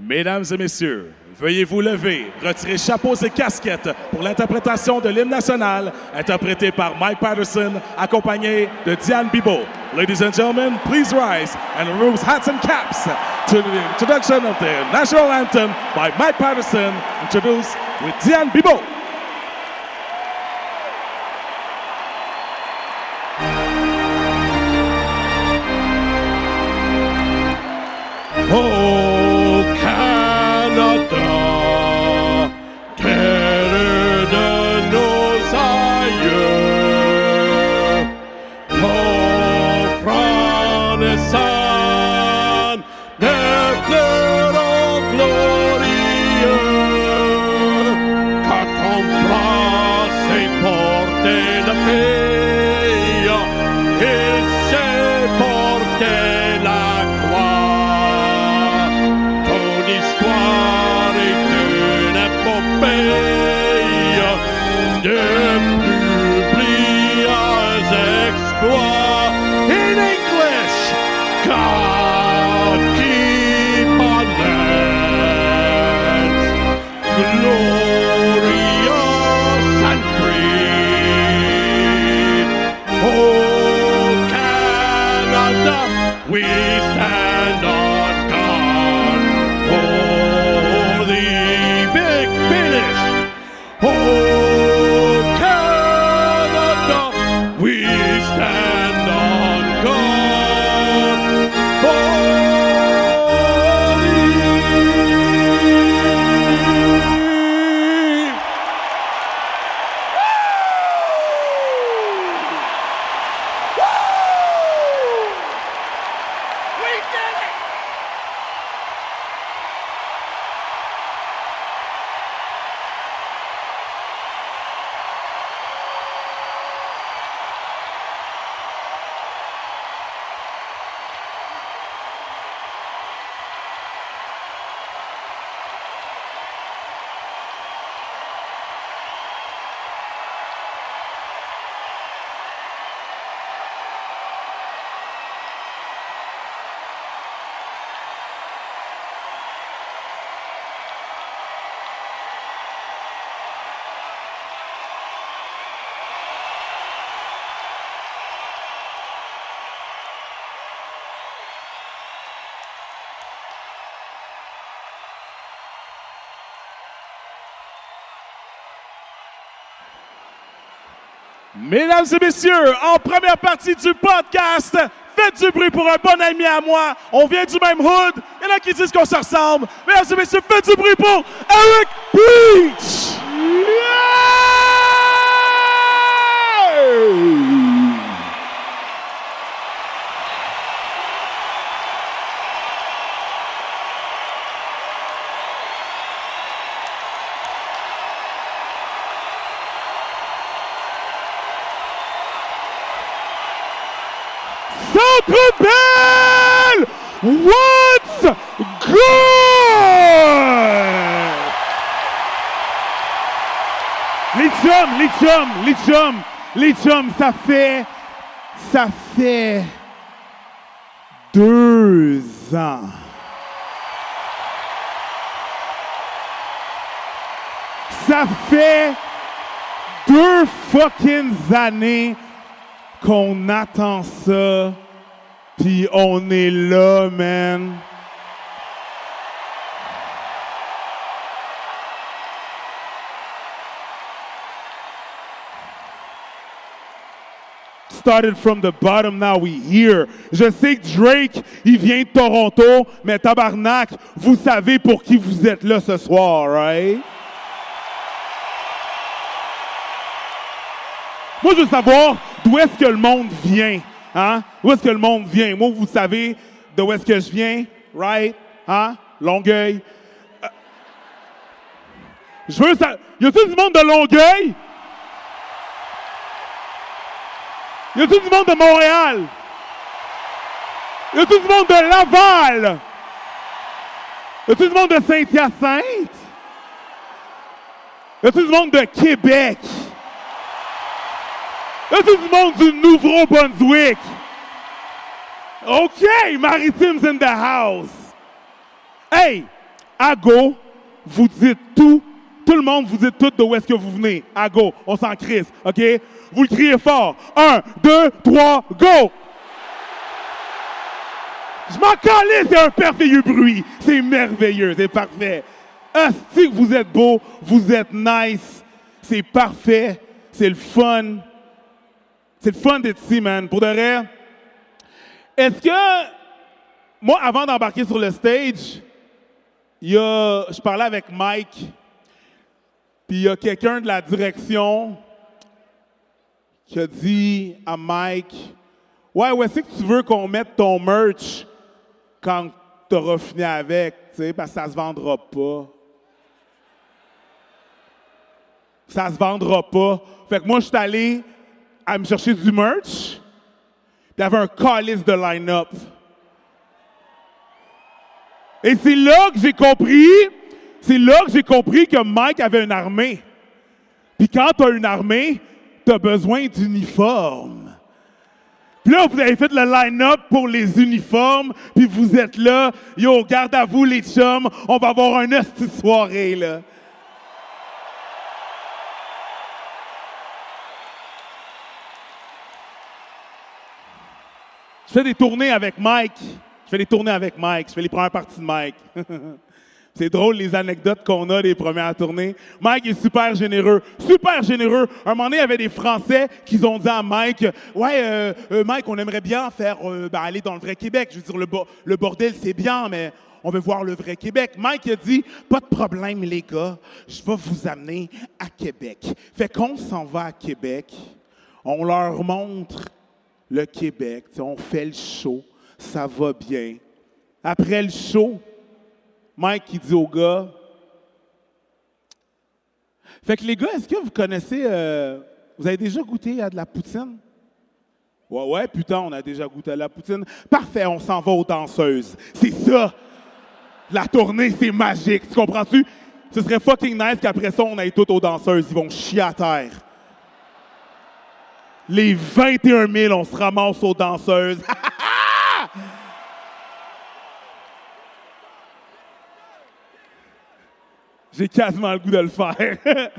Mesdames et messieurs, veuillez vous lever, retirer chapeaux et casquettes pour l'interprétation de l'hymne national, interprété par Mike Patterson, accompagné de Diane Bibeau. Ladies and gentlemen, please rise and remove hats and caps to the introduction of the national anthem by Mike Patterson, introduced with Diane Bibeau. Oh Canada, terre de nos aïeux, ton sang de fleurons glorieux, car ton bras s'est porté la paix, il s'est porté la croix. Ton histoire est une épopée de publiés exploits. In English, God keep on lands glorious and free. Oh, Canada, we stand on guard for the big finish. Oh, Canada, we stand on guard for the Mesdames et messieurs, en première partie du podcast, faites du bruit pour un bon ami à moi. On vient du même hood. Il y en a qui disent qu'on se ressemble. Mesdames et messieurs, faites du bruit pour Eric Beach! Centre Bell! What's good? Lithium, lithium, lithium, lithium, ça fait, ça fait deux ans. Ça fait deux fucking années qu'on attend ça, puis on est là, man. started from the bottom, now we here. Je sais que Drake, il vient de Toronto, mais tabarnak, vous savez pour qui vous êtes là ce soir, right? Moi, je veux savoir d'où est-ce que le monde vient, hein? Où est-ce que le monde vient? Moi, vous savez d'où est-ce que je viens, right? Hein? Longueuil. Euh, Je veux ça. Y a-t-il du monde de Longueuil? Y a tout du monde de Montréal. Y a tout du monde de Laval. Y a tout du monde de Saint-Hyacinthe. Y a tout du monde de Québec. Y a tout du monde du Nouveau-Brunswick. OK, Maritime's in the house. Hey, à go, vous dites tout. Tout le monde vous dit tout de où est-ce que vous venez. À go, on s'en crisse, OK? Vous le criez fort. Un, deux, trois, go! Je m'en calais, c'est un merveilleux bruit. C'est merveilleux, c'est parfait. Asti que vous êtes beau, vous êtes nice. C'est parfait, c'est le fun. C'est le fun d'être ici, man. Pour de vrai, est-ce que, moi, avant d'embarquer sur le stage, il y a- je parlais avec Mike, puis il y a quelqu'un de la direction qui a dit à Mike, ouais, où est-ce que tu veux qu'on mette ton merch quand tu auras fini avec, tu sais, parce que ça se vendra pas. Ça se vendra pas. Fait que moi, je suis allé à me chercher du merch, puis il y avait un calice de line-up. Et c'est là que j'ai compris, c'est là que j'ai compris que Mike avait une armée. Puis quand t'as une armée, t'as besoin d'uniformes. Puis là, vous avez fait le line-up pour les uniformes, puis vous êtes là. Yo, garde à vous les chums, on va avoir un hostie de soirée, là. Je fais des tournées avec Mike. Je fais des tournées avec Mike. Je fais les premières parties de Mike. C'est drôle les anecdotes qu'on a des premières tournées. Mike est super généreux, super généreux. Un moment donné, il y avait des Français qui ont dit à Mike, ouais, euh, euh, Mike, on aimerait bien faire euh, ben, aller dans le vrai Québec. Je veux dire, le, bo- le bordel c'est bien, mais on veut voir le vrai Québec. Mike a dit, pas de problème les gars, je vais vous amener à Québec. Fait qu'on s'en va à Québec, on leur montre le Québec, tu sais, on fait le show, ça va bien. Après le show, Mike il dit au gars, fait que les gars, est-ce que vous connaissez, euh, vous avez déjà goûté à de la poutine? Ouais, ouais, putain, on a déjà goûté à la poutine. Parfait, on s'en va aux danseuses. C'est ça. La tournée, c'est magique. Tu comprends-tu? Ce serait fucking nice qu'après ça, on aille toutes aux danseuses. Ils vont chier à terre. Les 21 000, on se ramasse aux danseuses. J'ai quasiment le goût de le faire.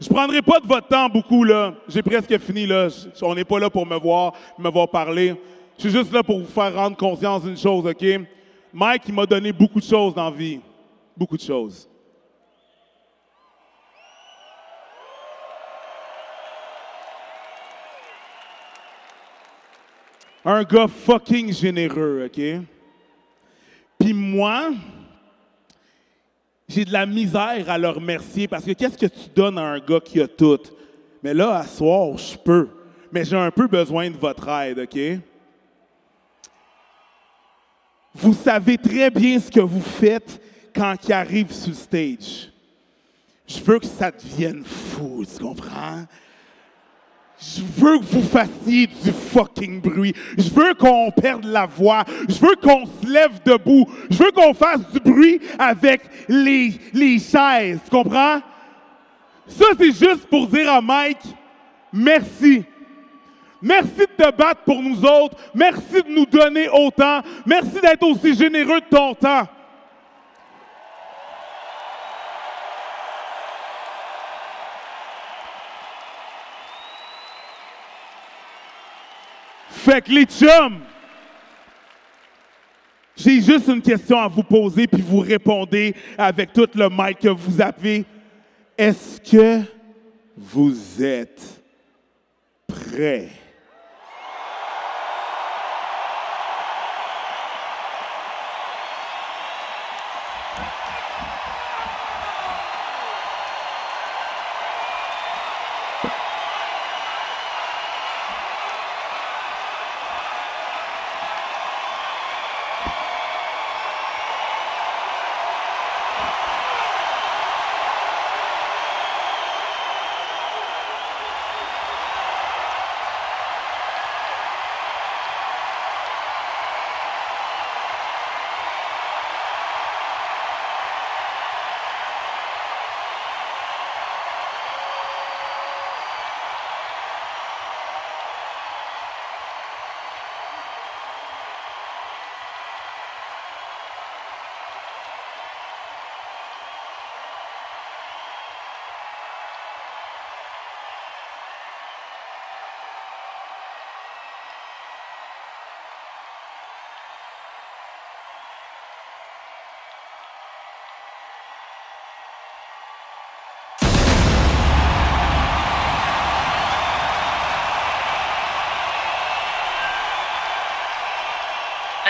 Je prendrai pas de votre temps beaucoup, là. J'ai presque fini, là. Je- on n'est pas là pour me voir, me voir parler. Je suis juste là pour vous faire rendre conscience d'une chose, OK? Mike, il m'a donné beaucoup de choses dans la vie. Beaucoup de choses. un gars fucking généreux, OK? Puis moi, j'ai de la misère à le remercier parce que qu'est-ce que tu donnes à un gars qui a tout? Mais là, à soir, je peux. Mais j'ai un peu besoin de votre aide, OK? Vous savez très bien ce que vous faites quand il arrive sur le stage. Je veux que ça devienne fou, tu comprends? Je veux que vous fassiez du fucking bruit. Je veux qu'on perde la voix. Je veux qu'on se lève debout. Je veux qu'on fasse du bruit avec les, les chaises. Tu comprends? Ça, c'est juste pour dire à Mike, merci. Merci de te battre pour nous autres. Merci de nous donner autant. Merci d'être aussi généreux de ton temps. Fait que les chums, j'ai juste une question à vous poser, puis vous répondez avec tout le mal que vous avez. Est-ce que vous êtes prêts?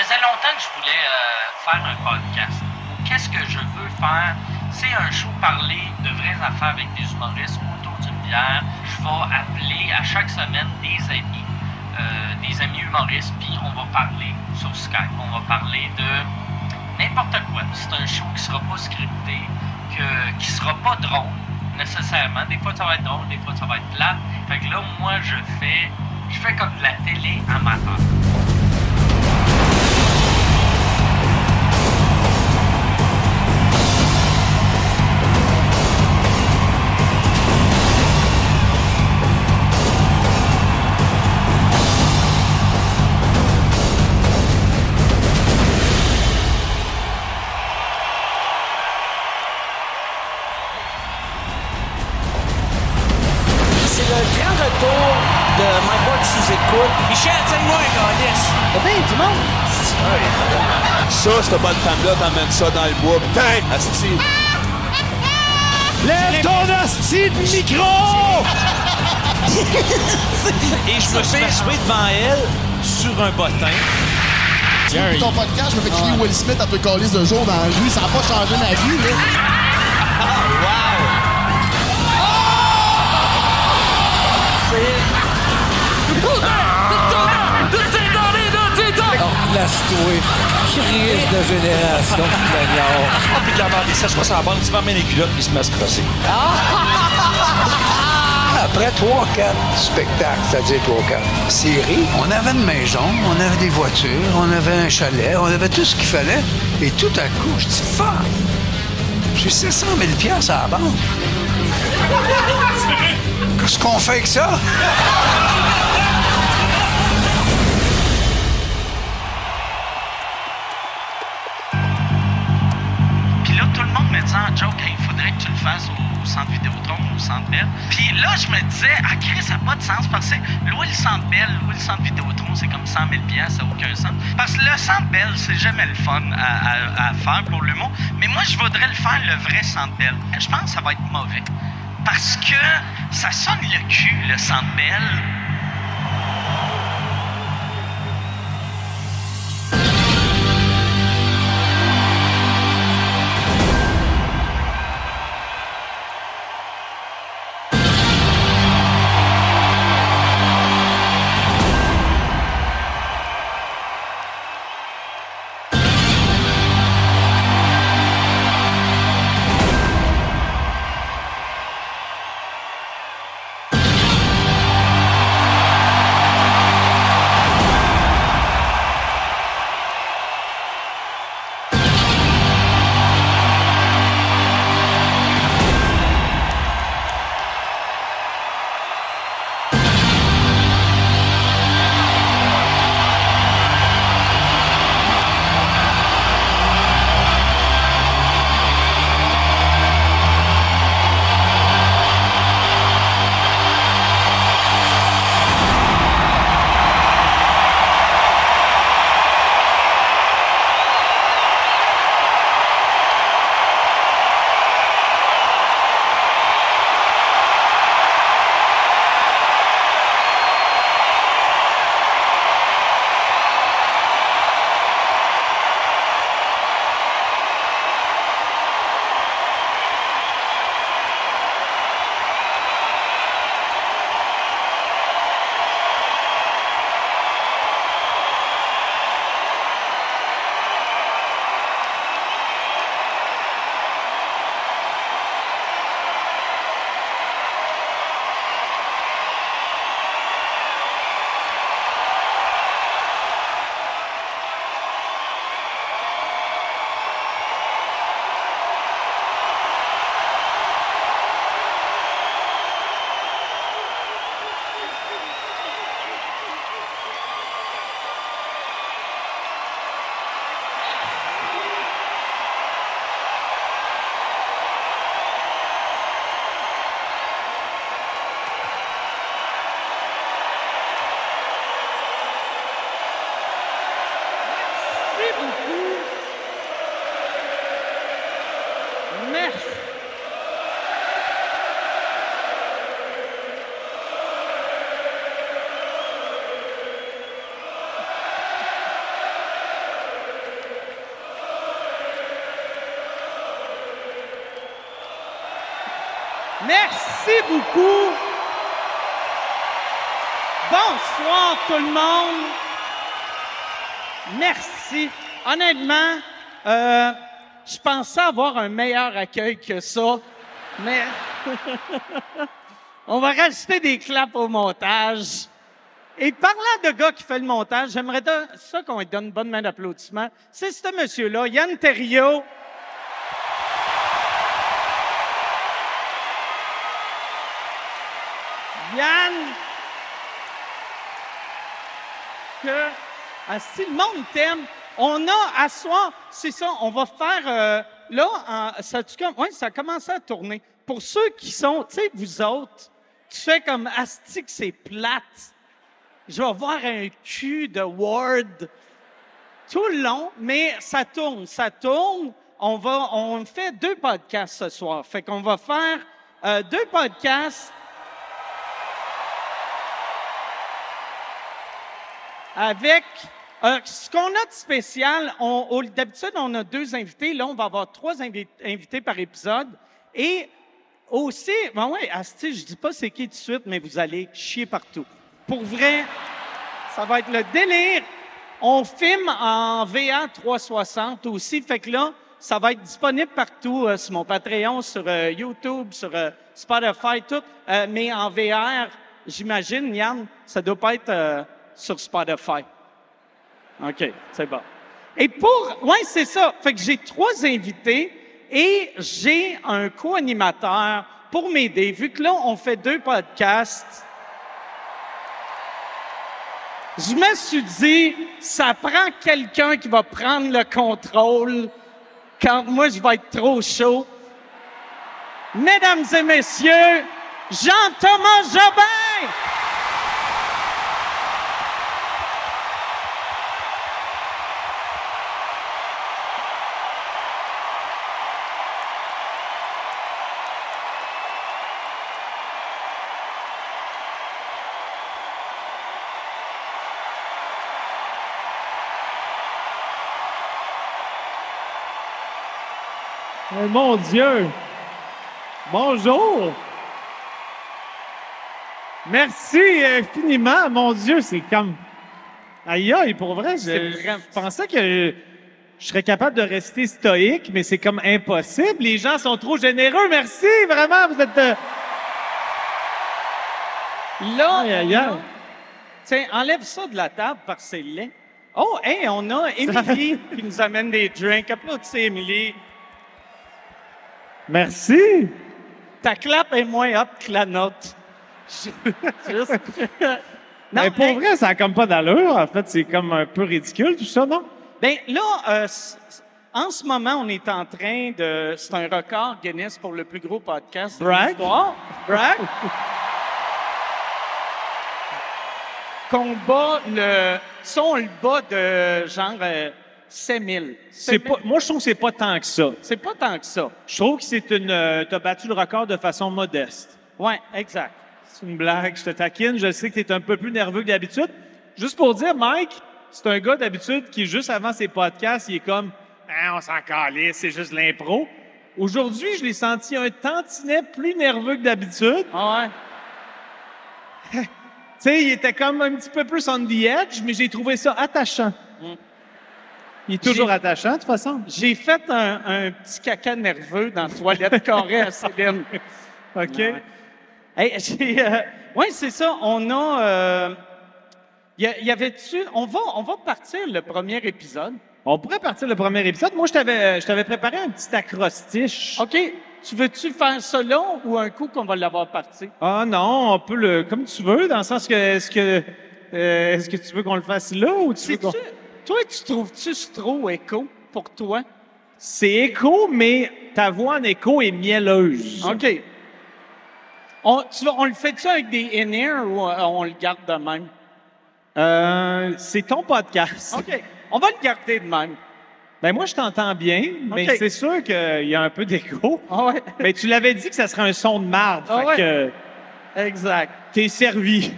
que je voulais euh, faire un podcast. Qu'est-ce que je veux faire? C'est un show parler de vraies affaires avec des humoristes autour d'une bière. Je vais appeler à chaque semaine des amis, euh, des amis humoristes, puis on va parler sur Skype. On va parler de n'importe quoi. C'est un show qui sera pas scripté, que, qui sera pas drôle nécessairement. Des fois, ça va être drôle, des fois, ça va être plate. Fait que là, moi, je fais, je fais comme de la télé amateur. C'est le grand retour de My Board sous écoute. Michel, tiens-moi, Calis. T'as Eh bien du monde. Ça, cette bonne femme-là, t'emmènes ça dans le bois. Putain, asti. Lève ton asti de micro! Et je me suis jouer devant elle sur un bottin. Puis ton podcast, je me fais crier Will Smith à te calice de jour dans la rue, ça n'a pas changé ma vie, là. Ah! Place-toi. Crise de génération de bagnard. Ah, puis de la merde, il sèche pas sa bande, il m'emmène les culottes, puis il se met à se crosser. Après 3-4 spectacles, c'est-à-dire 3-4 séries, on avait une maison, on avait des voitures, on avait un chalet, on avait tout ce qu'il fallait. Et tout à coup, je dis « Fuck! J'ai 700 000 piastres à la banque. Ah! Qu'est-ce qu'on fait avec ça? Puis là, tout le monde me disait en joke, Hey, il faudrait que tu le fasses au, au centre Vidéotron ou au centre Bell. Puis là, je me disais, ah, Chris, ça n'a pas de sens parce que louer le centre Bell, louer le centre Vidéotron, c'est comme 100 000 ça n'a aucun sens. Parce que le centre Bell, c'est jamais le fun à, à- à faire pour l'humour. Mais moi, je voudrais le faire le vrai centre Bell. Je pense que ça va être mauvais. Parce que ça sonne le cul, le centre Bell. Merci beaucoup. Bonsoir tout le monde. Merci. Honnêtement, euh, je pensais avoir un meilleur accueil que ça, mais on va rajouter des claps au montage. Et parlant de gars qui fait le montage, j'aimerais don- ça qu'on lui donne une bonne main d'applaudissement. C'est ce monsieur-là, Yann Terriot. Yann, que ah, si le monde t'aime, on a à soir, c'est ça, on va faire euh, là, en- ça, tu com- ouais, ça a commencé à tourner. Pour ceux qui sont, tu sais, vous autres, tu fais comme Asti que c'est plate. Je vais voir un cul de Ward tout le long, mais ça tourne, ça tourne. On va, on fait deux podcasts ce soir. Fait qu'on va faire euh, deux podcasts avec euh, ce qu'on a de spécial. On, on- D'habitude, on a deux invités. Là, on va avoir trois invi- invités par épisode. Et aussi, ben oui, Asti, je dis pas c'est qui tout de suite, mais vous allez chier partout. Pour vrai, ça va être le délire. On filme en VA 360 aussi. Fait que là, ça va être disponible partout euh, sur mon Patreon, sur euh, YouTube, sur euh, Spotify, tout. Euh, mais en VR, j'imagine, Yann, ça doit pas être euh, sur Spotify. OK, c'est bon. Et pour. Oui, c'est ça. Fait que j'ai trois invités et j'ai un co-animateur pour m'aider. Vu que là, on fait deux podcasts. Je me suis dit, ça prend quelqu'un qui va prendre le contrôle quand moi je vais être trop chaud. Mesdames et messieurs, Jean-Thomas Jobin! Mais Euh, mon Dieu! Bonjour! Merci infiniment, mon Dieu, c'est comme... Aïe aïe, pour vrai, je, je pensais que je serais capable de rester stoïque, mais c'est comme impossible. Les gens sont trop généreux, merci, vraiment, vous êtes... euh, Là, Aïe, aïe, aïe. on a- Tiens, enlève ça de la table parce que c'est laid. Oh, hey, on a Émilie qui nous amène des drinks. Applaudissez, Émilie. Merci! Ta clap est moins hop que la note. Juste. Non, mais pour hey, vrai, ça a comme pas d'allure. En fait, c'est comme un peu ridicule, tout ça, non? Ben là, euh, c- c- en ce moment, on est en train de. C'est un record Guinness pour le plus gros podcast de Brag. l'histoire. Brag. Qu'on bat le. Ça, on le bat de genre euh, 7000. C'est pas, moi, je trouve que c'est pas tant que ça. C'est pas tant que ça. Je trouve que c'est une. euh, t'as battu le record de façon modeste. Ouais, exact. C'est une blague, je te taquine. Je sais que t'es un peu plus nerveux que d'habitude. Juste pour dire, Mike, c'est un gars d'habitude qui, juste avant ses podcasts, il est comme Ah, on s'en calisse, c'est juste l'impro. Aujourd'hui, je l'ai senti un tantinet plus nerveux que d'habitude. Ah ouais. Tu sais, il était comme un petit peu plus on the edge, mais j'ai trouvé ça attachant. Il est toujours J'ai- attachant, de toute façon. J'ai fait un, un petit caca nerveux dans la toilette carrée à Céline. OK. Ouais. Hey, j'ai, euh, ouais, c'est ça. On a. euh, y a- y avait-tu. On va, on va partir le premier épisode. On pourrait partir le premier épisode. Moi, je t'avais, je t'avais préparé un petit acrostiche. OK. Tu veux-tu faire ça long ou un coup qu'on va l'avoir parti? Ah non, on peut le comme tu veux, dans le sens que est-ce que euh, est-ce que tu veux qu'on le fasse là ou tu veux Sais-tu- qu'on... Toi, tu trouves-tu ce trop écho pour toi? C'est écho, mais ta voix en écho est mielleuse. OK. On, tu vas- on le fait-tu avec des in-ear ou euh, on le garde de même? Euh, c'est ton podcast. OK. On va le garder de même. Ben moi je t'entends bien, mais OK. c'est sûr qu'il y a un peu d'écho. Ah ouais. Mais tu l'avais dit que ça serait un son de marde, Ah fait ouais. que Exact. t'es servi.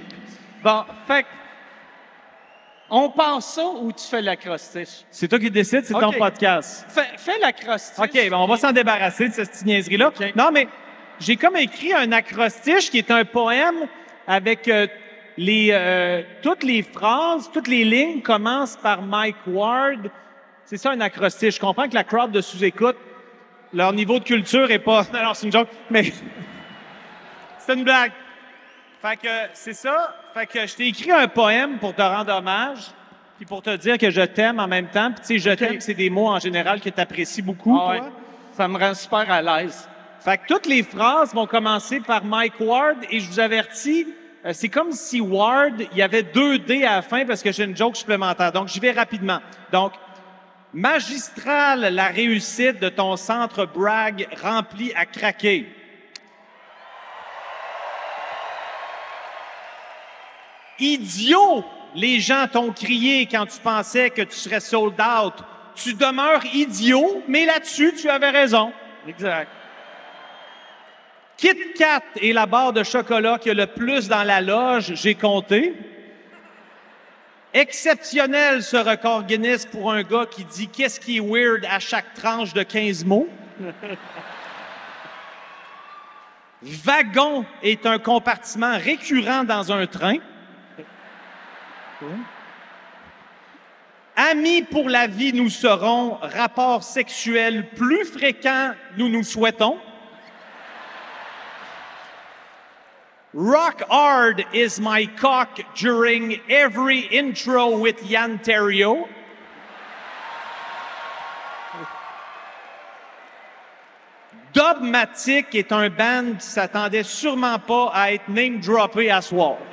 Bon, fait que, on passe ça ou tu fais l'acrostiche? C'est toi qui décides, c'est OK. ton podcast. Fais, fais l'acrostiche. OK, ben on va s'en débarrasser de cette petite niaiserie-là. Non, mais j'ai comme écrit un acrostiche qui est un poème avec euh, les, euh, toutes les phrases, toutes les lignes commencent par Mike Ward. C'est ça un acrostiche. Je comprends que la crowd de sous-écoute, leur niveau de culture est pas. Non, non, c'est une joke, mais c'est une blague. Fait que euh, c'est ça. Fait que je t'ai écrit un poème pour te rendre hommage, puis pour te dire que je t'aime en même temps. Puis tu sais, je t'aime, c'est des mots en général que tu apprécies beaucoup. Ah ouais. toi. Ça me rend super à l'aise. Fait que toutes les phrases vont commencer par Mike Ward et je vous avertis, euh, c'est comme si Ward, il y avait deux D à la fin parce que j'ai une joke supplémentaire. Donc, j'y vais rapidement. Donc, magistrale la réussite de ton centre brag rempli à craquer. Idiot, les gens t'ont crié quand tu pensais que tu serais sold out. Tu demeures idiot, mais là-dessus, tu avais raison. Exact. Kit Kat est la barre de chocolat qui a le plus dans la loge, j'ai compté. Exceptionnel ce record Guinness pour un gars qui dit qu'est-ce qui est weird à chaque tranche de 15 mots. Wagon est un compartiment récurrent dans un train. Amis pour la vie, nous serons. Rapport sexuel plus fréquent, nous nous souhaitons. Rock hard is my cock during every intro with Yann Terrio. Dogmatic est un band qui s'attendait sûrement pas à être name droppé à soir.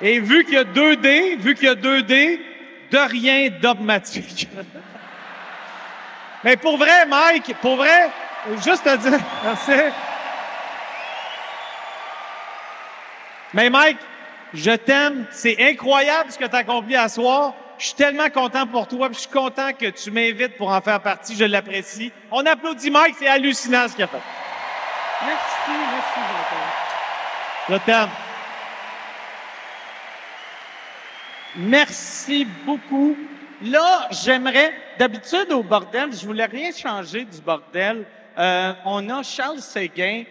Et vu qu'il y a 2D, vu qu'il y a 2D, de rien dogmatique. Mais pour vrai, Mike, pour vrai, juste te dire, merci. Mais Mike, je t'aime. C'est incroyable ce que tu as accompli à soir. Je suis tellement content pour toi, puis je suis content que tu m'invites pour en faire partie. Je l'apprécie. On applaudit Mike, c'est hallucinant ce qu'il a fait. Merci, merci, Jean-Paul. Je t'aime. Merci beaucoup. Là, j'aimerais, d'habitude au bordel, je voulais rien changer du bordel. Euh, on a Charles Séguin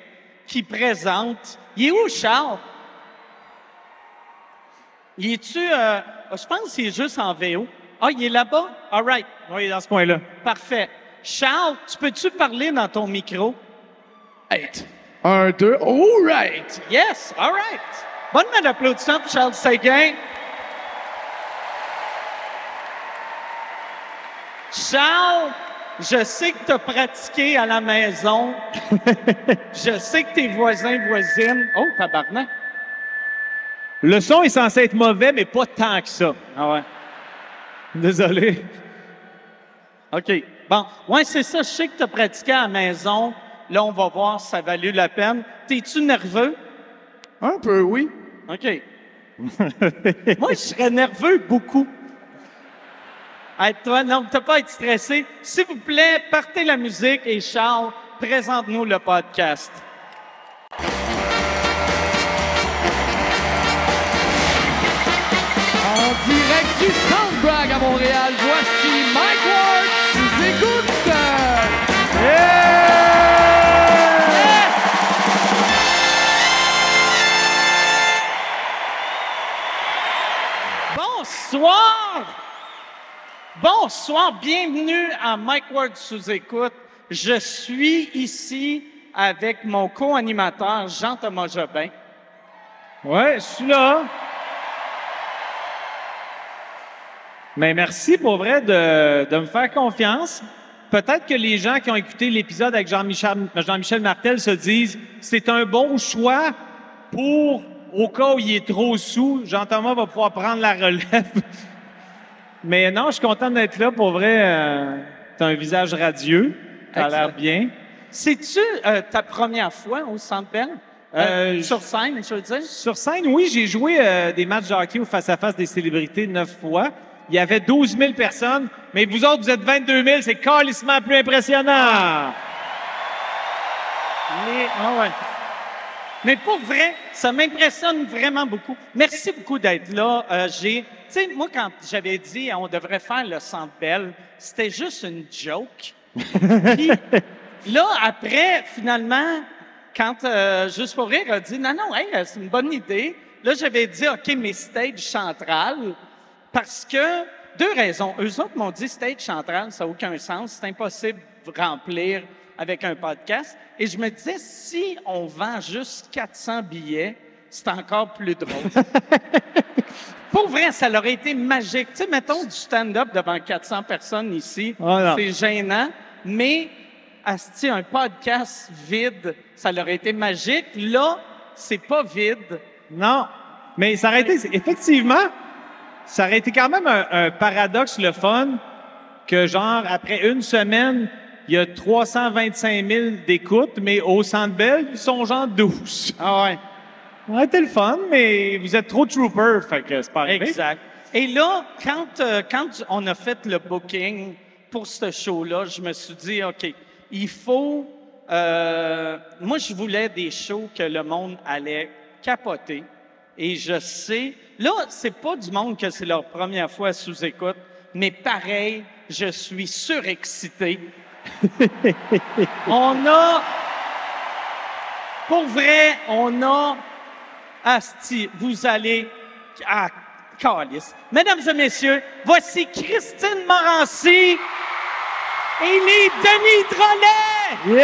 qui présente. Il est où, Charles? Il est-tu, euh, je pense qu'il est juste en VO. Ah, il est là-bas? All right. Oui, dans ce coin-là. Parfait. Charles, tu peux-tu parler dans ton micro? Un, deux, all right! Yes, all right. Bonne main d'applaudissement pour Charles Séguin. Charles, je sais que tu as pratiqué à la maison. je sais que tes voisins, voisines... Oh, tabarnak. Le son est censé être mauvais, mais pas tant que ça. Ah ouais. Désolé. OK. Bon, ouais, c'est ça. Je sais que tu as pratiqué à la maison. Là, on va voir si ça valait la peine. T'es-tu nerveux? Un peu, oui. OK. Moi, je serais nerveux beaucoup. Hey, toi, non, t'as pas à être stressé. S'il vous plaît, partez la musique et Charles, présente-nous le podcast. En direct du Soundbrag à Montréal, voici Mike Ward sous écoute. Bonsoir! Bonsoir, bienvenue à Mike Ward sous écoute. Je suis ici avec mon co-animateur Jean-Thomas Jobin. Ouais, je suis là. Mais merci pour vrai de, de me faire confiance. Peut-être que les gens qui ont écouté l'épisode avec Jean-Michel Jean-Michel Martel se disent c'est un bon choix pour au cas où il est trop sous, Jean-Thomas va pouvoir prendre la relève. Mais non, je suis content d'être là pour vrai. euh, T'as un visage radieux, t'as l'air bien. C'est-tu euh, ta première fois au Centre Bell? Euh, Euh, sur scène, je veux dire? Sur scène, oui, j'ai joué euh, des matchs de hockey au face-à-face des célébrités neuf fois. Il y avait 12 000 personnes, mais vous autres, vous êtes 22 000, c'est calissement plus impressionnant! Mais, ah ouais. Mais pour vrai, ça m'impressionne vraiment beaucoup. Merci beaucoup d'être là. Euh, j'ai, tu sais, moi, quand j'avais dit euh, on devrait faire le Centre Bell, c'était juste une joke. Puis, Là, après, finalement, quand euh, Juste pour rire a dit « Non, non, hey, euh, c'est une bonne idée », là, j'avais dit « OK, mais stage central », parce que, deux raisons. Eux autres m'ont dit « Stage central, ça n'a aucun sens, c'est impossible de remplir avec un podcast ». Et je me disais « Si on vend juste 400 billets, c'est encore plus drôle. Pour vrai, ça aurait été magique. Tu sais, mettons du stand-up devant 400 personnes ici. non. c'est gênant, mais asti, un podcast vide, ça aurait été magique. Là, c'est pas vide. Non. Mais ça aurait été, effectivement, ça aurait été quand même un, un paradoxe le fun que, genre, après une semaine, il y a 325 000 d'écoutes, mais au Centre Bell, ils sont genre 12. Ah ouais. Ça aurait été le fun, mais vous êtes trop trooper, fait que c'est pas arrivé. Exact. Et là, quand, euh, quand on a fait le booking pour ce show-là, je me suis dit, OK, il faut... euh, moi, je voulais des shows que le monde allait capoter. Et je sais... Là, c'est pas du monde que c'est leur première fois sous écoute, mais pareil, je suis surexcité. on a... Pour vrai, on a Asti, vous allez à Calice. Mesdames et messieurs, voici Christine Morancy et les Denis Drolet!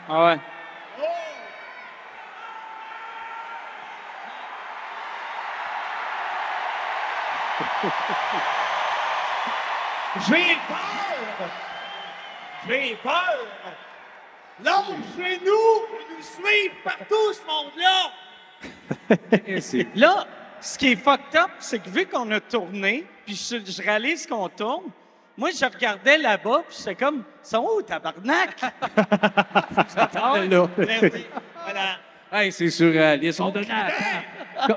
Ah ouais. Oh! J'ai peur! J'ai peur! Lâchez-nous! Ils nous suivent partout, ce monde-là! Là, ce qui est fucked up, c'est que vu qu'on a tourné, puis je, je réalise qu'on tourne, moi, je regardais là-bas, puis j'étais comme, « Sont où, tabarnak? » Ah ouais? Là. Ben oui, voilà. Hey, c'est surréaliste. On donne la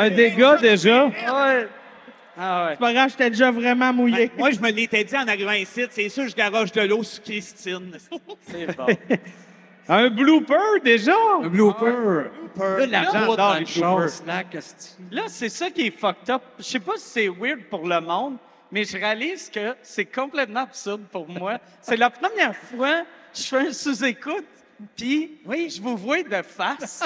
Un dégât, déjà. Ouais. Ah ouais. C'est pas grave, j'étais déjà vraiment mouillé. Ben, moi, je me l'étais dit en arrivant ici, c'est sûr, je garoche de l'eau sur Christine. c'est bon. Un blooper, déjà. Un Ah, blooper. Là, l'argent Là, dans les les bloopers. choses. Snack, esti. Là, c'est ça qui est fucked up. Je sais pas si c'est weird pour le monde, mais je réalise que c'est complètement absurde pour moi. c'est la première fois que je fais un sous-écoute, puis oui. je vous vois de face.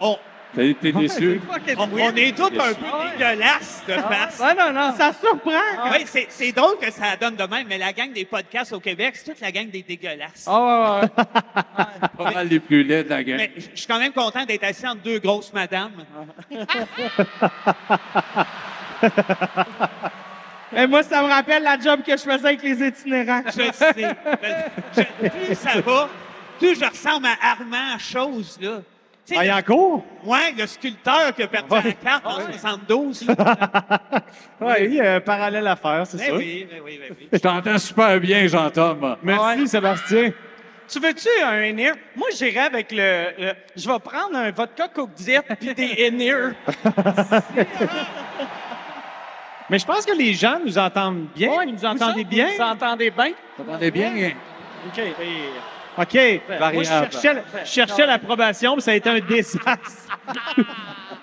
oh. On, T'as été déçu. on- on est tous un peu dégueulasses de face. Ah, non, non. Ça surprend. Oui, c'est- c'est drôle que ça donne de même, mais la gang des podcasts au Québec, c'est toute la gang des dégueulasses. Ah, ouais, ouais. Pas mal les plus laids de la gang. Mais je je suis quand même content d'être assis entre deux grosses madames. Ah. Mais moi, ça me rappelle la job que je faisais avec les itinérants. Je le sais. Je- je- plus ça va, plus je ressemble à Armand Chose, là. Tu sais, Ah, il est le- en cours? Ah, Ouais, le sculpteur qui a perdu la carte en 72. là. Ouais, il y a un parallèle à faire, c'est Ben sûr. oui, ben oui, ben oui. Je t'entends super bien, Jean-Tom. Merci, Sébastien. Tu veux-tu un in-ear? Moi, j'irai avec le, le- Je vais prendre un vodka Coke Diet puis des in-ear. Mais je pense que les gens nous entendent bien. vous nous entendez autres, bien? Vous entendez bien? T'entendais bien? OK. OK. Moi, je cherchais, la- je cherchais l'approbation, mais ça a été un désastre.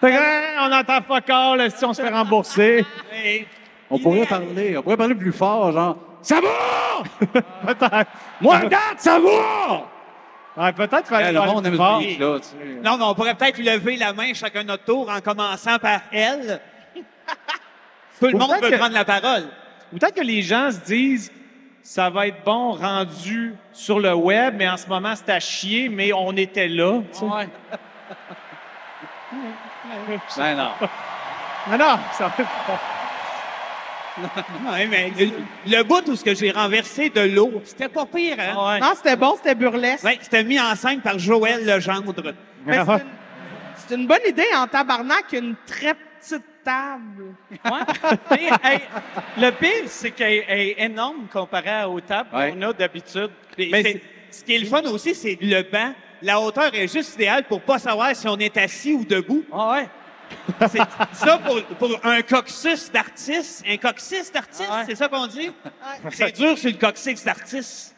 Fait que, hein, on entend pas encore là, si on se fait rembourser. Hey, On pourrait parler. On pourrait parler plus fort, genre. Ça va! Peut-être. Moi, regarde, ça va! Ouais, peut-être qu'il fallait Eh, le parler monde plus aime fort. ce là tu sais. Non, mais on pourrait peut-être lever la main chacun notre tour en commençant par elle. Tout le monde peut-être veut que- prendre la parole. Ou peut-être que les gens se disent, ça va être bon rendu sur le web, mais en ce moment, c'est à chier, mais on était là. tu sais. Ben non. Non, non, ça va pas. mais le, le bout où ce que j'ai renversé de l'eau, c'était pas pire, hein? Ah, Non, c'était bon, c'était burlesque. Ouais, c'était mis en scène par Joël Legendre. Mais c'est une- C'est une bonne idée en tabarnak, une très petite table. Mais, hey, le pire, c'est qu'elle est énorme comparée aux tables qu'on a d'habitude. Mais c'est- ce qui est le fun aussi, c'est le banc. La hauteur est juste idéale pour pas savoir si on est assis ou debout. C'est ça pour, pour un coccyx d'artiste. Un coccyx d'artiste, c'est ça qu'on dit? C'est dur sur le coccyx d'artiste.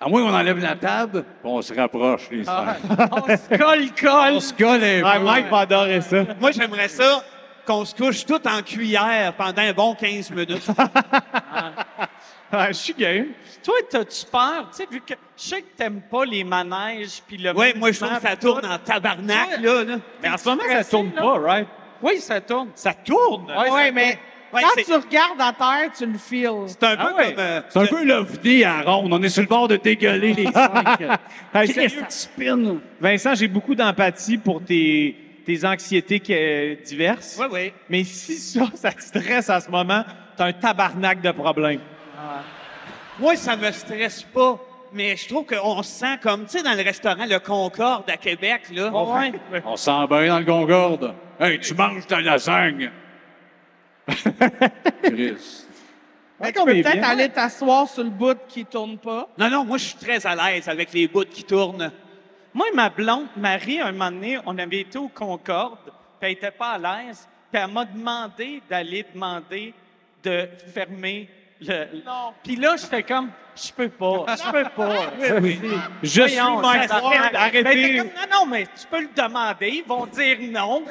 À moins qu'on enlève la table, puis on se rapproche, les Ah, frères. On se colle, colle. On se colle un Ouais, peu. Mike va adorer ça. Moi, j'aimerais ça qu'on se couche tout en cuillère pendant un bon 15 minutes. Ah, je suis game. Toi, t'as-tu peur? Tu sais, vu que je sais que t'aimes pas les manèges puis le. Ouais, moi, je trouve que ça tourne en tabarnak, là, là. Mais en ce moment, ça tourne pas, right? Oui, ça tourne. Ça tourne? Ouais, mais Ouais, quand c'est- tu regardes en terre, tu le files. C'est un Ah peu comme. C'est un peu l'OVNI à la ronde. On est sur le bord de dégueuler, les cinq. Hey, Qu'est-ce sérieux? qui spin? Vincent, j'ai beaucoup d'empathie pour tes, tes anxiétés que- diverses. Oui, oui. Mais si ça, ça te stresse en ce moment, t'as un tabarnak de problèmes. Moi, ça me stresse pas, mais je trouve qu'on se sent comme, tu sais, dans le restaurant Le Concorde à Québec, là. Ouais. On sent bien dans le Concorde. Hey, tu manges ta lasagne. Chris. Mais tu peux peut-être aller t'asseoir sur le bout qui tourne pas. Non, non, moi, je suis très à l'aise avec les bouts qui tournent. Moi et ma blonde, Marie, un moment donné, on avait été au Concorde, puis elle était pas à l'aise, puis elle m'a demandé d'aller demander de fermer le. Non. Puis là, j'étais comme, je peux pas, je peux pas. Oui, oui. Je suis Mike Ward, arrêtez. Mais elle était comme, non, non, mais tu peux le demander, ils vont dire non.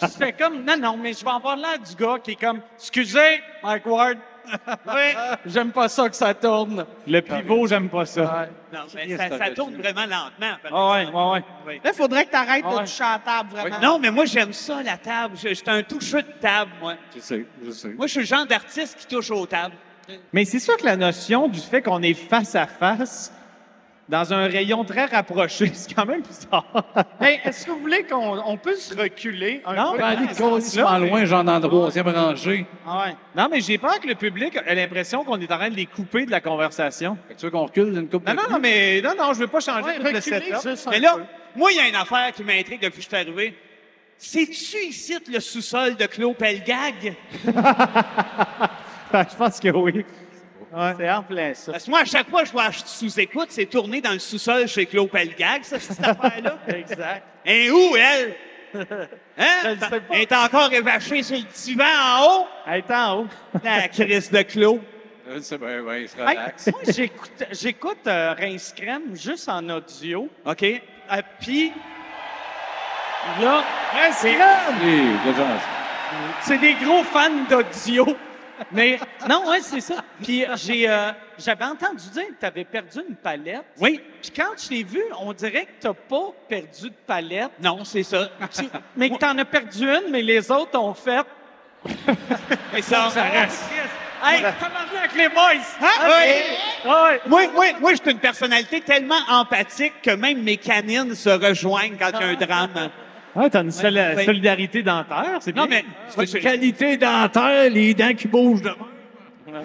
je fais comme, non, non, mais je vais avoir l'air du gars qui est comme, excusez, Mike Ward. oui, j'aime pas ça que ça tourne. Le pivot, j'aime pas ça. Non, mais Yes, ça, t'as ça raison. tourne vraiment lentement. par Ah ouais, exemple. ouais, ouais. Oui. Là, il faudrait que tu arrêtes Ah de ouais. toucher à la table, vraiment. Non, mais moi, j'aime ça, la table. Je, je suis un toucheux de table, moi. Je sais, je sais. Moi, je suis le genre d'artiste qui touche aux tables. Mais c'est sûr que la notion du fait qu'on est face à face, dans un rayon très rapproché, c'est quand même bizarre. Hey, est-ce que vous voulez qu'on on peut se reculer un Non, peu? ben, allez, Ah, Colissement mais- loin, genre dans la troisième rangée. Ah ouais. Non, mais j'ai peur que le public ait l'impression qu'on est en train de les couper de la conversation. Tu veux qu'on recule d'une coupe Non, de non, coups? non, mais non, non, je veux pas changer Ouais, tout le reculer setup. juste un Mais là, moi, il y a une affaire qui m'intrigue depuis que je suis arrivé. C'est-tu ici le sous-sol de Claude Pelgag? Ah, je pense que oui. C'est en plein ça. Parce que moi, à chaque fois que je vois sous-écoute, c'est tourné dans le sous-sol chez Claude Pelgag, ça, cette affaire-là. Exact. Et où, elle? Hein? Elle est encore évachée sur le divan en haut? Elle est en haut. La crise Ah, de Claude. Je sais bien, ben, il se Hey, relaxe. moi, j'écoute, j'écoute euh, Rince Crème juste en audio. OK. Euh, Puis, là, c'est, Hey, de chance. c'est des gros fans d'audio. Mais non, ouais, c'est ça. Puis j'ai, euh, j'avais entendu dire que tu avais perdu une palette. Oui. Puis quand je l'ai vu, on dirait que t'as pas perdu de palette, Non, c'est ça. mais que t'en as perdu une, mais les autres ont fait. Mais ça, ça reste. Hey, comment avec les boys? Ah, oui. Ouais. Moi, moi, moi, je suis une personnalité tellement empathique que même mes canines se rejoignent quand il y a un drame. Ah, t'as une sol- ouais. solidarité dentaire, c'est bien. Non, mais Ah, C'est une qualité dentaire, les dents qui bougent de même.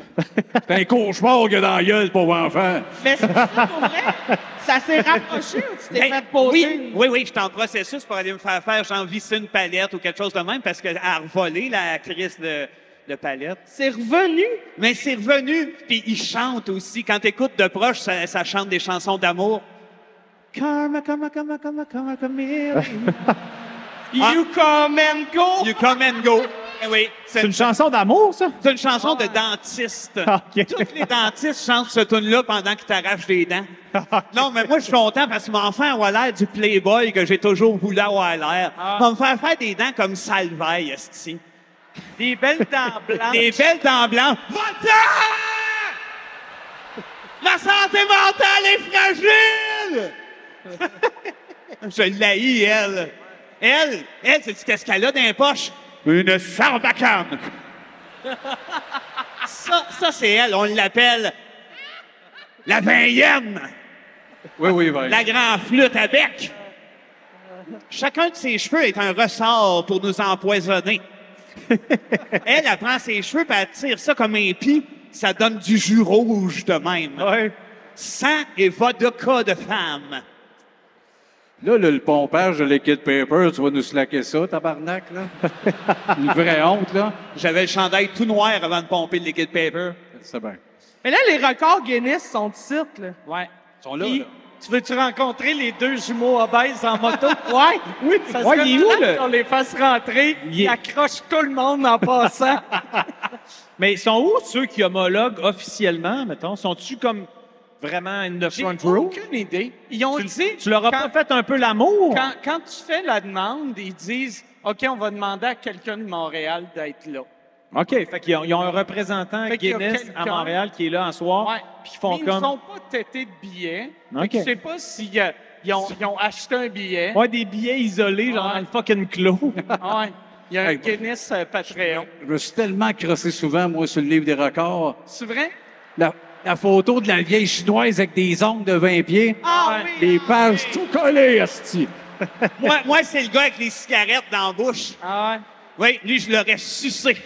C'est un cauchemar qu'il y a dans la gueule, pauvre enfant. Mais c'est ça, pour vrai. Ça s'est rapproché ou tu t'es Ben, fait poser? oui, oui, oui, je suis en processus pour aller me faire faire, genre, visser une palette ou quelque chose de même parce qu'elle a revolé la crise de, de palette. C'est revenu. Mais c'est revenu, puis il chante aussi. Quand t'écoutes de proche, ça, ça chante des chansons d'amour. Come, come, come, come, come, come here. You come and go. Ah. You come and go. Eh oui, C'est c'est une chanson d'amour, ça? c'est une chanson de Ah. dentiste. Ok. Tous les dentistes chantent ce tune-là pendant qu'ils t'arrachent des dents. Non, mais moi, je suis content parce que mon enfant a l'air du playboy que j'ai toujours voulu avoir l'air. Ah. On va me faire faire des dents comme Salvaille, esti. Des belles dents blanches. Des belles dents blanches. Va-t'en! La santé mentale est fragile! je l'ai, elle. Elle, elle, c'est qu'est-ce qu'elle a dans les poches? Une sarbacane. Ça, ça c'est elle. On l'appelle la veillenne. Oui, oui, oui. La grande flûte à bec. Chacun de ses cheveux est un ressort pour nous empoisonner. elle, elle prend ses cheveux et elle tire ça comme un pis. Ça donne du jus rouge de même. Sang et vodka de femme. Là, le, le pompage de Liquid Paper, tu vas nous slacker ça, tabarnak, là. Une vraie honte, là. J'avais le chandail tout noir avant de pomper le liquid paper. C'est bien. Mais là, les records Guinness sont ici, là. Ouais. Ils sont là, Puis, là. Tu veux-tu rencontrer les deux jumeaux obèses en moto? ouais, oui. Ça Ouais, serait il est où, plate le- qu'on les fasse rentrer. Ils accrochent tout le monde en passant. Mais ils sont où ceux qui homologuent officiellement, mettons? Sont-tu comme vraiment une J'ai front row? aucune idée. Ils ont dit... Tu leur as quand- pas fait un peu l'amour? Quand, quand tu fais la demande, ils disent OK, on va demander à quelqu'un de Montréal d'être là. OK, fait qu'ils ont, ils ont un représentant Fait qu'il y a Guinness quelqu'un. à Montréal qui est là en soir, puis ils font Mais ils comme... ne sont pas têtés de billets. Fait OK. que Je sais pas s'ils ils ont, ils ont acheté un billet. Ouais, des billets isolés, genre dans le fucking clos. Ouais. Il y a un Hey, Guinness euh, Patreon. Je me suis tellement crossé souvent, moi, sur le livre des records. C'est vrai? La, la photo de la vieille chinoise avec des ongles de 20 pieds. Ah Les pages tout collées, asti. moi, moi, c'est le gars avec les cigarettes dans la bouche. Ah ouais? Oui, lui, je l'aurais sucé.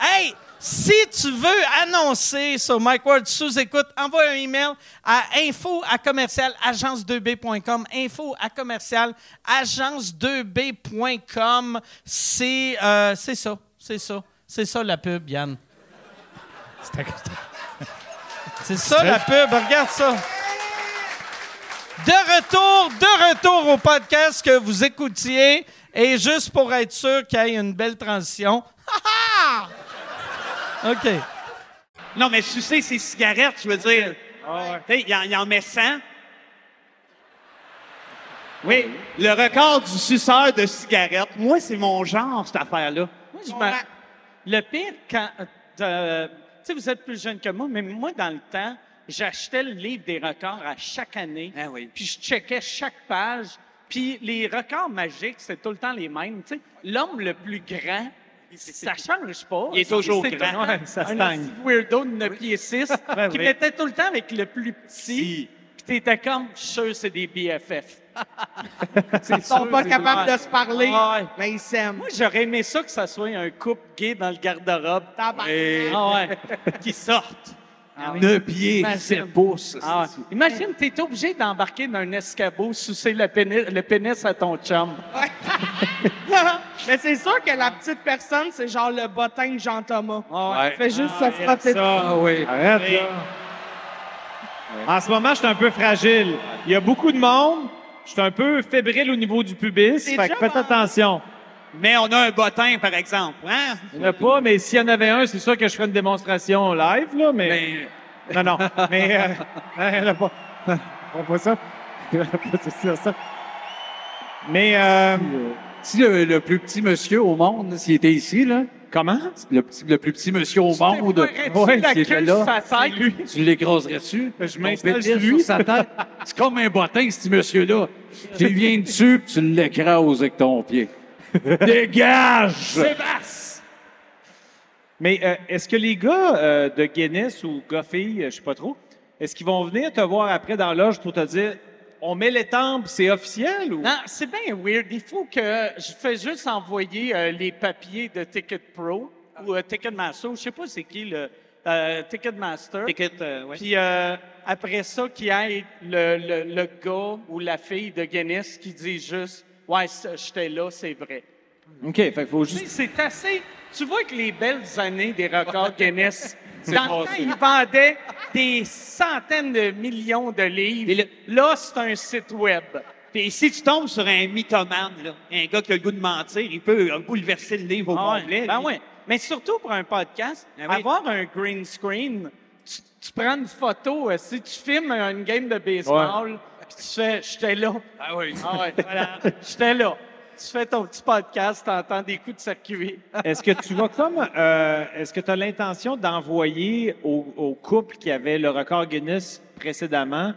Hey, si tu veux annoncer sur Mike Ward sous écoute, envoie un email à info à commercial agence2b.com. Info à commercial agence2b.com. C'est euh, c'est ça, c'est ça, c'est ça la pub, Yann. C'est ça la pub, regarde ça. De retour, de retour au podcast que vous écoutiez. Et juste pour être sûr qu'il y ait une belle transition. Ha, ha! OK. Non, mais sucer ses cigarettes, je veux dire. Ah Tu sais, il en- il en, met 100. Oui, le record du suceur de cigarettes. Moi, c'est mon genre, cette affaire-là. Moi, je ben, me- Le pire, quand. euh, tu sais, vous êtes plus jeune que moi, mais moi, dans le temps, j'achetais le livre des records à chaque année. Ah Puis je checkais chaque page. Puis les records magiques, c'est tout le temps les mêmes. Tu sais, l'homme le plus grand, ça change pas. Il est toujours C'est grand. un- Ouais, ça un stagne. petit weirdo de 9 pieds 6 Ben qui oui. mettait tout le temps avec le plus petit. Puis t'étais comme, je suis sûr, c'est des BFF. Ils sont pas capables de se parler, Ah, Ouais. mais ils s'aiment. Moi, j'aurais aimé ça que ça soit un couple gay dans le garde-robe. Tabarnak. Ah ouais. qui sortent. Ah oui. Deux pieds, Imagine. sept pouces. Ah ouais. Imagine, t'es obligé d'embarquer dans un escabeau, sucer le pénis, le pénis à ton chum. mais c'est sûr que la petite personne, c'est genre le bottin de Jean-Thomas. Ouais. Fait juste se frotter dessus. Ah oui. Arrête, Oui. là. En ce moment, je suis un peu fragile. Il y a beaucoup de monde. Je suis un peu fébrile au niveau du pubis. Fait que faites attention. Mais on a un bottin, par exemple. Hein? Il n'y en a pas, mais s'il y en avait un, c'est sûr que je ferais une démonstration live, là, mais... Non, non, mais... euh, non, il n'y en a pas. On pas ça. Il y en a pas, c'est sûr, ça. Mais... euh, Si le, le plus petit monsieur au monde, s'il était ici, là. Comment? Le, petit- le plus petit monsieur au monde. ferais-tu la s'il était queue là, sur sa tête? Ben, c'est lui. Tu l'écraserais-tu? Je m'installe sur lui. sa tête. C'est comme un bottin, ce petit monsieur-là. Tu viens dessus, puis tu l'écrases avec ton pied. Dégage! Sébastien! Mais euh, est-ce que les gars euh, de Guinness ou Goffy, je sais pas trop, est-ce qu'ils vont venir te voir après dans l'âge pour te dire on met les tempes, c'est officiel ou Non, c'est bien weird. Il faut que je fais juste envoyer euh, les papiers de Ticket Pro ou euh, Ticketmaster. ou Je sais pas c'est qui le euh, Ticketmaster. Ticket, euh, ouais. Puis euh, après ça, qu'il y ait le, le- le gars ou la fille de Guinness qui dit juste Ouais, ça, j'étais là, c'est vrai. OK, fait qu'il faut Tu sais, juste C'est assez. Tu vois que les belles années des records Guinness, C'est dans le temps, passé. ils vendaient des centaines de millions de livres. Là, c'est un site Web. Puis si tu tombes sur un mythomane, là, un gars qui a le goût de mentir, il peut euh, bouleverser le livre au Ah ouais, complet. ben lui. ouais. Mais surtout pour un podcast, avoir un green screen, tu, tu prends une photo. euh, Si tu filmes une game de baseball, puis tu fais « J'étais là ». Ah oui. ouais, voilà. J'étais là. Tu fais ton petit podcast, t'entends des coups de circuit. Est-ce que tu vas comme euh, est-ce que tu as l'intention d'envoyer au, au couple qui avait le record Guinness précédemment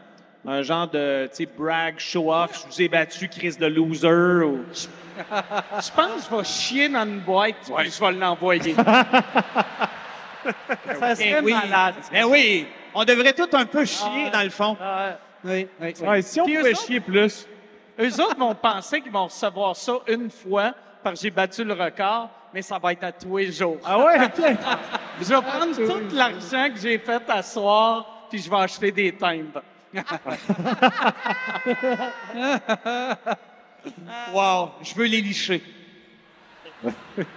un genre de, tu sais, brag, show-off, je vous ai battu, Chris de loser. ou- Je pense que je vais chier dans une boîte puis je vais l'envoyer. ça serait Ben oui. malade. Ah, Ben oui, on devrait tous un peu chier, dans le fond. Oui, oui, oui. Ouais, si on Puis eux pouvait autres- chier plus. Eux autres vont penser qu'ils vont recevoir ça une fois parce que j'ai battu le record, mais ça va être à tous les jours. Ah ouais, OK. je vais prendre tout l'argent que j'ai fait à soir puis je vais acheter des timbres. Wow, je veux les licher.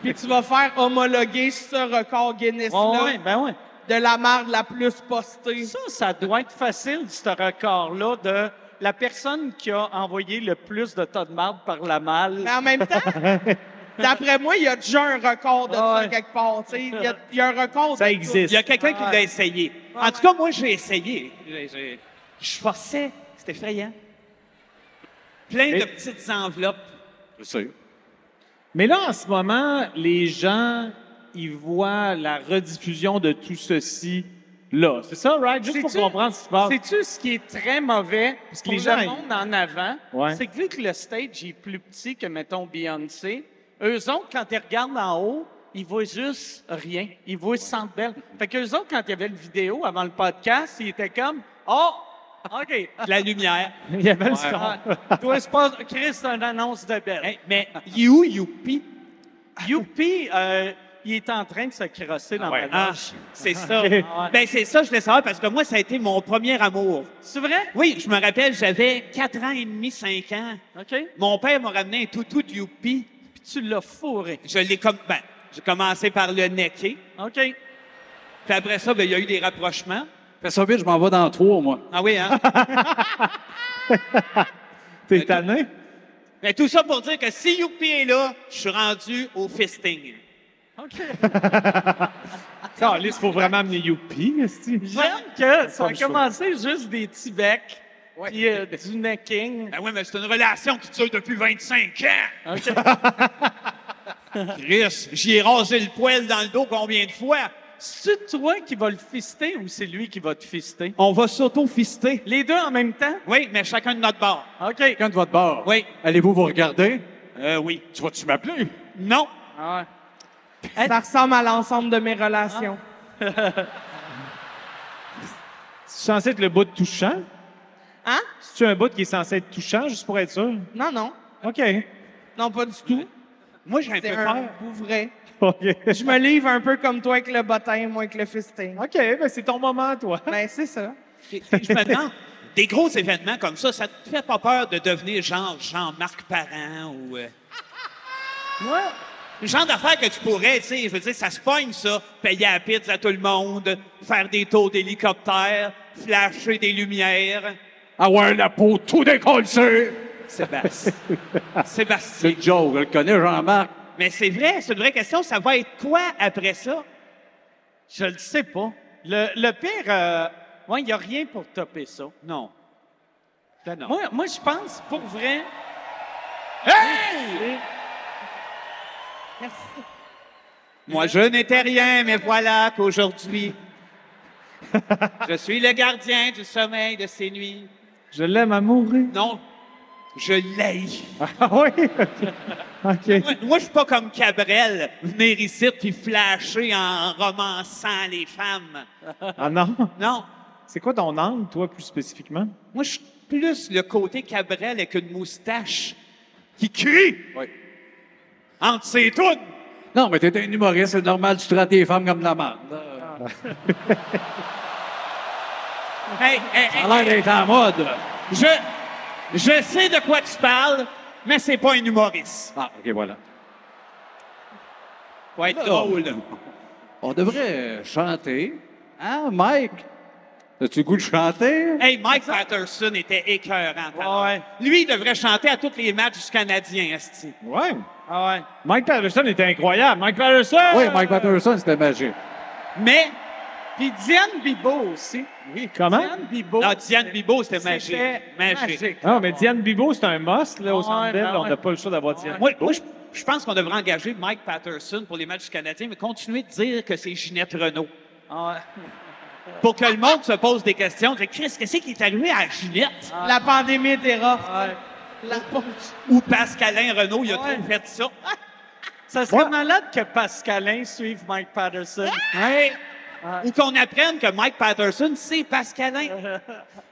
Puis tu vas faire homologuer ce record Guinness-là. Oh, ouais, ben ouais. De la merde la plus postée. Ça, ça doit être facile, ce record-là, de la personne qui a envoyé le plus de tas de marde par la malle. Mais en même temps, d'après moi, il y a déjà un record de ça quelque part. tu sais. Il y, a- il y a un record. de Il y a quelqu'un Ah qui l'a essayé. En tout cas, moi, j'ai essayé. J'ai- j'ai- Je forçais. C'était effrayant. Plein de petites enveloppes. » Je sais. Mais là, en ce moment, les gens, ils voient la rediffusion de tout ceci là. C'est ça, right? Juste pour Sais-tu- comprendre ce qui se passe. Sais-tu ce qui est très mauvais Parce que pour les gens, le ils- monde en avant? Ouais. C'est que vu que le stage est plus petit que, mettons, Beyoncé, eux autres, quand ils regardent en haut, ils voient juste rien. Ils voient Centre Bell. Fait qu'eux autres, quand il y avait le vidéo avant le podcast, ils étaient comme « Oh! OK! Ah, La lumière. Il y avait le son. Toi, c'est pas... Chris, c'est une annonce de Bell. mais il est où, Youpi? Youpi, euh, il est en train de se crosser dans Ouais. ma Ah, loge. c'est ça. Ah ouais. Ben, c'est ça, je voulais savoir, parce que moi, ça a été mon premier amour. C'est vrai? Oui, je me rappelle, j'avais 4 ans et demi, 5 ans. OK. Mon père m'a ramené un toutou de Youpi. Puis tu l'as fourré. Je l'ai comme. Ben, j'ai commencé par le necker. OK. Puis après ça, ben, il y a eu des rapprochements. Fais ça vite, je m'en vais dans trois, moi. Ah oui, hein? T'es tanné? Mais Ben, tout ça pour dire que si Youpi est là, je suis rendu au fisting. OK. Ça, il faut vraiment amener Youpi, esti. J'aime que ça Comme a ça. commencé juste des petits becs, puis euh, du necking. Ben oui, mais c'est une relation qui dure depuis 25 ans. OK. Chris, j'y ai rasé le poil dans le dos combien de fois? C'est toi qui vas le fister ou c'est lui qui va te fister? On va s'auto-fister. Les deux en même temps? Oui, mais chacun de notre bord. OK. Quelqu'un de votre bord. Oui. Allez-vous vous regarder? Euh, oui. Tu vas-tu m'appeler? Non. Ah Ça ressemble à l'ensemble de mes relations. C'est censé être le bout de touchant? Hein? C'est-tu un bout qui est censé être touchant, juste pour être sûr? Non, non. OK. Non, pas du tout. Moi, j'ai un C'est peu un peur. bout vrai. OK. Je me livre un peu comme toi avec le bottin, moi avec le fisting. OK, ben c'est ton moment, toi. Ben, c'est ça. Je me demande, des gros événements comme ça, ça te fait pas peur de devenir genre Jean-Marc Parent ou... euh, Moi? Le genre d'affaires que tu pourrais, tu sais, je veux dire, ça se pogne, ça. Payer à pizza à tout le monde, faire des tours d'hélicoptère, flasher des lumières. Avoir la peau tout décollée! Sébastien. Sébastien. C'est une joke, je le connais, Jean-Marc. Mais c'est vrai, c'est une vraie question. Ça va être quoi après ça? Je le sais pas. Le, le pire, euh, ouais, il n'y a rien pour topper ça. Non. Ben non. Moi, moi je pense, pour vrai... Hey! Merci. Moi, je n'étais rien, mais voilà qu'aujourd'hui, je suis le gardien du sommeil de ces nuits. Je l'aime à mourir. Non, je l'ai. Ah oui? OK. Moi, moi, je suis pas comme Cabrel, venir ici puis flasher en romançant les femmes. Ah non? Non, C'est quoi ton angle, toi, plus spécifiquement? moi, je suis plus le côté Cabrel avec une moustache qui crie Oui. entre ses toutes. Non, mais t'es un humoriste, c'est normal, tu traites les femmes comme de la merde. Hey, hey, Ça hey, a l'air d'être en mode. je, je sais de quoi tu parles, mais c'est pas un humoriste. Ah, OK, voilà. Faut être Là, drôle. On devrait chanter. Hein, Mike? As-tu le goût de chanter? Hey, Mike Patterson était écœurant. tabarnak. Lui, il devrait chanter à tous les matchs du Canadien, Esti. Ouais. Ah ouais. Mike Patterson était incroyable. Mike Patterson! Oui, Mike Patterson, c'était magique. Mais, Puis Diane Bibeau aussi. Oui, Comment? Diane Bibeau. non, Diane Bibeau, c'était magique. C'était Magique. Non, mais Diane Bibeau, c'est un must, là, au Ouais, Centre Bell. ben On n'a ouais. pas le choix d'avoir Diane Moi, Bibeau. moi, je, je pense qu'on devrait engager Mike Patterson pour les matchs du Canadien, mais continuer de dire que c'est Ginette Renault. Ah ouais. pour que le monde se pose des questions. Je dis, Chris, qu'est-ce qui est arrivé à Juliette? La pandémie était rough. La Ou Pascalin Renault, il a trop fait ça. Ça serait malade que Pascalin suive Mike Patterson. Ouais. Ou qu'on apprenne que Mike Patterson, c'est Pascalin.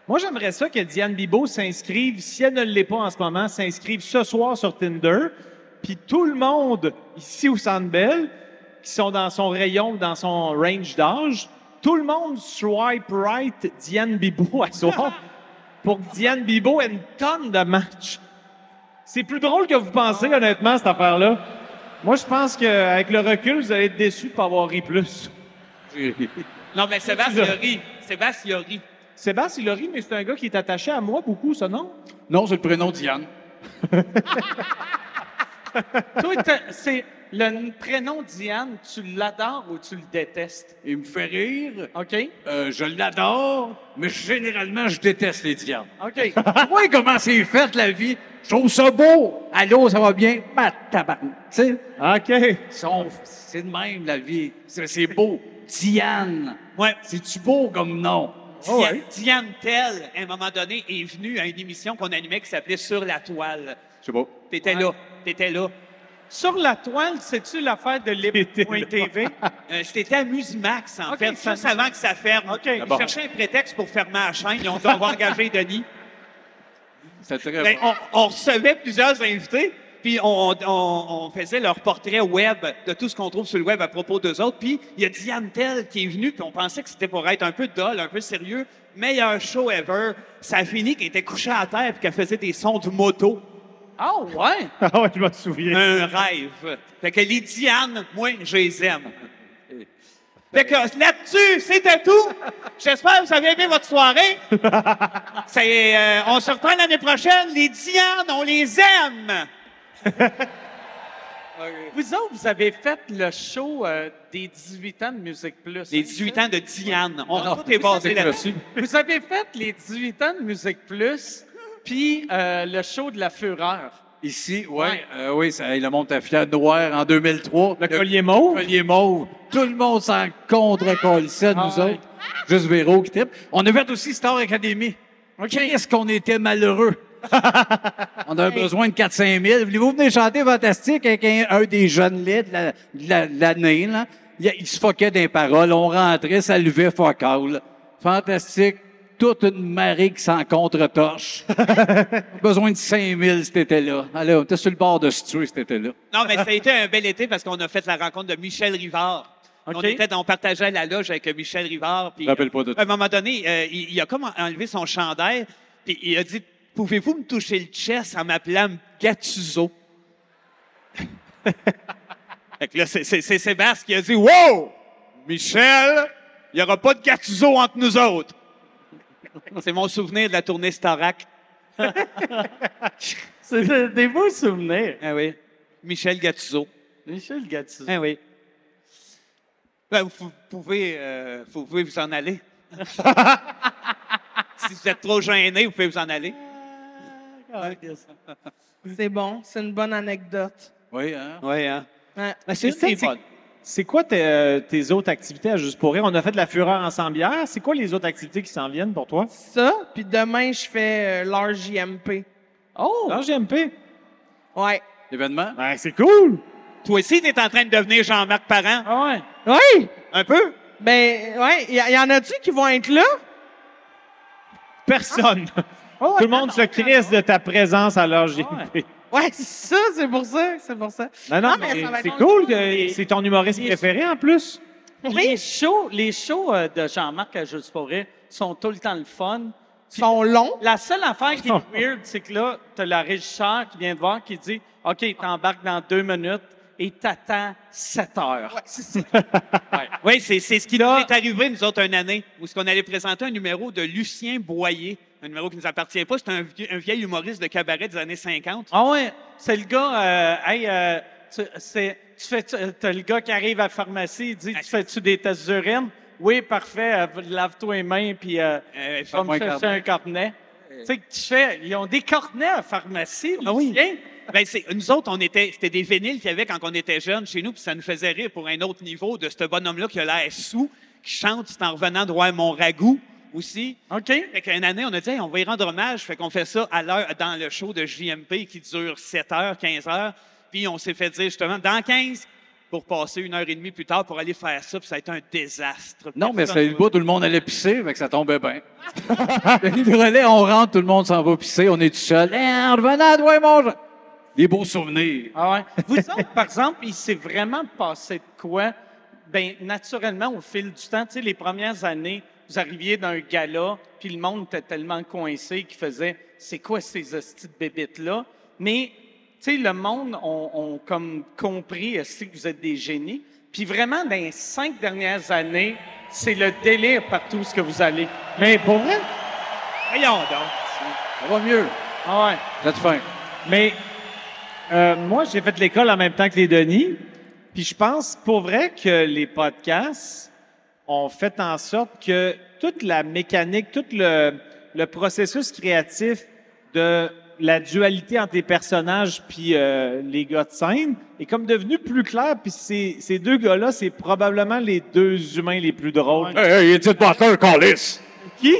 Moi, j'aimerais ça que Diane Bibo s'inscrive, si elle ne l'est pas en ce moment, s'inscrive ce soir sur Tinder. Puis tout le monde ici au Centre Bell, qui sont dans son rayon, dans son range d'âge, tout le monde swipe right Diane Bibo à soir pour que Diane Bibo ait une tonne de matchs. C'est plus drôle que vous pensez, honnêtement, cette affaire-là. Moi, je pense qu'avec le recul, vous allez être déçus de ne pas avoir ri plus. Non, mais Sébastien il a ri. Sébastien il a ri. Sébastien, il a ri, mais c'est un gars qui est attaché à moi beaucoup, ça, non? Non, c'est le prénom Diane. Toi, t'as- c'est le n- prénom Diane, tu l'adores ou tu le détestes? Il me fait rire. OK. Euh, je l'adore, mais généralement, je déteste les Dianes. OK. Oui, comment c'est fait, la vie? Je trouve ça beau. Allô, ça va bien? Ma tabarnak. Tu sais? OK. Son- C'est de même, la vie. C'est c'est beau. Diane. Ouais. C'est-tu beau comme nom? Ah Diane, Diane Tell, à un moment donné, est venue à une émission qu'on animait qui s'appelait Sur la toile. C'est beau. T'étais là. T'étais là. Sur la toile, sais-tu l'affaire de Libre.tv? Euh, C'était Amusimax, en Ok, fait, juste avant que ça ferme. Ils bon. cherchaient un prétexte pour fermer la chaîne. Ils ont dû avoir engagé Denis. C'est très Ben, beau. on, on recevait plusieurs invités, puis on, on- on faisait leur portrait web de tout ce qu'on trouve sur le web à propos d'eux autres. Puis il y a Diane Tell qui est venue, puis on pensait que c'était pour être un peu dole, un peu sérieux. Meilleur show ever. Ça a fini qu'elle était couchée à terre puis qu'elle faisait des sons de moto. Ah ouais? Ah ouais, je m'en souviens. Un rêve. Fait que les Diane, moi, je les aime. Fait que là-dessus, c'était tout. J'espère que vous avez aimé votre soirée. C'est, euh, on se reprend l'année prochaine. Les Diane, on les aime. Vous autres, vous avez fait le show euh, des 18 ans de Musique Plus. Les hein, 18 ça? ans de Diane. On Non, tout est basé Musique là-dessus. Vous avez fait les 18 ans de Musique Plus, puis euh, le show de la Fureur. Ici, ouais, euh, oui, ça, le monde à fier noir en 2003. Le, collier mauve. Le collier mauve. Tout le monde s'en contre-colissait, de nous autres. Juste Véro qui tripe. On a fait aussi Star Academy. Qu'est-ce qu'on était malheureux. On avait besoin de 4-5 000. Voulez-vous venir chanter Fantastique avec un, un des jeunes laits de la- de la- de l'année? là? il, il se foquait des paroles. On rentrait, ça levait fuck all. Fantastique. Toute une marée qui s'en contre-torche. besoin de 5 000 cet été-là. Allez, on était sur le bord de se tuer cet été-là. Non, mais ça a été un bel été parce qu'on a fait la rencontre de Michel Rivard. On, était, dans- on partageait la loge avec Michel Rivard. puis, Je me rappelle pas de À un moment donné, euh, il, il a comme enlevé son chandail, puis il a dit Pouvez-vous me toucher le chest en m'appelant Gattuso Fait que là, c'est- c'est c'est Sébastien qui a dit Wow Michel, il n'y aura pas de Gattuso entre nous autres. C'est mon souvenir de la tournée Starac. C'est des- des beaux souvenirs. Ah oui. Michel Gattuso. Michel Gattuso. Ah oui. Ben, vous, vous pouvez, euh, vous pouvez vous en aller. si vous êtes trop gêné, vous pouvez vous en aller. C'est bon, c'est une bonne anecdote. Oui, hein? Oui, hein? Ouais. C'est ça, c'est- C'est quoi tes, euh, tes autres activités à Juste pour rire? On a fait de la fureur ensemble hier. C'est quoi les autres activités qui s'en viennent pour toi? Ça, puis demain, je fais euh, l'RJMP. Oh! RJMP? Ouais. L'événement? Ben, c'est cool! Toi aussi, t'es en train de devenir Jean-Marc Parent. Ah Oui! Un peu? Ben, ouais, il y, a- y en a-tu qui vont être là? Personne! Tout le monde se crisse de ta présence à l'RJMP. Ouais, c'est ça, c'est pour ça, c'est pour ça. Ah, Non, non, mais ça va être c'est bon. cool. que C'est ton humoriste préféré en plus. Les shows, les shows euh, de Jean-Marc à Juste pour rire sont tout le temps le fun. Ils sont longs. La seule affaire qui est weird, c'est que là, t'as la régisseur qui vient te voir qui dit « OK, t'embarques dans deux minutes et t'attends sept heures. Oui, c'est c'est ce qui nous est arrivé, nous autres, une année, où ce qu'on allait présenter un numéro de Lucien Boyer, un numéro qui ne nous appartient pas. C'est un, vieux- un vieil humoriste de cabaret des années 50. Ah ouais, c'est le gars, euh, hey, euh, tu, c'est- tu fais, t'as le gars qui arrive à la pharmacie, il dit, tu fais-tu des tests d'urine? Oui, parfait, euh, lave-toi les mains, puis euh, Euh, va me fais-moi un chercher un cornet. Tu sais que tu fais, ils ont des cornets à la pharmacie, Lucien. Ben, c'est- nous autres, on était, c'était des vinyles qu'il y avait quand on était jeunes chez nous, puis ça nous faisait rire pour un autre niveau de ce bonhomme-là qui a l'air sous, qui chante, c'est en revenant de voir mon ragoût aussi. OK. Fait qu'une année, on a dit, Hey, on va y rendre hommage. Fait qu'on fait ça à l'heure, dans le show de JMP qui dure 7 heures, 15 heures. Puis on s'est fait dire justement, dans 15, pour passer une heure et demie plus tard pour aller faire ça. Puis ça a été un désastre. Non, mais c'est le bout, tout le monde allait pisser, fait que ça tombait bien. les relais, on rentre, tout le monde s'en va pisser, on est tout seul. Eh, en revenant, doigt mon... Des beaux souvenirs. Ah ouais. Vous autres, par exemple, il s'est vraiment passé de quoi? Bien, naturellement, au fil du temps, tu sais, les premières années, vous arriviez d'un gala, puis le monde était tellement coincé qu'il faisait « C'est quoi ces hosties de bébites-là? » Mais, tu sais, le monde ont on comme compris aussi que vous êtes des génies. Puis vraiment, dans les cinq dernières années, c'est le délire partout ce que vous allez. Mais pour vrai? Voyons donc. Ça va mieux. Ah ouais. J'ai faim. Mais euh, moi, j'ai fait l'école en même temps que les Denis. Puis je pense pour vrai que les podcasts ont fait en sorte que toute la mécanique, tout le, le processus créatif de la dualité entre les personnages puis euh, les gars de scène est comme devenu plus clair. Puis ces, ces deux gars-là, c'est probablement les deux humains les plus drôles. Hey, hey, Edith Butler, calisse! Qui?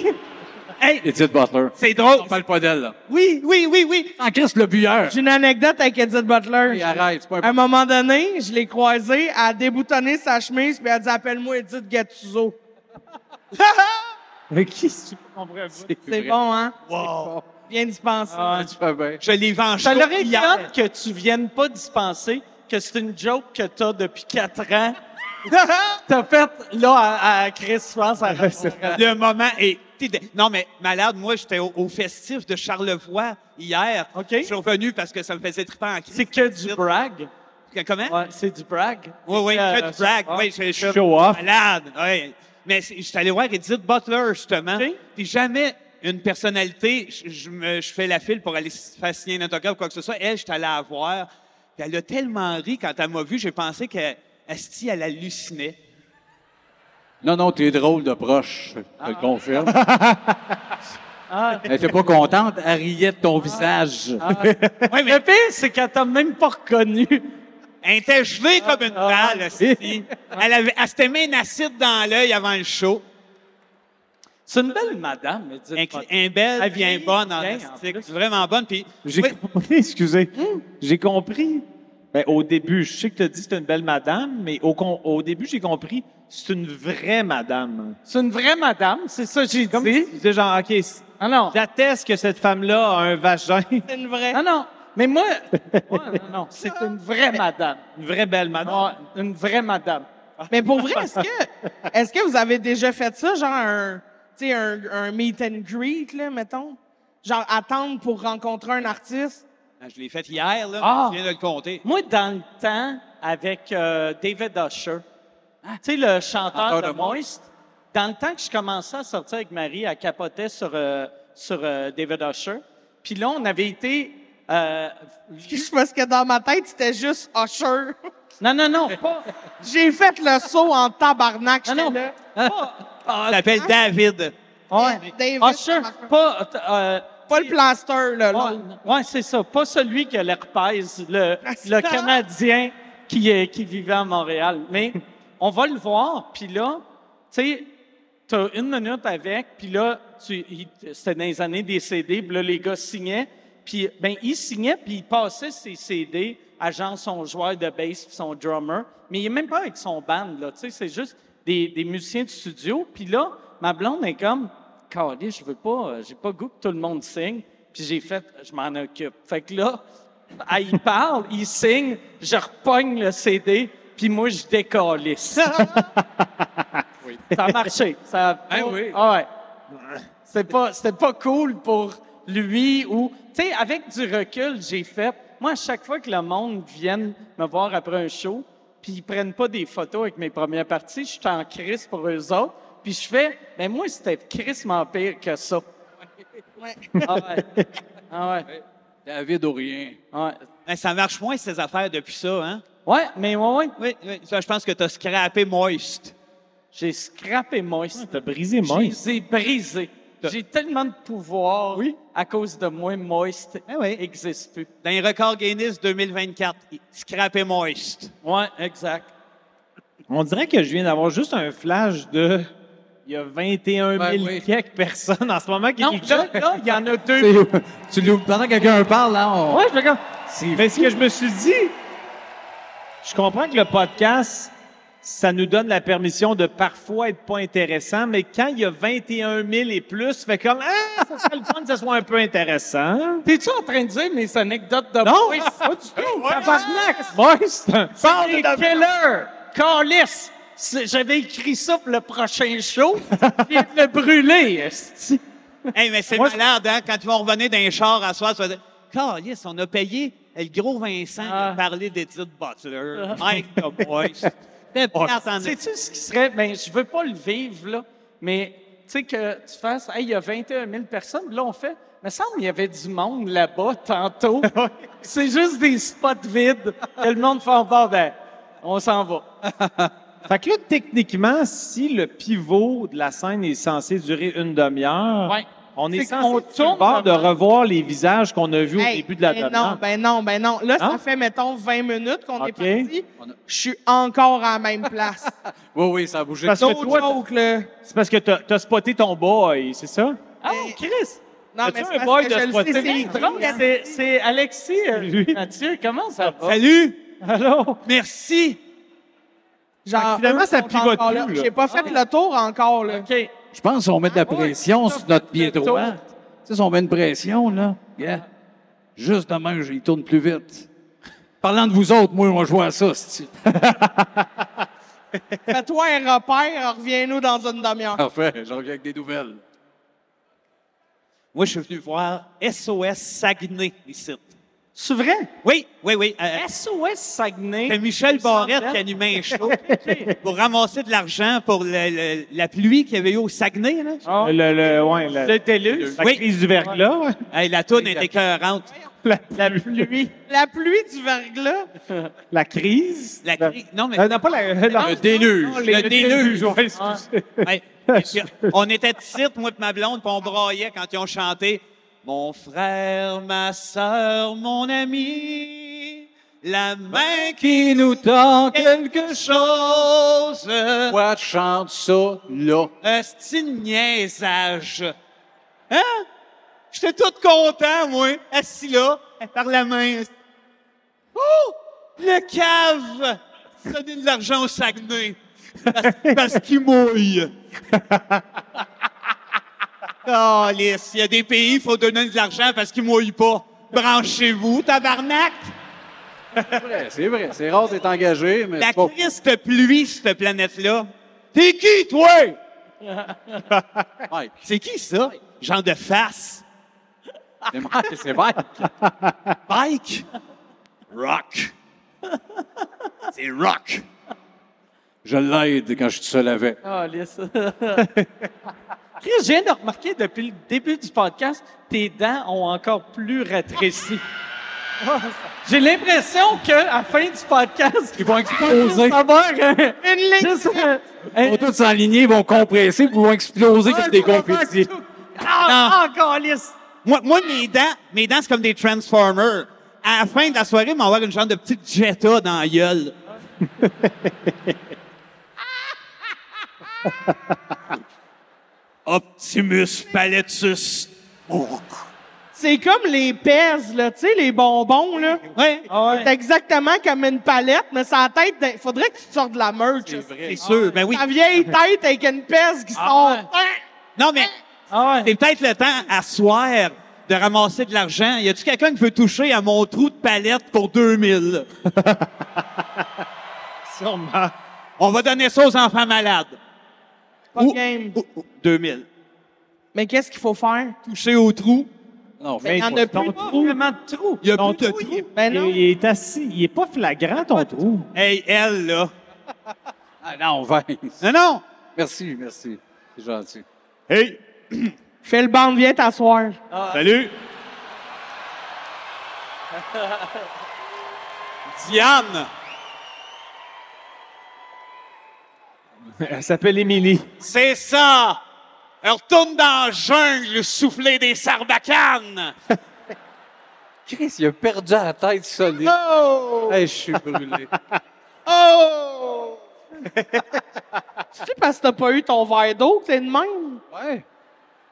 Hey, Edith Butler. C'est drôle. On parle pas d'elle, là. Oui, oui, oui, oui. En Christ, le bueur. J'ai une anecdote avec Edith Butler. Hey, arrête, c'est pas À un moment donné, je l'ai croisée, elle a déboutonné sa chemise, puis elle a dit Appelle-moi Edith Gattuso. Mais qui? c'est- C'est bon, hein? Wow. Bien dispensé. Ah, Ah, Je l'ai vengé. Ça leur hier. étonne que tu viennes pas dispenser que c'est une joke que t'as depuis quatre ans. t'as fait, là, à, à Chris, je pense, à Le moment est... t'es de- Non, mais malade, moi, j'étais au, au festif de Charlevoix hier. OK. Je suis revenu parce que ça me faisait triper en crise. C'est que du brag. Que- Comment? c'est du brag. Oui, oui, Euh, que du brag. show off. Oui, je je suis Show off. malade. Oui. Mais c'est- je suis allé voir Edith Butler, justement. Puis jamais une personnalité, je, je me, je fais la file pour aller s- faire signer un autographe ou quoi que ce soit. Elle, je suis allé la voir. Puis elle a tellement ri quand elle m'a vu, j'ai pensé qu'elle asti, elle hallucinait. Non, non, t'es drôle de proche, je te le confirme. Ah. Elle était pas contente, elle riait de ton visage. Ah. Ouais, mais Le pire, c'est qu'elle t'a même pas reconnu. Ah. Elle était gelée comme une balle, asti. Elle, avait, elle s'était mis une acide dans l'œil avant le show. C'est une belle madame, Edith Un, un belle, Ah, elle vient bonne en asti. Vraiment bonne. Puis, J'ai oui, compris, excusez. Hmm. J'ai compris. Ben, au début, je sais que tu as dit c'est une belle madame, mais au, con- au début, j'ai compris c'est une vraie madame. C'est une vraie madame, c'est ça que j'ai dit. Ah C'est genre, OK, c'est- j'atteste que cette femme-là a un vagin. C'est une vraie. Non, non. Mais moi, moi, non, non, c'est une vraie madame. Une vraie belle madame. Ouais, une vraie madame. Mais pour vrai, est-ce que, est-ce que vous avez déjà fait ça, genre un, tu sais, un, un meet and greet, là, mettons? Genre attendre pour rencontrer un artiste? Ah, je l'ai faite hier, là. Ah! Je viens de le compter. Moi, dans le temps, avec euh, David Usher, tu sais, le chanteur Ah! Chanteur de, de Moist, dans le temps que je commençais à sortir avec Marie, elle capotait sur, euh, sur euh, David Usher. Puis là, on avait été... euh, Je pense que dans ma tête, c'était juste Usher. non, non, non, pas... J'ai fait le saut en tabarnak. Non, j'étais non, là. Ah, Elle s'appelle David. Ouais. David, Usher, pas... euh, Pas le plaster, là. là. Ouais, ouais, c'est ça. Pas celui qui a l'herpès, le, le Canadien qui, est- qui vivait à Montréal. Mais on va le voir, puis là, tu sais, t'as une minute avec, puis là, tu- il- c'était dans les années des CD, puis là, les gars signaient, puis ben, ils signaient, puis ils passaient ses CD à genre son joueur de bass puis son drummer, mais il est même pas avec son band, là, tu sais, c'est juste des, des musiciens du studio, puis là, ma blonde est comme, « Calais, je veux pas, euh, j'ai pas goût que tout le monde signe. » Puis j'ai fait, « Je m'en occupe. » Fait que là, elle y parle, il signe, je repogne le CD, puis moi, je décalisse. Ça a marché. Ça a... oui. ouais. C'est pas, c'était pas cool pour lui ou... Tu sais, avec du recul, j'ai fait... Moi, à chaque fois que le monde vienne me voir après un show, puis ils prennent pas des photos avec mes premières parties, je suis en crise pour eux autres, puis je fais... Mais moi, c'était crissement pire que ça. Ah ouais. Ah ouais. David ou rien. Ouais. Ben, ça marche moins, ces affaires, depuis ça, hein? Ouais, mais ouais, ouais. Oui, oui. Ça, je pense que t'as scrappé Moist. J'ai scrappé Moist. T'as brisé Moist. Je les ai brisés. J'ai tellement de pouvoir à cause de moi, Moist n'existe plus. Dans les records Guinness 2024, scrappé Moist. Ouais, exact. On dirait que je viens d'avoir juste un flash de. Il y a 21 000 Ben oui. quelques personnes en ce moment qui Non, écoutent. là, là, il y en a deux. Tu l'ouvres pendant que quelqu'un parle, là. On... Ouais, je fais comme. Mais ce que je me suis dit, je comprends que le podcast, ça nous donne la permission de parfois être pas intéressant, mais quand il y a 21 000 et plus, fait comme, ah, ça serait le fun que ce soit un peu intéressant. T'es-tu en train de dire mes anecdotes de Non, boys? pas du tout. Tabarnak! Ouais, c'est un- Parle de Keller! Calice! C'est- J'avais écrit ça pour le prochain show. Puis de le brûler, esti. Hey, mais c'est malade, hein? Quand ils vont revenir d'un char à soir, tu vas dire Calice, on a payé le gros Vincent Ah. de parler d'Edith Butler. Mike the Voice. C'était plate en sais tu ce qui serait? Ben, je veux pas le vivre, là, mais tu sais que tu fasses, hey, il y a 21 000 personnes, Puis là, on fait, me semble qu'il y avait du monde là-bas tantôt. C'est juste des spots vides que le monde fait en bas, ben, on s'en va. Fait que là, techniquement, si le pivot de la scène est censé durer une demi-heure, Ouais. on est, C'est censé qu'on être sur le bord de revoir les visages qu'on a vus Hey, au début de la ben demi-heure. Non, ben non, ben non. Là, Hein? ça fait, mettons, 20 minutes qu'on OK. est parti. Je suis encore à la même place. Oui, oui, ça a bougé. Parce que D'autres toi, choses. Donc, là... C'est parce que t'as as spoté ton boy, c'est ça? Ah, Chris! Non, As-tu mais un c'est boy parce que de je le sais, spotter? c'est drôle. hein. C'est- C'est Alexis euh, Mathieu, comment ça va? Salut! Allô? Merci! Genre, finalement, eux ça sont pivote encore plus, là. là. J'ai pas fait le tour encore, là. OK. Je pense qu'on met de la Ah pression sur notre pied le droit. tour. Tu sais, si on met une pression, là, yeah. juste demain, il tourne plus vite. Parlant de vous autres, moi, on joue à ça, c'est-tu. Fais-toi un repère, reviens-nous dans une demi-heure. Parfait, je reviens avec des nouvelles. Moi, je suis venu voir SOS Saguenay ici. C'est vrai? Oui, oui, oui. euh, SOS Saguenay. C'est Michel Barrette Centre. qui animait un show pour ramasser de l'argent pour le- le- la pluie qu'il y avait eu au Saguenay. Là. Ah. Le, le, ouais, le, Le déluge. La Oui. crise du verglas. ouais. Hey, la toune est écœurante. La, la pluie. La pluie du verglas. La crise. La crise. Non, mais. Euh, non, pas la, la- Le déluge. non, les- Le déluge. ouais, excusez. Ouais. Et puis, on était ici, moi et ma blonde, puis on braillait quand ils ont chanté Mon frère, ma soeur, mon ami, la main qui nous tend quelque chose. Toi, tu chantes ça, là. Un petit niaisage. Hein? J'étais tout content, moi, assis là, par la main. Oh! Le cave! Donner de l'argent au Saguenay. Parce, parce qu'il mouille. Oh, lisse, il y a des pays, il faut donner de l'argent parce qu'ils mouillent pas. Branchez-vous, tabarnak! C'est vrai, c'est vrai. C'est rare d'être engagé, mais La c'est pas- crise de pluie, cette planète-là. T'es qui, toi? Mike. C'est qui, ça? Genre de face. C'est Mike, c'est Mike. Mike? Rock. C'est rock. Je l'aide quand je suis seul avec. Ah, lisse. Chris, je viens de remarquer depuis le début du podcast, tes dents ont encore plus rétréci. J'ai l'impression qu'à la fin du podcast, Ils vont exploser. ça va euh, Une ligne. juste, euh, Ils vont tous s'aligner, ils vont compresser, puis ils vont exploser comme des confettis. Ah, encore lisse. Moi, moi mes dents, mes dents, c'est comme des Transformers. À la fin de la soirée, ils vont avoir une genre de petite Jetta dans la gueule. Optimus Paletus. Oh. C'est comme les pèses, là, tu sais, les bonbons, là. Ouais, C'est exactement comme une palette, mais sa tête, d'un- faudrait que tu te sortes de la merch. c'est sûr, ben oui. Ta vieille tête avec une pèse qui sort. Non, mais Ah ouais. c'est peut-être le temps à soir de ramasser de l'argent. Y a-tu quelqu'un qui veut toucher à mon trou de palette pour 2000? Sûrement. On va donner ça aux enfants malades. Pas Ou- game. ou- ou 2000. Mais qu'est-ce qu'il faut faire? Toucher au trou. Non, Ben, mais Il y en a plus. Pas vraiment de trou. Il y a Ton plus de trou, trou. Ben il, non. il est assis. Il est pas flagrant, ton trou. Hey, elle, là. Ah, non, Vince. Non, non. Merci, merci. C'est gentil. Hey, Fais le bande, viens t'asseoir. Ah. salut. Diane. Elle s'appelle Émilie. C'est ça. Elle retourne dans la jungle souffler des sarbacanes. Chris, il a perdu la tête solide. Oh! Hey, je suis brûlé. Oh! C'est parce que t'as pas eu ton verre d'eau que t'es de même. Hein? Ouais.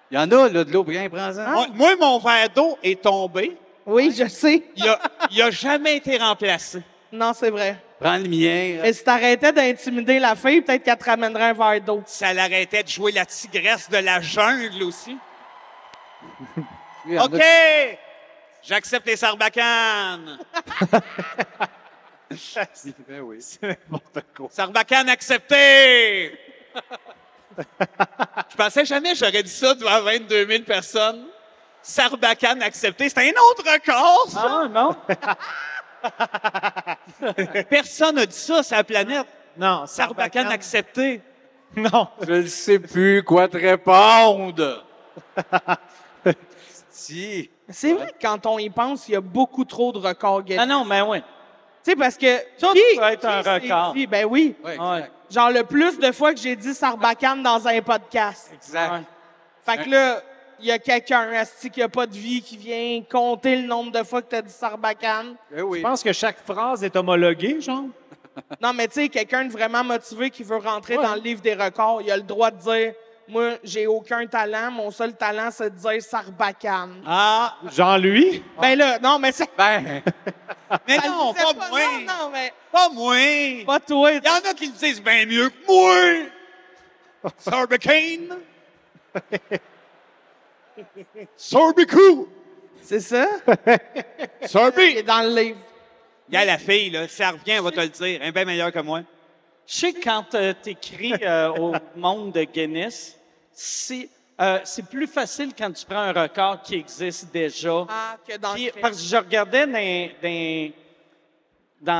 Il y en a, là, de l'eau, bien, prends-en. Moi- Moi, mon verre d'eau est tombé. Oui, je sais. Il a, il a jamais été remplacé. Non, c'est vrai. Prends le mien. Et si t'arrêtais d'intimider la fille, peut-être qu'elle te ramènerait un verre d'eau. Ça l'arrêtait de jouer la tigresse de la jungle aussi. OK! J'accepte les sarbacanes. Ben oui. Sarbacane accepté! Je pensais jamais que j'aurais dit ça devant 22 000 personnes. Sarbacane accepté. C'est un autre record, ça! Ah, non? Personne n'a dit ça sur la planète. Non. Sarbacane accepté. Non. Je ne sais plus quoi te répondre. si. C'est vrai que quand on y pense, il y a beaucoup trop de records gagnés. Ah non, mais oui. Tu sais, parce que. Tout qui- peut être un qui s'est record. dit- ben oui. Ouais. Genre le plus de fois que j'ai dit Sarbacane dans un podcast. Exact. Fait que là, il y a quelqu'un, Asti, qui a pas de vie, qui vient compter le nombre de fois que t'as dit Sarbacane. Je pense que chaque phrase est homologuée, genre. Non, mais tu sais, quelqu'un de vraiment motivé qui veut rentrer dans le livre des records, il a le droit de dire Moi, j'ai aucun talent, mon seul talent, c'est de dire Sarbacane. Ah! Jean-Louis? Ben là, non, mais c'est. Ben. Mais Ça non, le disait pas, pas, moi! non, non, mais- Pas moi! Pas toi! Il y en a qui le disent bien mieux que moi! Sarbacane! Sarbacou! C'est ça? Sorby! est dans le livre. Y'a la fille, là, si elle revient, elle va te le dire. Elle est bien meilleure que moi. Je sais que quand tu écris au monde de Guinness, c'est euh, c'est plus facile quand tu prends un record qui existe déjà. Ah, que dans Puis, le film. parce que je regardais dans- dans-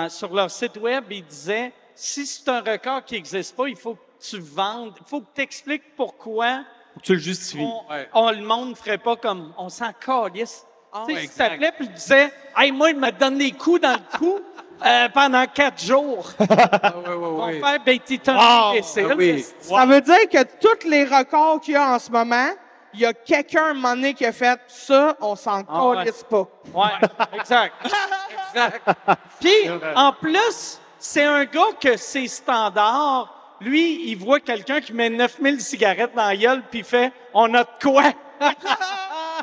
dans- sur leur site web, ils disaient si c'est un record qui n'existe pas, il faut que tu vendes, il faut que tu expliques pourquoi Tu le justifies. on, on- le monde ne ferait pas comme. On s'en calisse. Ah, tu sais, ouais, si tu t'appelais puis tu disais Hey, moi, il me donne des coups dans le cou euh, pendant quatre jours. Ah, Mon frère, ben, t'es un Wow! imbécile. Ah ben oui. Ça veut dire que tous les records qu'il y a en ce moment, il y a quelqu'un à un moment donné qui a fait ça, on s'en ouais. calisse pas. Ouais, exact. exact. Puis, en plus, c'est un gars que c'est standard. Lui, il voit quelqu'un qui met 9000 cigarettes dans la gueule, puis il fait On a de quoi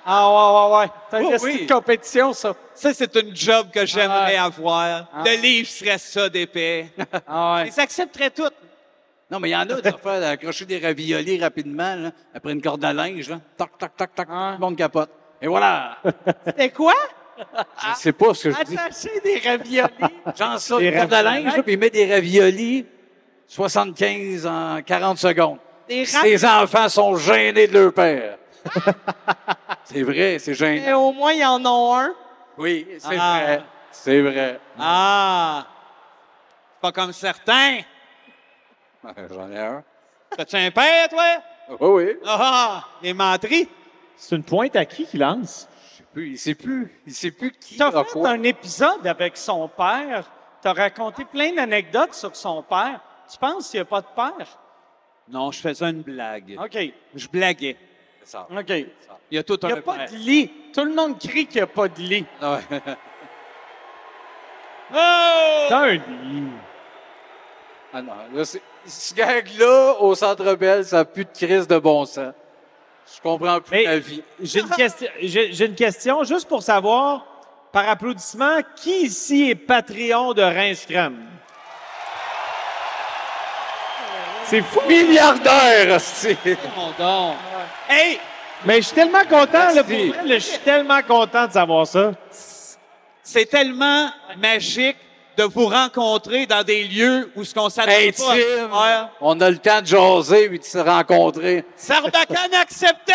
Ah, ouais, ouais, ouais. C'est une Oh, petite oui. compétition, ça. Ça, c'est une job que j'aimerais Ah. avoir. Ah. Le livre serait ça d'épais. Ah, Ils accepteraient tout. Non, mais il y en a des affaires d'accrocher des raviolis rapidement, là, après une corde à linge. Là. Toc, toc, toc, toc, Ah. tout le monde capote. Et voilà! C'était quoi? Je sais pas ce que je dis. Attacher des raviolis. Genre ça, Des une corde à raviolis. linge, là, puis il met des raviolis 75 en 40 secondes. Des rap- Ces enfants sont gênés de leur père. c'est vrai, c'est gênant. Mais au moins, ils en ont un. Oui, c'est Ah. vrai. C'est vrai. Ah! C'est pas comme certains. J'en ai un. T'as-tu un père, toi? Oh oui. Ah! Les menteries. C'est une pointe à qui qui lance? Il sait plus. Il sait plus qui T'as fait un épisode avec son père. T'as raconté plein d'anecdotes sur son père. Tu penses qu'il n'y a pas de père? Non, je faisais une blague. OK. Je blaguais. OK. Il Il y a tout un n'y a pas de lit. Tout le monde crie qu'il n'y a pas de lit. Oh! T'as un Ah non, là, c'est- ce gag-là, au Centre Bell, ça n'a plus de crise de bon sens. Je comprends plus Mais la vie. J'ai une, question- j'ai- j'ai une question juste pour savoir, par applaudissement, qui ici est Patreon de Rinscram? C'est fou! Milliardaire, c'est. Mon don. Hey! Mais je suis tellement content, là, pour Merci. vrai, là, je suis tellement content de savoir ça. C'est tellement magique de vous rencontrer dans des lieux où ce qu'on s'attendait Intime. pas. à faire. On a le temps de jaser puis de se rencontrer. Sarbacane accepté!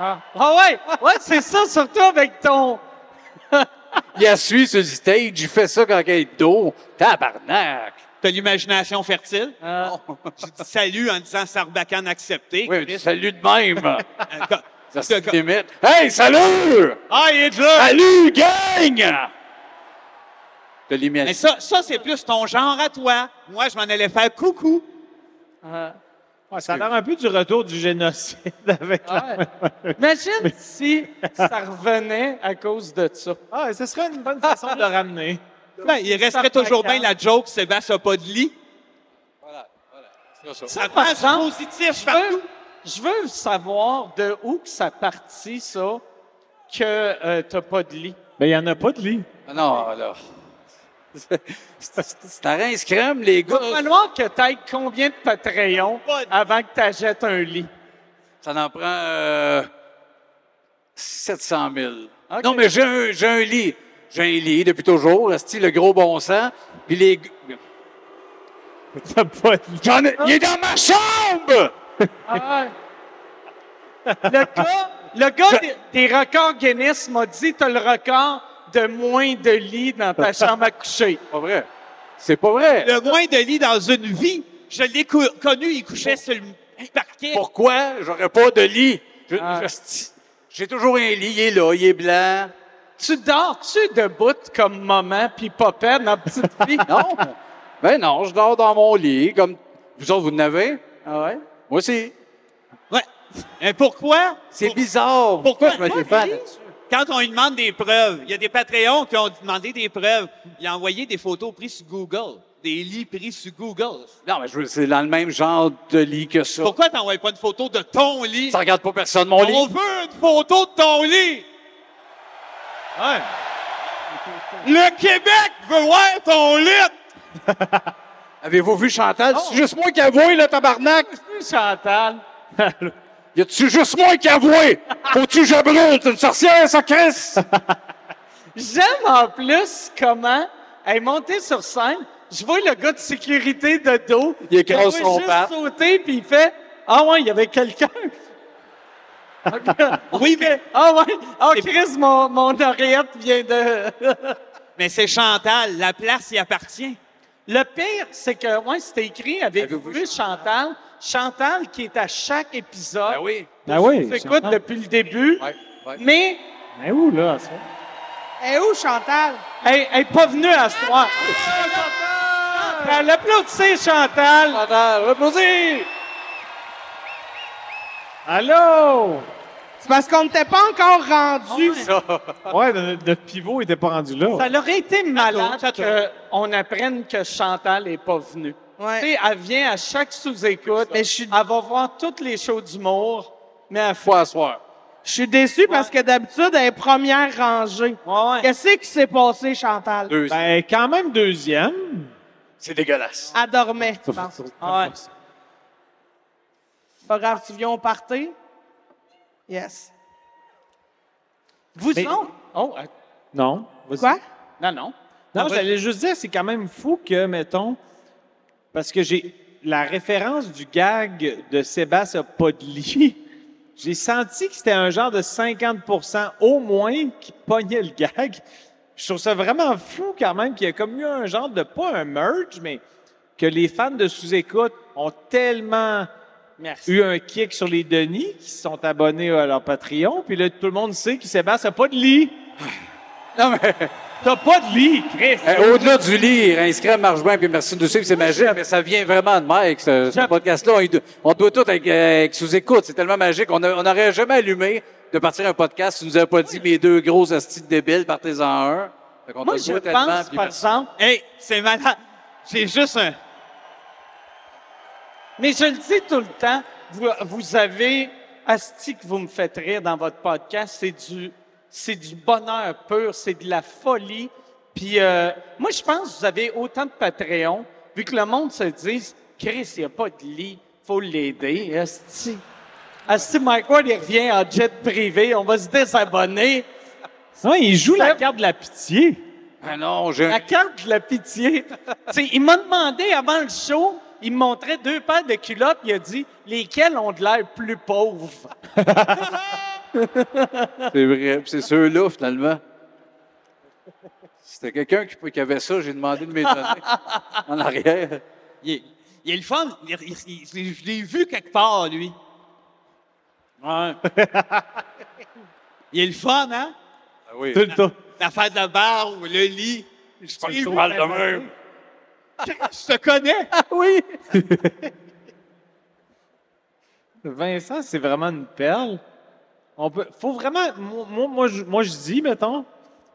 Ah, ouais! Ouais, c'est ça, surtout avec ton. Il a suivi sur le stage, il fait ça quand il est dos. Tabarnak! T'as l'imagination fertile? Ah. J'ai dit salut en disant Sarbacane accepté. Oui, Chris. salut de même! Euh, ça se limite. Hey, salut! Ah, il est là! Salut, gang! T'as l'image. Mais ça, ça c'est plus ton genre à toi. Moi, je m'en allais faire coucou. Ouais, ça a l'air un peu du retour du génocide avec la- Imagine si ça revenait à cause de ça. Ah, ce serait une bonne façon de le ramener. Ben, il resterait toujours bien la joke Sébastien a pas de lit. Ça, Ça par passe exemple, positif je veux, je veux savoir de où que ça partit, ça, que euh, t'as pas de lit. Mais il n'y en a pas de lit. Ah non, alors. C'est un rince crème, les gars. Il va falloir que t'ailles combien de Patreons avant que t'achètes un lit? Ça en prend euh, 700 000. Non, mais j'ai un, j'ai un lit. J'ai un lit depuis toujours. Asti, le gros bon sang. Puis les. g- J'en ai- Il est dans ma chambre! Ah. le gars, le gars des, des records Guinness m'a dit t'as le record de moins de lits dans ta chambre à coucher. Pas vrai. C'est pas vrai. Le moins de lit dans une vie. Je l'ai cou- connu, il couchait sur le parquet. Pourquoi j'aurais pas de lit? Je- Ah. je- sti- J'ai toujours un lit. Il est là, il est blanc. Tu dors-tu debout comme maman puis papa dans petite fille? non. Ben non, je dors dans mon lit. Comme vous autres, vous en avez? Ah ouais? Moi aussi. Ouais. Mais pourquoi? C'est bizarre. Pourquoi je me défends là-dessus? Quand on lui demande des preuves, il y a des Patreons qui ont demandé des preuves. Il a envoyé des photos prises sur Google. Des lits pris sur Google. Non, mais je veux- c'est dans le même genre de lit que ça. Pourquoi t'envoies pas une photo de ton lit? Ça regarde pas personne, mon On lit. veut une photo de ton lit! Ouais. Le Québec veut voir ton lit! Avez-vous vu Chantal? C'est juste moi qui avoue, le tabarnak! Chantal. y a-tu juste moi qui avoue? Faut-tu que je brûle? T'es une sorcière, ça, Chris? J'aime en plus comment elle est montée sur scène. Je vois le gars de sécurité de dos. Il écrase Je le vois son juste père. sauter puis il fait Ah ouais, il y avait quelqu'un. oui, mais. Ah ouais. Ah, Chris, mon, mon oreillette vient de. Mais c'est Chantal, la place y appartient. Le pire, c'est que, ouais, c'était écrit, avez-vous vu Chantal? Chantal qui est à chaque épisode. Ah oui. Ben oui, écoute Chantal. depuis le début. ouais. Mais Ben où, là? Ça? Et Eh, où, Chantal? Ah, elle n'est pas venue à ce soir. Chantal! L'applaudissez, Chantal! Chantal, l'applaudissez! Allô? C'est parce qu'on n'était pas encore rendu. Ouais, notre, notre pivot était pas rendu là. Ça aurait été malade qu'on apprenne que Chantal n'est pas venue. Tu sais, elle vient à chaque sous-écoute. Elle va voir toutes les shows d'humour, mais à fois à soir. Je suis déçu parce que d'habitude, elle est première rangée. Qu'est-ce qui s'est passé, Chantal? Ben, quand même deuxième. C'est dégueulasse. Elle dormait. je pense. Ouais. Pas grave, tu viens au party? Yes. Vous Mais- autres? Oh, euh, Non. vas-y. Quoi? non, non. Non, Ah, vas-y. j'allais juste dire, c'est quand même fou que, mettons, parce que j'ai la référence du gag de Sébastien Podli, j'ai senti que c'était un genre de 50 au moins qui pognait le gag. Je trouve ça vraiment fou quand même qu'il y a comme eu un genre de, pas un merge, mais que les fans de sous-écoute ont tellement eu un kick sur les Denis qui se sont abonnés à leur Patreon. Puis là, tout le monde sait que Sébastien n'a pas de lit. Non, mais. T'as pas de lit, Chris. Euh, Au-delà du lit, Inscrit marche bien, puis merci de nous suivre, c'est magique, mais ça vient vraiment de Mike, ce, ce podcast-là. On, y doit- on doit tout avec, euh, avec sous-écoute, c'est tellement magique. On a- on n'aurait jamais allumé de partir un podcast si tu nous avais pas dit mes deux grosses astis de débiles, partez-en un. Fait qu'on Moi, te je doit tellement, pense, puis par merci. exemple, Hey, c'est malade. J'ai juste un. mais je le dis tout le temps, vous, vous avez Asti que vous me faites rire dans votre podcast. C'est du, c'est du bonheur pur, c'est de la folie. Puis euh, moi, je pense que vous avez autant de Patreon, vu que le monde se dise Chris, il n'y a pas de lit, faut l'aider, Asti. Asti Mike Ward, il revient en jet privé, on va se désabonner. Non, il joue la carte de la pitié. Ah non, j'ai un La carte de la pitié. T'sais, il m'a demandé avant le show, il me montrait deux paires de culottes, il a dit lesquelles ont de l'air plus pauvres. C'est vrai. Puis c'est ceux-là, finalement. C'était quelqu'un qui, qui avait ça, j'ai demandé de m'étonner. en arrière. Il est, il est le fun. Ah, Il- il- il- je l'ai- je l'ai vu quelque part, lui. Ouais. il est le fun, hein? Ah oui. Tout le temps. L'affaire de la barbe, le lit. Je pas l'ai le vu. mal de même. Je te connais. Ah oui! Vincent, c'est vraiment une perle. On peut, faut vraiment, moi, moi, moi, je, moi, je dis, mettons,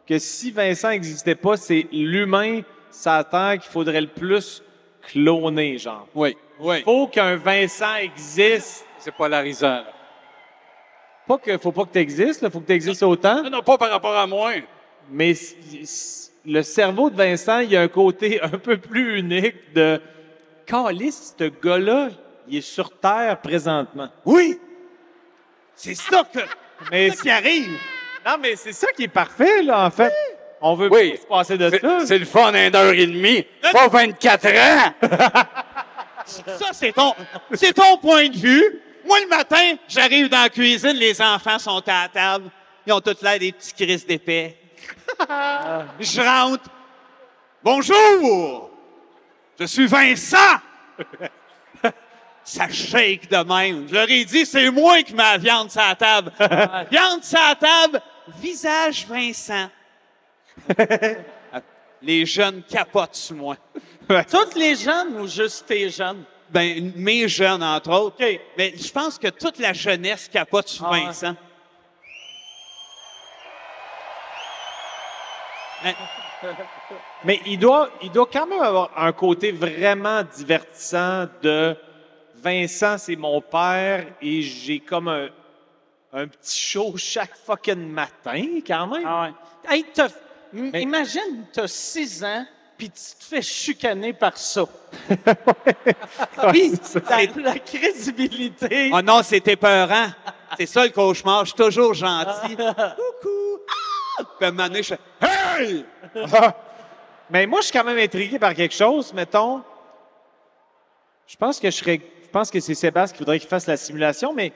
que si Vincent n'existait pas, c'est l'humain sur la Terre qu'il faudrait le plus cloner, genre. Oui. Oui. Faut qu'un Vincent existe. C'est polarisant. là. Pas que, faut pas que tu existes, là, faut que tu existes autant. Non, non, pas par rapport à moi. Mais c- c- le cerveau de Vincent, il y a un côté un peu plus unique de Calice, ce gars-là, il est sur Terre présentement. Oui! C'est ça que. Mais qui arrive! Non, mais c'est ça qui est parfait, là, en fait. On veut pas se passer de ça. Euh. C'est le fun, une heure et demie. Pas 24 ans! Ça, c'est ton, c'est ton point de vue. Moi, le matin, j'arrive dans la cuisine, les enfants sont à la table. Ils ont tous l'air des petits crises d'épais. Je rentre. Bonjour! Je suis Vincent! Ça shake de même. Je leur ai dit, c'est moi qui mets la viande sur la table. viande sur la table, visage Vincent. les jeunes capotent sur moi. Toutes les jeunes ou juste tes jeunes? Ben, mes jeunes, entre autres. Mais je pense que toute la jeunesse capote sur Ah Vincent. Mais il doit, il doit quand même avoir un côté vraiment divertissant de Vincent, c'est mon père et j'ai comme un, un petit show chaque fucking matin, quand même. Ah Hey, t'as- m- Imagine, t'as 6 ans, puis tu te fais chicaner par ça. Ah Oui, la, la crédibilité. Oh non, c'était peurant. C'est ça le cauchemar. Je suis toujours gentil. Coucou. Ah! Puis à un moment donné, je fais Hey! Ah. Mais moi, je suis quand même intrigué par quelque chose. Mettons, je pense que je serais, je pense que c'est Sébastien qui voudrait qu'il fasse la simulation, mais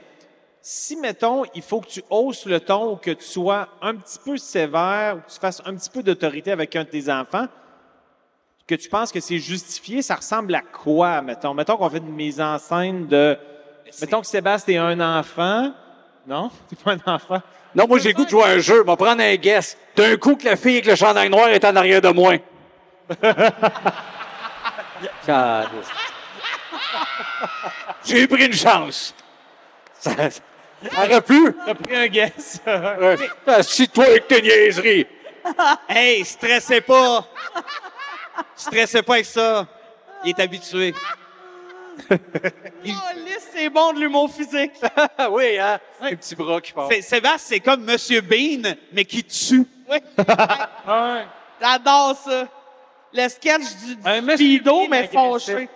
si, mettons, il faut que tu hausses le ton ou que tu sois un petit peu sévère ou que tu fasses un petit peu d'autorité avec un de tes enfants, que tu penses que c'est justifié, ça ressemble à quoi, mettons? Mettons qu'on fait une mise en scène de... Mettons que Sébastien est un enfant. Non? T'es pas un enfant? Non, moi, j'ai le goût de jouer à un jeu. M'en prendre un guess. D'un coup que la fille avec le chandail noir est en arrière de moi. Caliste. j'ai pris une chance. Ça, ça aurait pu. T'as pris un guess. Euh, Assis-toi avec tes niaiseries. Hey, stressez pas! Stressez pas avec ça. Il est habitué. Caliste, c'est bon de l'humour physique. oui, hein? Un petit bras qui part. C'est- Sébastien, c'est comme Monsieur Bean, mais qui tue. Oui. Hein? J'adore ça. Le sketch du, du speedo, mais fâché.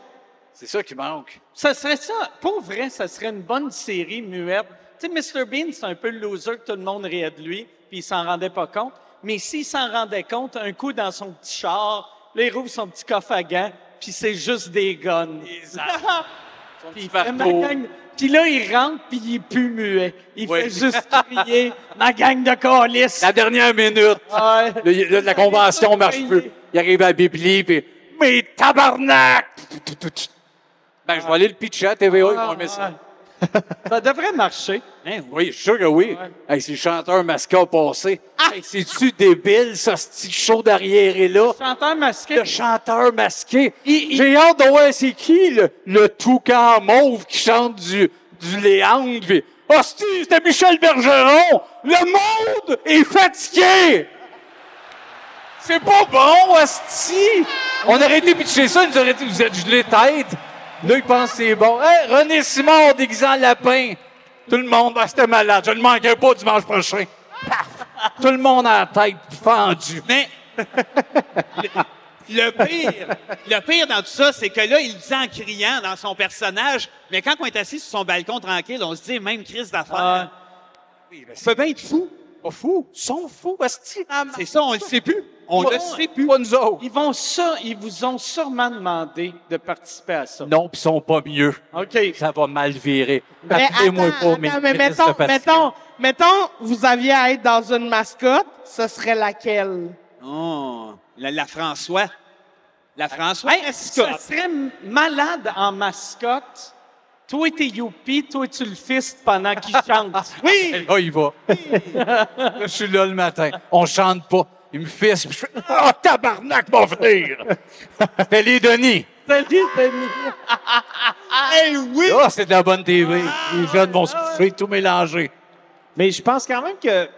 C'est ça qui manque. Ça serait ça. Pour vrai, ça serait une bonne série muette. Tu sais, Mr. Bean, c'est un peu le loser que tout le monde riait de lui, puis il s'en rendait pas compte. Mais s'il s'en rendait compte, un coup dans son petit char, là, il rouvre son petit coffre à gants, puis c'est juste des guns. Puis il fait, Ma gang- Puis là, il rentre, puis il est plus muet. Il Oui. fait juste crier « Ma gang de colis! La dernière minute. Ouais. Le- le- la convention marche plus. Il arrive à la Bibli, puis « Mais tabarnak! » Ben, je vais aller le pitcher à TVA, ils vont aimer ça. Ça devrait marcher. Hein, Oui, je suis sûr que oui. Hey, c'est le chanteur masqué au passé. Ah! Hey, c'est-tu débile, ça, ce petit show d'arrière-là? Chanteur masqué. Le chanteur masqué. J'ai hâte de voir c'est qui, le, le toucan mauve qui chante du, du Léandre. Puis, Hostie, c'était Michel Bergeron! Le monde est fatigué! C'est pas bon, hostie! On aurait été pitcher ça, ils nous auraient dit, vous êtes gelé tête. Là, ils pensent que c'est bon. Hey, René Simard déguisant en lapin. Tout le monde, ah, c'était malade. Je ne manquais pas dimanche prochain. Paf! Tout le monde à la tête fendue. Mais le pire, le pire dans tout ça, c'est que là, il le dit en criant dans son personnage, mais quand on est assis sur son balcon tranquille, on se dit même crise Ah. d'affaires. Ça peut bien être fou. Pas fou. Sont fous, hostie. C'est ça, on le sait plus. On Pas- le sait plus. Pas nous autres. Ils, vont ça, ils vous ont sûrement demandé de participer à ça. Non, pis ils sont pas mieux. OK. Ça va mal virer. Mais Appelez-moi attends, pas, mais, attends, Christ mais de mettons, Pascal. mettons, mettons, vous aviez à être dans une mascotte, ce serait laquelle? Oh, la, la François. La François. Hey, ce serait m- malade en mascotte. Toi, t'es youpi, toi, tu le fistes pendant qu'il chante. oui! Là, Oh, il va. Là, je suis là le matin. On chante pas. Il me fisse. puis Je fais Oh, tabarnak, mon venir! C'était les Denis. Salut, Denis. Eh oui! Là, Ah, c'est de la bonne TV. Les jeunes vont se coucher, tout mélanger. Mais je pense quand même que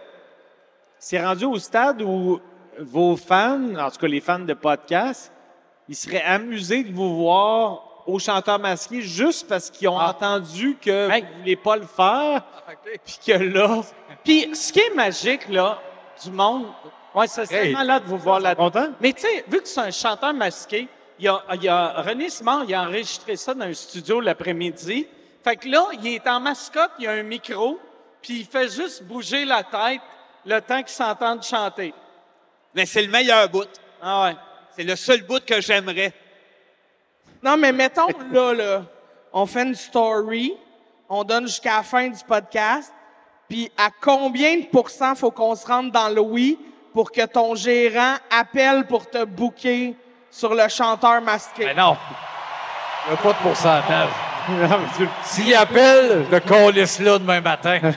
c'est rendu au stade où vos fans, en tout cas les fans de podcast, ils seraient amusés de vous voir aux chanteurs masqués juste parce qu'ils ont Ah. entendu que vous ne voulez pas le faire. Puis que là. Puis ce qui est magique, là, du monde, ouais, ça serait Hey. malade de vous voir là-dedans. Mais tu sais, vu que c'est un chanteur masqué, il a, il a- René Simon, il a enregistré ça dans un studio l'après-midi. Fait que là, il est en mascotte, il a un micro, puis il fait juste bouger la tête le temps qu'il s'entende chanter. Mais c'est le meilleur bout. Ah ouais. C'est le seul bout que j'aimerais. Non, mais mettons, là, là, on fait une story, on donne jusqu'à la fin du podcast, puis à combien de pourcents faut qu'on se rende dans le oui pour que ton gérant appelle pour te booker sur le chanteur masqué? Mais non. Il n'y a pas de pourcentage. S'il appelle, je le calisse là demain matin.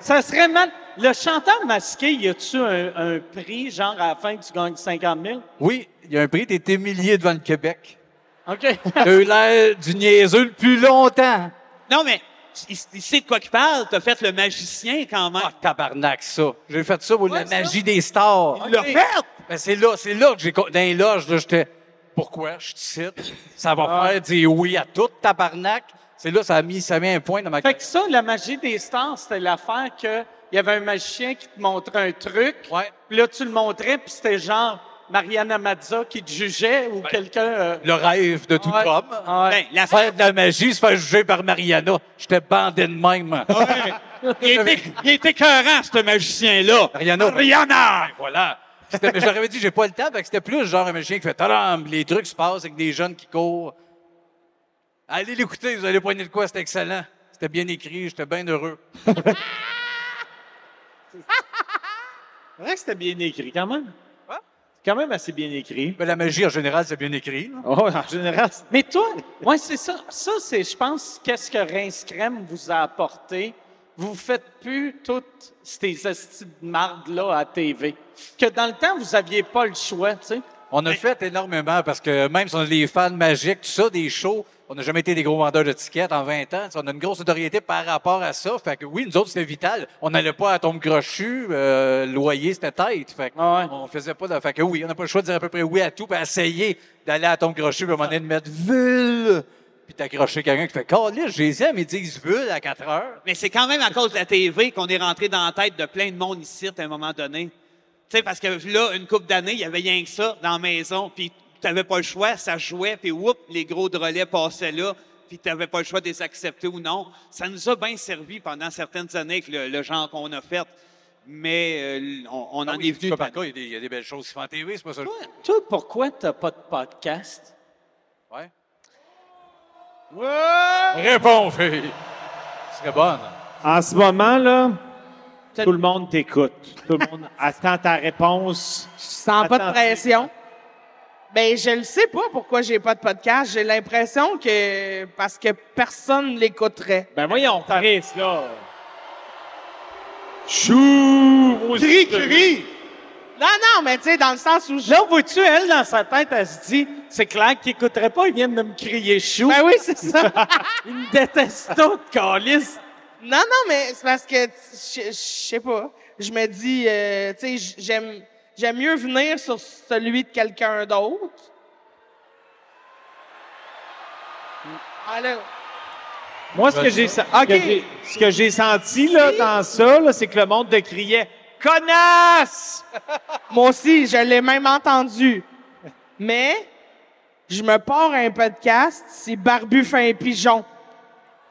Ça serait mal. Le chanteur masqué, y a-tu un, un prix, genre à la fin que tu gagnes 50 000? Oui, il y a un prix, t'es humilié devant le Québec. OK. T'as eu l'air du niaiseux le plus longtemps. Non, mais il, il sait de quoi qu'il parle. T'as fait le magicien quand même. Ah, Tabarnak, ça. J'ai fait ça pour la magie des stars. Il l'a fait! Ben, c'est là, c'est là que j'ai... co- Dans les loges, là, j'étais... Pourquoi? Je te cite. Ça va Ah. faire dire oui à tout, tabarnak. C'est là, ça a mis, ça a mis un point dans ma Fait que ça, la magie des stars, c'était l'affaire que il y avait un magicien qui te montrait un truc. Puis là, tu le montrais, puis c'était genre Mariana Mazza qui te jugeait ou quelqu'un. euh, Le rêve de tout Ouais. homme. Ben, Ouais. la Ah faire de la magie, se faire juger par Mariana. J'étais bandé de même. Ah Il était, il était écœurant, ce magicien-là. Mariana. Mariana! Ben, Voilà. C'était- mais je leur avais dit, j'ai pas le temps, parce que c'était plus genre un magicien qui fait taram, les trucs se passent avec des jeunes qui courent. Allez l'écouter, vous allez poigner de quoi, c'était excellent. C'était bien écrit, j'étais bien heureux. C'est vrai que c'était bien écrit, quand même. C'est quand même assez bien écrit. Mais la magie, en général, c'est bien écrit. Oh, en général. c'est- Mais toi, ouais, c'est ça. Ça, c'est, je pense, qu'est-ce que Rince Crème vous a apporté. Vous faites plus toutes ces estis de marde-là à TV. Que dans le temps, vous aviez pas le choix, tu sais. On a fait énormément parce que même si on est des fans magiques, tout ça, des shows, on n'a jamais été des gros vendeurs de tickets en 20 ans. On a une grosse notoriété par rapport à ça. Fait que oui, nous autres, c'était vital. On n'allait pas à tombe crochu, euh, loyer, c'était tête. Fait que Ah on faisait pas de. Fait que oui, on n'a pas le choix de dire à peu près oui à tout, puis essayer d'aller à tombe crochu, puis à un moment donné, de mettre ville, puis d'accrocher quelqu'un qui fait Calisse, j'ai les aime, ils disent ville à 4 heures. Mais c'est quand même à cause de la TV qu'on est rentré dans la tête de plein de monde ici à un moment donné. Tu sais, parce que là, une couple d'années, il y avait rien que ça dans la maison, puis t'avais pas le choix, ça jouait, puis whoop, les gros drolets passaient là, puis t'avais pas le choix de les accepter ou non. Ça nous a bien servi pendant certaines années avec le, le genre qu'on a fait, mais euh, on, on en est venu... Ah Cas par cas, il y a des- il y, a des belles choses qui se font en TV, c'est pas ça. le- Toi, pourquoi t'as pas de podcast? Ouais. Ouais! Réponds, fille. Ce serait bonne. En ce moment, là, tout le monde t'écoute. Tout le monde attend ta réponse. Je sens pas de pression. Ben, je le sais pas pourquoi j'ai pas de podcast. J'ai l'impression que parce que personne l'écouterait. Ben voyons, Chris, là. Chou! Cri, cri! Non, non, mais tu sais, dans le sens où je... Là, vois-tu, elle, dans sa tête, elle se dit, c'est clair qu'il n'écouterait pas, ils viennent de me crier chou. Ben oui, c'est ça. ils me détestent tout, calice. Non, non, mais c'est parce que, tu- je je sais pas, je me dis, euh, tu sais, j'aime, j'aime mieux venir sur celui de quelqu'un d'autre. Allô? Moi, ce que j'ai, sen- ah, OK. ce que j'ai- ce que j'ai senti là, dans ça, là, c'est que le monde te criait Connasse! Moi aussi, je l'ai même entendu. Mais, je me pars un podcast, c'est Barbu fait un pigeon.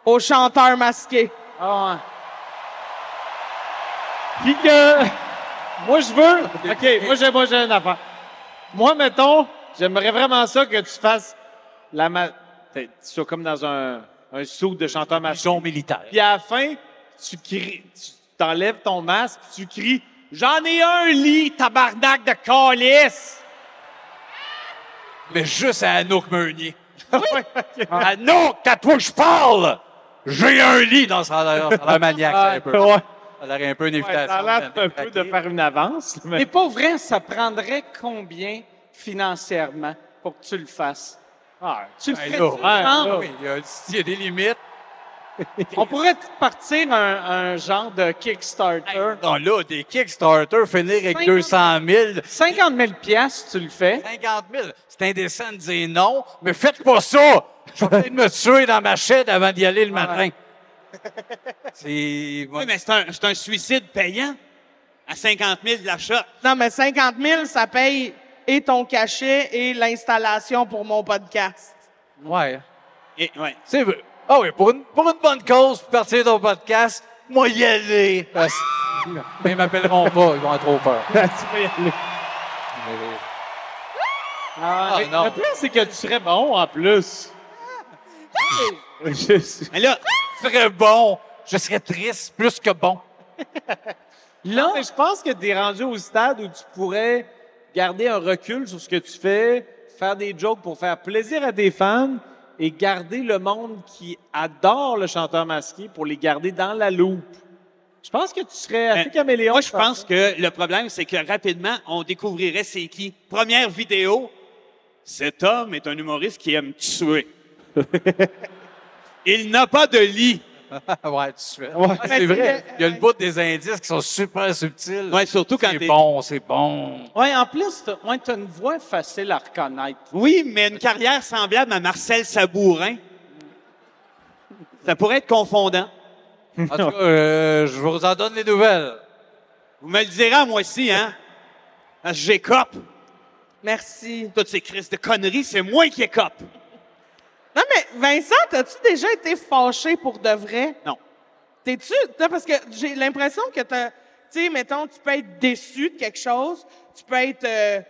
Au chanteur masqué. Ah, Puis que. Moi, je veux. OK, moi, j'ai, moi, j'ai une affaire. Moi, mettons, j'aimerais vraiment ça que tu fasses la. Ma... t'es- Tu sois comme dans un, un soupe de chanteur masqué. militaire. Puis à la fin, tu cries. Tu t'enlèves ton masque, puis tu cries J'en ai un lit, tabarnak de calice! mais juste à Anouk Meunier. Anouk, à toi que je parle! J'ai un lit dans sa l'air ça a l'air maniaque, ça, un peu. Ouais. Ça a l'air un peu une Ouais, ça évitation. a l'air un peu de faire une avance. ouais. Mais pas vrai, ça prendrait combien financièrement pour que tu le fasses? Ah, tu le Ben ferais là, tu ben genre? là, oui, il y a- il y a des limites. On pourrait partir un, un genre de Kickstarter. Non, là, des Kickstarter, finir avec 50 200 000. 50 000 piastres, tu le fais. 50 000. C'est indécent de dire non, mais faites pas ça! Je vais peut-être me tuer dans ma chaîne avant d'y aller le matin. C'est... Oui, mais c'est un, c'est un suicide payant à 50 000 de l'achat. Non, mais 50 000, ça paye et ton cachet et l'installation pour mon podcast. Ouais. Et, ouais. C'est vrai. Ah oui, pour une, pour une bonne cause, pour partir de ton podcast, moi y aller. Ah, c'est- Mais ils m'appelleront pas, ils vont avoir trop peur. Ah, mais Le plus, c'est que tu serais bon en plus. Mais là, je serais bon. Je serais triste plus que bon. Là, mais je pense que tu es rendu au stade où tu pourrais garder un recul sur ce que tu fais, faire des jokes pour faire plaisir à tes fans et garder le monde qui adore le chanteur masqué pour les garder dans la loupe. Je pense que tu serais assez caméléon. Moi, je pense que le problème, c'est que rapidement, on découvrirait c'est qui. Première vidéo, cet homme est un humoriste qui aime tuer. Il n'a pas de lit. ouais, tu suis. Ouais, c'est vrai. Il y a le bout des indices qui sont super subtils. Ouais, surtout quand c'est t'es- bon, c'est bon. Ouais, en plus, t'as ouais, t'as une voix facile à reconnaître. Oui, mais une carrière semblable à Marcel Sabourin, ça pourrait être confondant. En tout cas, euh, je vous en donne les nouvelles. Vous me le direz à moi aussi, hein? Parce que j'écope. Merci. Toutes ces crises de conneries, c'est moi qui écope. Non, mais Vincent, as-tu déjà été fâché pour de vrai? Non. T'es-tu. t'as- Parce que j'ai l'impression que t'as. Tu sais, mettons, tu peux être déçu de quelque chose, tu peux être. euh,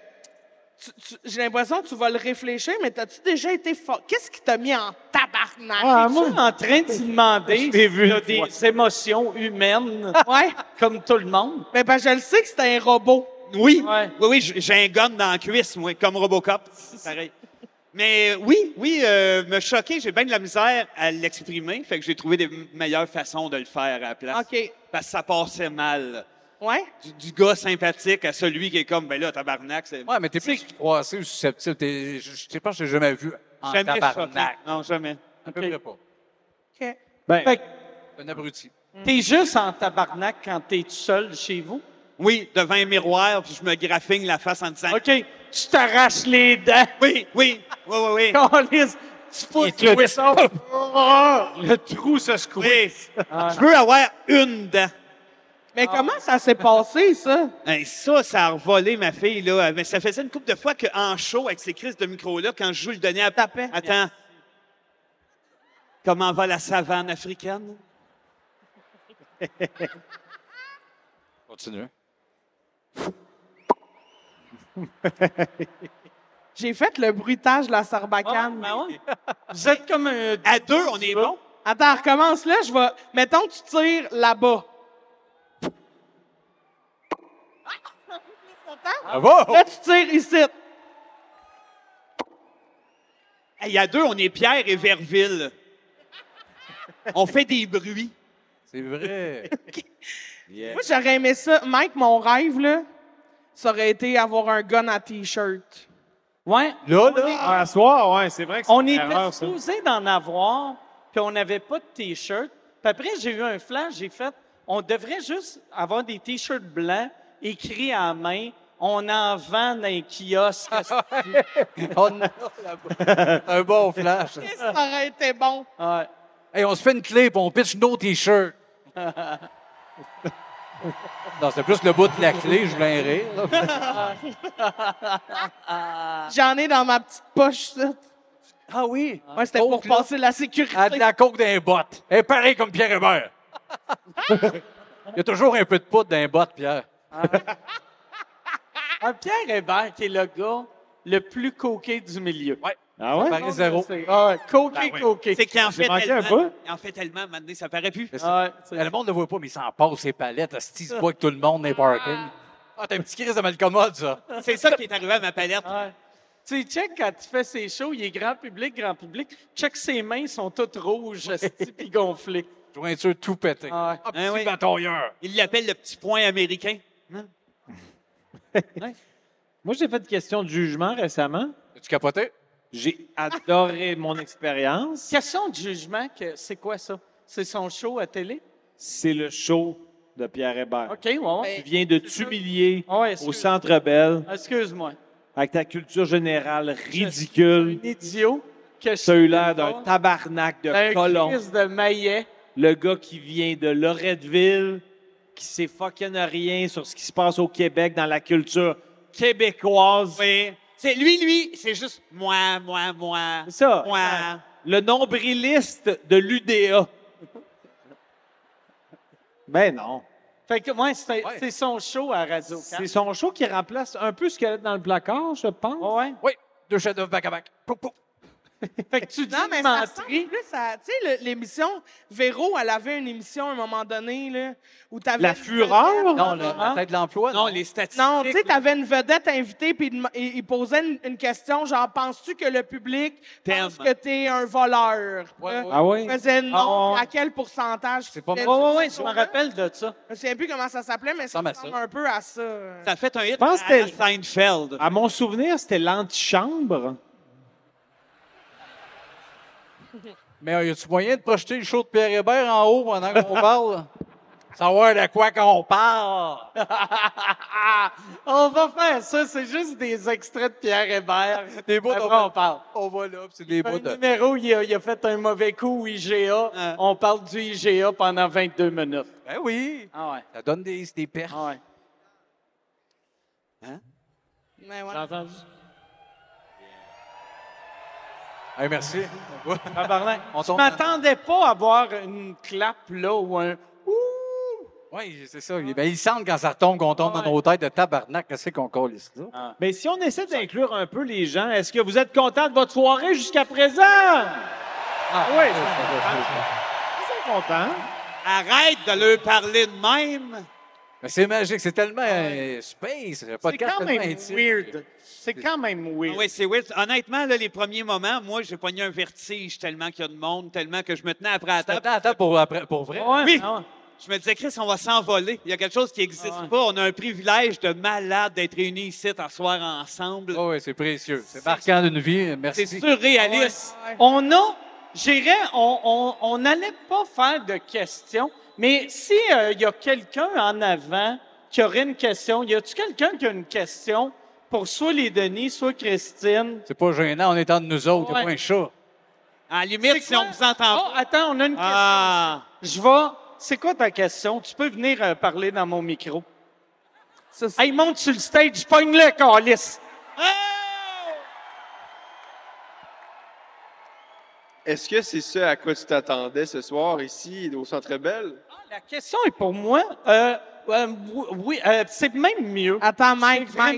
tu- tu- j'ai l'impression que tu vas le réfléchir, mais t'as-tu déjà été fâché? Qu'est-ce qui t'a mis en tabarnak? Ah, T'es-tu moi, en train de te demander Je t'ai vu si t'as une des fois. émotions humaines, Ouais. comme tout le monde. Mais ben, je le sais que c'était un robot. Oui. Oui, oui, j- j'ai un gun dans la cuisse, moi, comme Robocop. Pareil. Mais euh, oui, oui, euh, me choquer, j'ai bien de la misère à l'exprimer, fait que j'ai trouvé des m- meilleures façons de le faire à la place. OK. Parce que ça passait mal. Ouais. Du, du gars sympathique à celui qui est comme, ben là, tabarnak, c'est... Ouais, mais t'es plus froissé ou susceptible. T'es- Je je sais pas, je t'ai jamais vu en Jamais Ah, tabarnak. choqué. Non, jamais. À peu près pas. OK. Ben, fait que Un abruti. t'es juste en tabarnak quand t'es tout seul chez vous. Oui, devant un miroir, puis je me graffigne la face en disant... OK, tu t'arraches les dents. Oui, oui, oui, oui, oui. Câlisse, tu pousses Et le- le son. Le trou se squeeze. Je veux avoir une dent. Mais comment ça s'est passé, ça? Hey, ça, ça a revolé ma fille, là. Mais ça faisait une couple de fois qu'en show, avec ces crises de micro-là, quand je joue le donnais à... Attends. Comment va la savane africaine? Continue. J'ai fait le bruitage de la sarbacane. Ah Vous êtes comme un... Ah, ben À deux, on est bon. Attends, recommence là, je vais. Mettons, que tu tires là-bas. Ah, Bravo! Là, tu tires ici. Hey, Il y a deux, on est Pierre et Verville. On fait des bruits. C'est vrai. Moi, j'aurais aimé ça. Mike, mon rêve, là, ça aurait été avoir un gun à T-shirt. Ouais. Là, là. À soir, ouais, c'est vrai que c'est On une était erreur, ça. supposé d'en avoir, puis on n'avait pas de T-shirt. Puis après, j'ai eu un flash, j'ai fait, on devrait juste avoir des T-shirts blancs écrits à main. On en vend dans un kiosque. On a un bon flash. Qu'est-ce que Ça aurait été bon. Ouais. Hey, on se fait une clip, on pitch nos t-shirts. Non, c'est plus le bout de la clé, je voulais en rire. J'en ai dans ma petite poche, ça. Ah oui? Ouais, c'était pour Coke, là. passer la sécurité. À de Oh, la coke d'un bottes. Elle est pareille comme Pierre Hébert. Il y a toujours un peu de poudre d'un bottes, Pierre. Ah, Pierre Hébert, qui est le gars le plus coqué du milieu. Ouais. Ah ouais? Pareil zéro. Ah, ouais, coqué, Ben oui. coqué. C'est qu'il en fait manqué un tellement. Il en fait tellement, maintenant, ça paraît plus. Ah, ouais, c'est- Le monde ne le voit pas, mais il s'en passe ses palettes. Asti, il se voit que tout le monde dans les parkings. Ah, t'as un petit crise de malcommode, ça. C'est ça qui est arrivé à ma palette. Ouais. Tu sais, check quand tu fais ses shows, il est grand public, grand public. Check ses mains sont toutes rouges, esti, puis gonflées. Jointure tout pété. Ah ouais. Ah, petit Hein, oui. batailleur. Il l'appelle le petit point américain. Moi, j'ai fait une question de jugement récemment. As-tu capoté? J'ai adoré mon expérience. Question de jugement, que c'est quoi ça? C'est son show à télé? C'est le show de Pierre Hébert. OK, ouais, ouais. Tu viens de t'humilier Ouais, au excuse- Centre Bell Excuse-moi. avec ta culture générale ridicule. Un idiot que je Tu as eu l'air d'un pas. tabarnak de Un colon. crise de maillet. Le gars qui vient de Loretteville, qui sait fucking rien sur ce qui se passe au Québec dans la culture québécoise. C'est lui, lui, c'est juste moi, moi, moi. C'est ça. Moi. Le nombriliste de l'UDA. Ben non. Fait que, ouais, c'est c'est son show à Radio C'est son show qui remplace un peu ce qu'elle a dans le placard, je pense. Ouais. Oui, deux chefs d'œuvre back à back. Fait que tu dis Non, mais ça ressemble plus à. Tu sais, le- l'émission. Véro, elle avait une émission à un moment donné, là, où t'avais. La une Fureur? vedette. Non, la- la Tête de l'emploi. Non, les statistiques. Non, tu sais, t'avais une vedette invitée, puis il dem- il, il posait une, une question, genre, penses-tu que le public T'aimes. pense que t'es un voleur? Là, ouais. Ah ouais? Il faisait Ah non. ouais. À quel pourcentage? C'est pas mal. mal. Oui, Ouais, ouais, je m'en rappelle de ça. Je me souviens plus comment ça s'appelait, mais ça Ressemble à ressemble ça. un peu à ça. euh. Ça a fait un hit pense à, que c'était- à Seinfeld. À mon souvenir, c'était l'antichambre. Mais euh, y a-tu moyen de projeter le show de Pierre Hébert en haut pendant qu'on parle? Savoir de quoi qu'on parle. On va faire Ah, ça, c'est juste des extraits de Pierre Hébert. Des bouts Après, d'en- on parle. On va là, puis c'est des bouts Un de... numéro, il a, il a fait un mauvais coup au IGA. Ah. On parle du IGA pendant 22 minutes. Ben oui. Ah ouais. Ça donne des, des pertes. Hein? Ah ouais. Mais ouais. J'ai entendu. Hey, merci. Tabarnak. On Je tombe- m'attendais pas à voir une clap là ou un. Oui, c'est ça. Ben, ils sentent quand ça retombe, qu'on tombe dans nos têtes de tabarnak. Qu'est-ce qu'on colle ici? là? Mais Ben, si on essaie d'inclure un peu les gens, est-ce que vous êtes content de votre soirée jusqu'à présent? Ah, oui, je suis content. Arrête de leur parler de même. Mais Ben, c'est magique. C'est tellement euh, space. le C'est podcast quand tellement même intime. weird. C'est quand même weird. oui, c'est weird. Honnêtement, là, les premiers moments, moi, j'ai pogné un vertige tellement qu'il y a de monde, tellement que je me tenais après la table. Attends, pour, après- pour vrai. oui. Je me disais, Chris, on va s'envoler. Il y a quelque chose qui n'existe pas. On a un privilège de malade d'être réunis ici, t'asseoir ensemble. oui, Oh, c'est précieux. C'est marquant d'une vie. Merci. C'est surréaliste. On a, j'irais, on- on on n'allait pas faire de questions, mais si euh, il y a quelqu'un en avant qui aurait une question, y a-tu quelqu'un qui a une question pour soit les Denis, soit Christine? C'est pas gênant. On est entre nous autres. Il Ouais. a pas un chat. À la limite, si on vous entend Ah. pas. Oh, attends, on a une question. Je vais. C'est quoi ta question? Tu peux venir euh, parler dans mon micro. hey, monte sur le stage, pogne-le, calice. Ah, Est-ce que c'est ce à quoi tu t'attendais ce soir ici au Centre Bell? La question est pour moi. Euh, euh, oui, euh, c'est même mieux. Attends, Mike, C'est vraiment-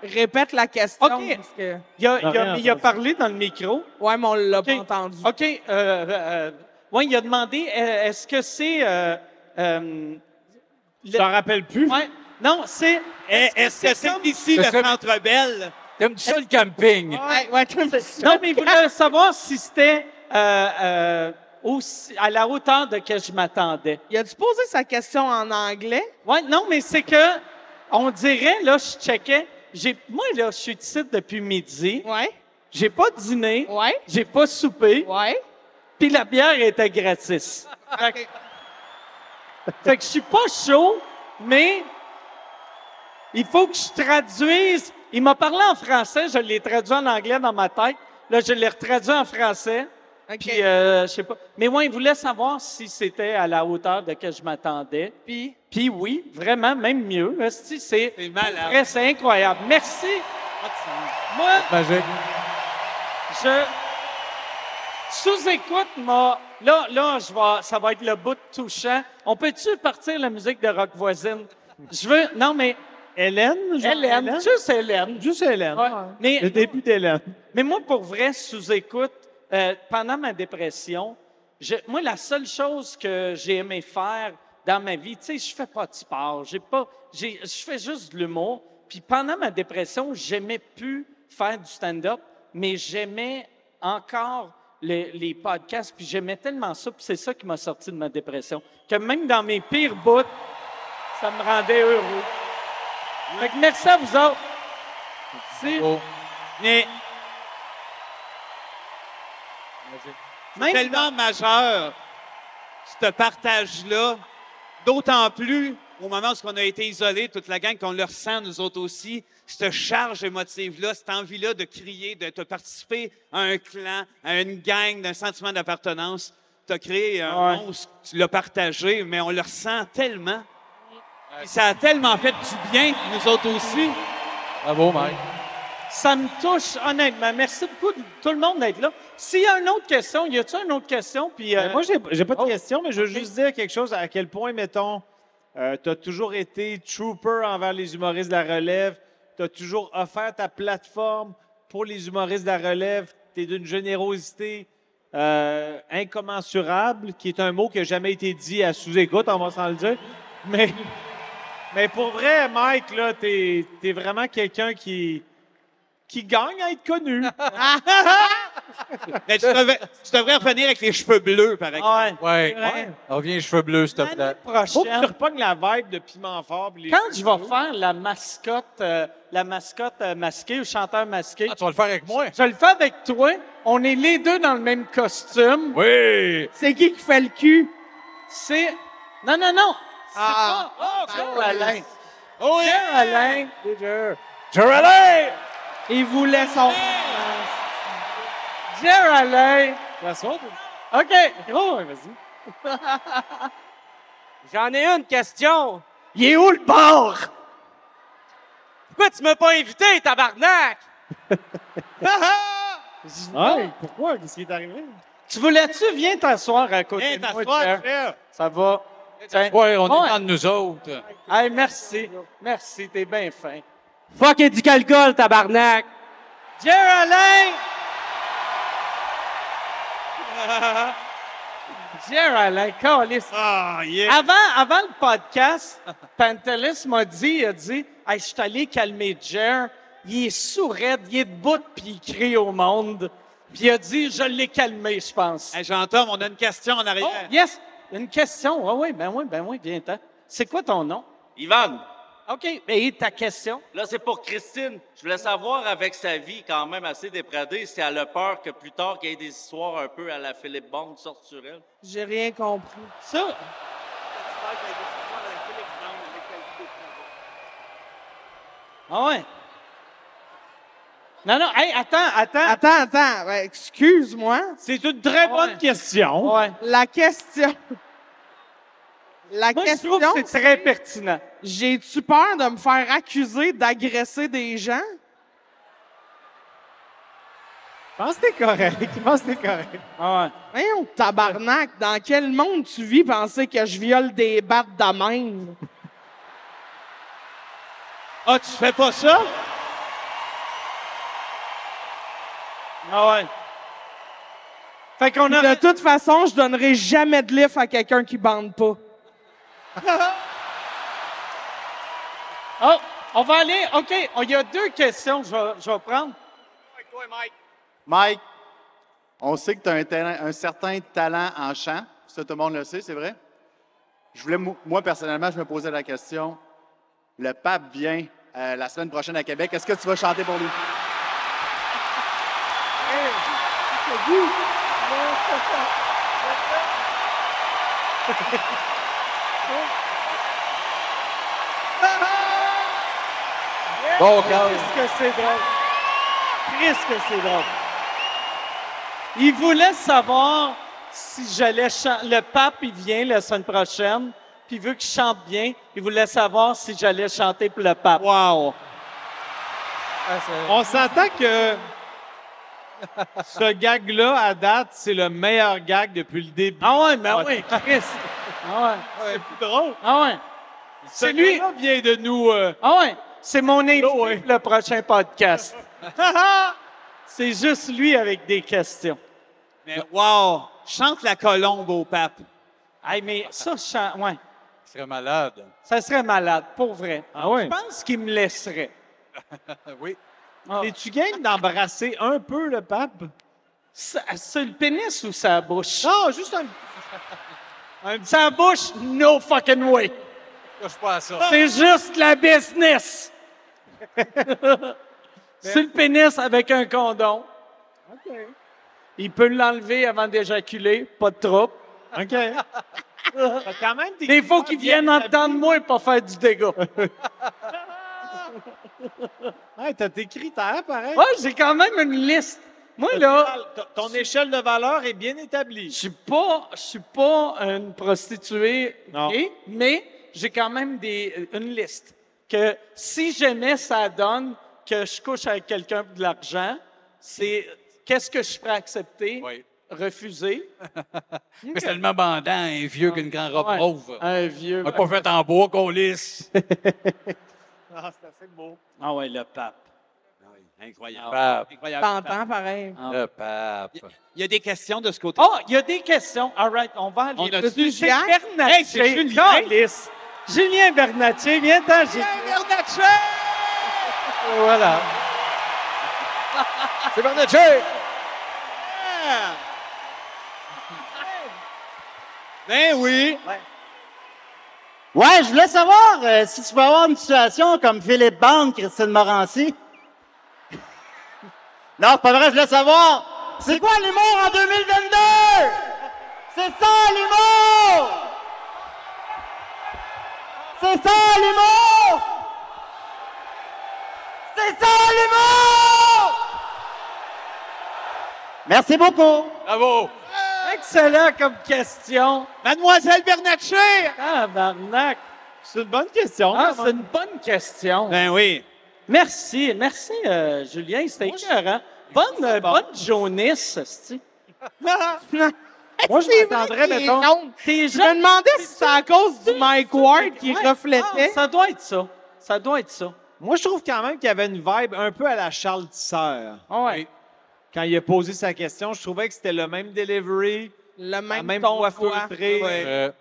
Mike, répète la question. OK. Parce que... Il a, Non, il a- rien il a parlé dans le micro. Ouais, mais on l'a pas entendu. OK. Euh, euh, ouais, il a demandé euh, est-ce que c'est. Euh, euh, le- T'en rappelles plus? Ouais. Non, c'est. Est-ce que c'est ici le Centre Bell? T'aimes-tu ça le camping? Ouais, ouais, t'aimes ça. Non, mais il voulait savoir si c'était euh, euh, aussi- à la hauteur de que je m'attendais. Il a dû poser sa question en anglais. Ouais, non, mais c'est que, on dirait, là, je checkais. J'ai, moi, là, je suis ici depuis midi. Ouais. J'ai pas dîné. Ouais. J'ai pas soupé. Ouais. Puis la bière était gratis. Fait que- fait que je suis pas chaud, mais il faut que je traduise. Il m'a parlé en français, je l'ai traduit en anglais dans ma tête. Là, je l'ai retraduit en français. Puis, euh, je sais pas. Mais moi, il voulait savoir si c'était à la hauteur de que je m'attendais. Puis? Puis oui, vraiment, même mieux. Esti, C'est malade. vrai, c'est incroyable. Merci. Moi, Magique. je sous-écoute ma... Là, là je vais... ça va être le bout touchant. On peut-tu partir la musique de Rock Voisine? Je veux... Non, mais... Hélène? genre Hélène, Hélène? juste Hélène. Juste Hélène. Mais, Le début d'Hélène. mais moi, pour vrai, sous-écoute, euh, pendant ma dépression, je- moi, la seule chose que j'ai aimé faire dans ma vie, tu sais, je fais pas de sport, j'ai pas, j'ai- je fais juste de l'humour. Puis pendant ma dépression, j'aimais plus faire du stand-up, mais j'aimais encore le- les podcasts, puis j'aimais tellement ça, puis c'est ça qui m'a sorti de ma dépression. Que même dans mes pires bouts, ça me rendait heureux. Fait que merci à vous autres. Merci. Oh, Mais C'est tellement majeur. ce partage-là, d'autant plus au moment où on a été isolés, toute la gang, qu'on le ressent, nous autres aussi, cette charge émotive-là, cette envie-là de crier, de, te participer à un clan, à une gang, d'un sentiment d'appartenance. Tu as créé un monstre, tu l'as partagé, mais on le ressent tellement. Puis ça a tellement fait du bien, nous autres aussi. ah Bravo, Mike. Ça me touche, honnêtement. Merci beaucoup, de- tout le monde, d'être là. S'il y a une autre question, y a-t-il une autre question? Puis, euh, Euh, moi, j'ai, j'ai Oh, pas de question, mais je veux juste dire quelque chose. À quel point, mettons, tu as toujours été trooper envers les humoristes de la relève. Tu as toujours offert ta plateforme pour les humoristes de la relève. Tu es d'une générosité euh, incommensurable, qui est un mot qui n'a jamais été dit à sous-écoute, on va s'en le dire. Mais, mais pour vrai, Mike, là, t'es, t'es vraiment quelqu'un qui, qui gagne à être connu. Mais tu devrais, tu devrais revenir avec les cheveux bleus, par exemple. Ouais. Ouais. Reviens, cheveux bleus, s'il te plaît. Faut que tu repognes la vibe de piment fort. pis les- Quand je vais faire la mascotte, euh, la mascotte euh, masquée ou chanteur masqué. Ah, tu vas le faire avec moi. Je, je le fais avec toi. On est les deux dans le même costume. Eh, Oui. C'est qui qui fait le cul? C'est. Non, non, non. C'est Ah. pas. Ah, Oh, ben Alain. oui. Oh, Alain. Geraldine! Il voulait son. Geraldine. OK. Gros, vas-y. J'en ai une question. Il est où le bord? Pourquoi tu m'as pas invité, tabarnak? Ouais, pourquoi? Qu'est-ce qui est arrivé? Ah. Tu voulais-tu? Viens t'asseoir à côté Viens de moi, t'asseoir, Pierre. Pierre. Ça va? Tiens. Ouais, on Ouais. est entre nous autres. Hey, merci. Merci, t'es bien fin. Fuck et du calcul, tabarnak. Geraldine! Geraldine, calice. Ah, Avant, avant le podcast, Pantelis m'a dit, il a dit, hey, je suis allé calmer Jer. Il est sourd, il est debout, puis il crie au monde. Puis il a dit, je l'ai calmé, je pense. Oh, Jean-Tom, on a une question en arrière. yes, une question. Ah oui, ben oui, ben oui, viens-t'en. C'est quoi ton nom? Ivan, OK, et ta question? là, c'est pour Christine. Je voulais savoir, avec sa vie quand même assez dépradée, si elle a peur que plus tard, qu'il y ait des histoires un peu à la Philippe Bond qui sortent sur elle. J'ai rien compris. Ça? Ah ouais? Non, non, hey, attends, attends. Attends, attends. ouais, Excuse-moi. Ah C'est une très bonne question. La question. La Moi, je question. trouve que c'est très pertinent. J'ai-tu peur de me faire accuser d'agresser des gens? Je pense que t'es correct. Je pense que t'es correct. Ah ouais. Voyons, tabarnak, dans quel monde tu vis penser que je viole des battes de même? Ah, tu fais pas ça? Ah ouais. Fait qu'on De toute façon, je donnerai jamais de lift à quelqu'un qui bande pas. Oh, on va aller. OK, oh, il y a deux questions que je vais, je vais prendre. Mike, on sait que tu as un, talent- un certain talent en chant. Ça, tout le monde le sait, c'est vrai. Je voulais, mo- moi, personnellement, je me posais la question. Le pape vient euh, la semaine prochaine à Québec. Est-ce que tu vas chanter pour lui? Ah, Bon, ah, euh, Qu'est-ce que c'est drôle? Qu'est-ce que c'est drôle? Il voulait savoir si j'allais chanter. Le pape, il vient la semaine prochaine, puis vu que je chante bien, il voulait savoir si j'allais chanter pour le pape. Wow! On s'entend que ce gag-là, à date, c'est le meilleur gag depuis le début. Ah ouais, mais ben oui, Chris. Ah ouais. C'est plus drôle. Ah ouais. C'est lui. vient de nous. euh. Ah ouais. C'est mon invité pour le prochain podcast. c'est juste lui avec des questions. Mais wow! Chante la colombe au pape. Hey, mais ça, je chante. Ouais. Tu serais malade. Ça serait malade, pour vrai. Ah ouais? Je pense qu'il me laisserait. Ah. oui. Et tu gagnes d'embrasser un peu le pape? C'est le pénis ou sa bouche? Non, juste un. Sa bouche, no fucking way. Touche pas à ça. C'est juste la business. C'est le pénis avec un condom. Il peut l'enlever avant d'éjaculer, pas de trouble. OK. Fait quand même des Il faut qu'ils viennent entendre moi pour faire du dégât. Ouais, t'as tes critères, pareil. Ouais, j'ai quand même une liste. Moi, T'as- là. t'as- Ton échelle de valeur est bien établie. Je suis pas, je suis pas une prostituée, Non. gay, mais j'ai quand même des, une liste que si jamais ça donne que je couche avec quelqu'un pour de l'argent, c'est qu'est-ce que je suis prêt à accepter, refuser. Mais c'est tellement bandant, un vieux qu'une grande robe Ouais, mauve. Un vieux. Un pas fait en bois qu'on lisse. Ah, c'est assez beau. Ah, Ah ouais, le pape. Incroyable. Pape. Incroyable. T'entends pareil. Le pape. Il y a des questions de ce côté. Ah. Oh, il y a des questions. All right, on va aller. On a-tu Monsieur Jacques? Bernatier. Hey, c'est Julien. Calisse. Julien Bernatier, viens-t'en, Julien. Voilà. C'est Bernatier. Ben oui. Ouais, je voulais savoir euh, si tu vas avoir une situation comme Philippe Bande, Christine Morancy. non, c'est pas vrai, je voulais savoir. C'est quoi l'humour en 2022? C'est ça l'humour! C'est ça l'humour! C'est ça l'humour! Merci beaucoup. Bravo. Excellent comme question. Mademoiselle Bernatchez! Ah, Barnac. C'est une bonne question. Ah, c'est une bonne question. Ben oui. Merci, merci, euh, Julien. C'était écœurant. Bonne, euh, bonne jaunisse, c'ti. Moi, je m'attendrais, mettons- T'es Je me demandais si c'était à cause du Mike Ward qui Ouais. reflétait. Ah, ça doit être ça. Ça doit être ça. Moi, je trouve quand même qu'il y avait une vibe un peu à la Charles Tisseur. Ah ouais. Quand il a posé sa question, je trouvais que c'était le même delivery, le la même, même ton voix de voix. feutrée. Ouais.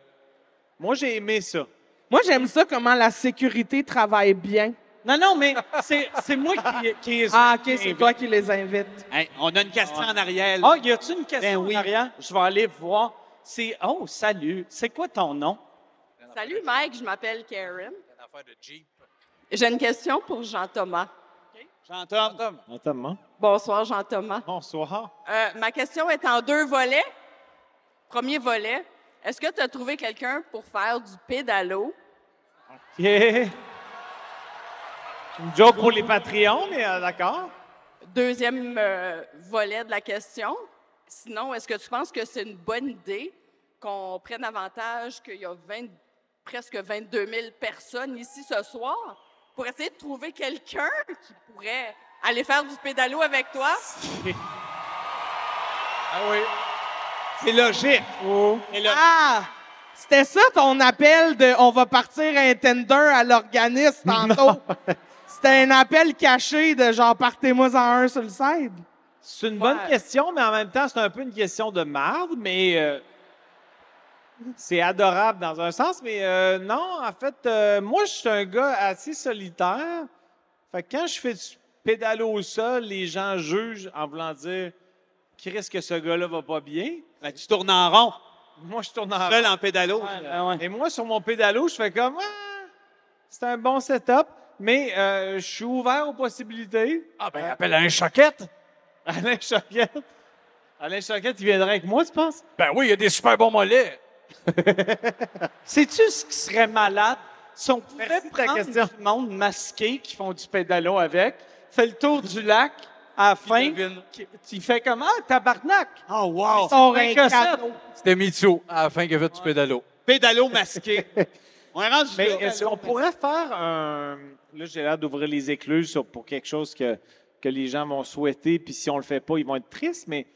Moi, j'ai aimé ça. Moi, j'aime ça comment la sécurité travaille bien. Non, non, mais c'est c'est moi qui, qui les Ah, OK, c'est toi qui les invites. Hey, on a une question en arrière. Ben là. Ah, y a-tu une question en arrière? Je vais aller voir. C'est. Oh, salut. C'est quoi ton nom? Salut Mike, je m'appelle Karen. Affaire de Jeep. J'ai une question pour Jean-Thomas. Jean-Thomas. Notamment. Bonsoir Jean-Thomas. Bonsoir. Euh, ma question est en deux volets. Premier volet, est-ce que tu as trouvé quelqu'un pour faire du pédalo? Yeah. Une joke pour les Patreons, mais euh, d'accord. Deuxième euh, volet de la question, sinon, est-ce que tu penses que c'est une bonne idée qu'on prenne avantage qu'il y a 20 presque 22 000 personnes ici ce soir pour essayer de trouver quelqu'un qui pourrait aller faire du pédalo avec toi? Ah oui. C'est logique. Ah! C'était ça ton appel de on va partir un Tinder à l'organisme tantôt. C'était un appel caché de genre partez-moi en un sur le side. C'est une bonne question, mais en même temps, c'est un peu une question de marde, mais euh, c'est adorable dans un sens. Mais euh, non, en fait, euh, moi, je suis un gars assez solitaire. Fait que quand je fais du pédalo au sol, les gens jugent en voulant dire Chris, que ce gars-là va pas bien. Ben, tu tournes en rond. Moi, je tourne en Seul en pédalo. Et moi, sur mon pédalo, je fais comme Ah, c'est un bon setup, mais euh, je suis ouvert aux possibilités. Ah, ben, appelle un choquette. Alain Choquette. Alain Choquette, il viendrait avec moi, tu penses? Ben oui, il y a des super bons mollets. Sais-tu ce qui serait malade si on pouvait prendre question. du monde masqué qui font du pédalo avec, fait le tour du lac à la fin, qui- tu fais comment? Ah, Tabarnak! Oh, wow! Ils sont Un rincossettes. cadeau. C'était Mitsu, à la fin qu'il a fait du pédalo. Pédalo masqué. on est rendu Mais là. est-ce qu'on pourrait faire un. Là, j'ai l'air d'ouvrir les écluses sur- pour quelque chose que, que les gens vont souhaiter, puis si on le fait pas, ils vont être tristes, mais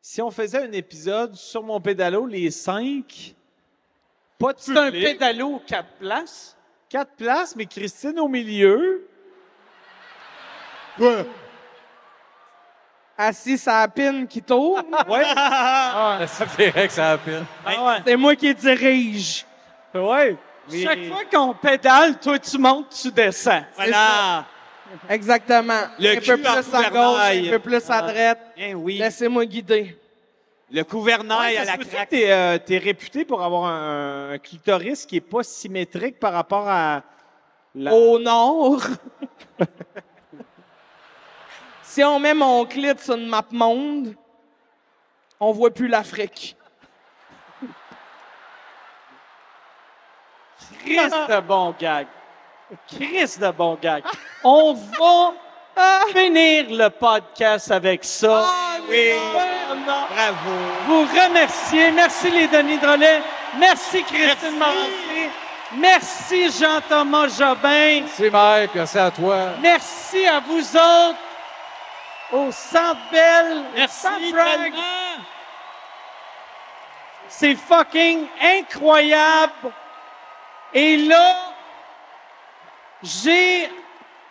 si on faisait un épisode sur mon pédalo, les cinq. Pas de C'est un public. pédalo quatre places. Quatre places, mais Christine au milieu. Ouais. Assis sa pine qui tourne. Ouais. Ah. Ça fait vrai que ça appelle. Ah C'est moi qui dirige. Ouais. Chaque fois qu'on pédale, toi, tu montes, tu descends. Voilà. Exactement. Le un peu cul Ah. en plus à gouvernail. gauche, un peu plus à droite. oui. Laissez-moi guider. Le gouvernail Ouais, ça à se la peut-tu craque. que T'es, euh, t'es réputé pour avoir un, un clitoris qui est pas symétrique par rapport à. la- Au nord. si on met mon clit sur une map monde, on voit plus l'Afrique. Chris de bon gag. Chris de bon gag. On va finir le podcast avec ça. oui. Bravo. Vous remerciez. Merci les Denis Drolet. Merci Christine Morancy. Merci Jean-Thomas Jobin. Merci, Mike. Merci à toi. Merci à vous autres. Au Centre Bell. Merci C'est fucking incroyable. Et là, j'ai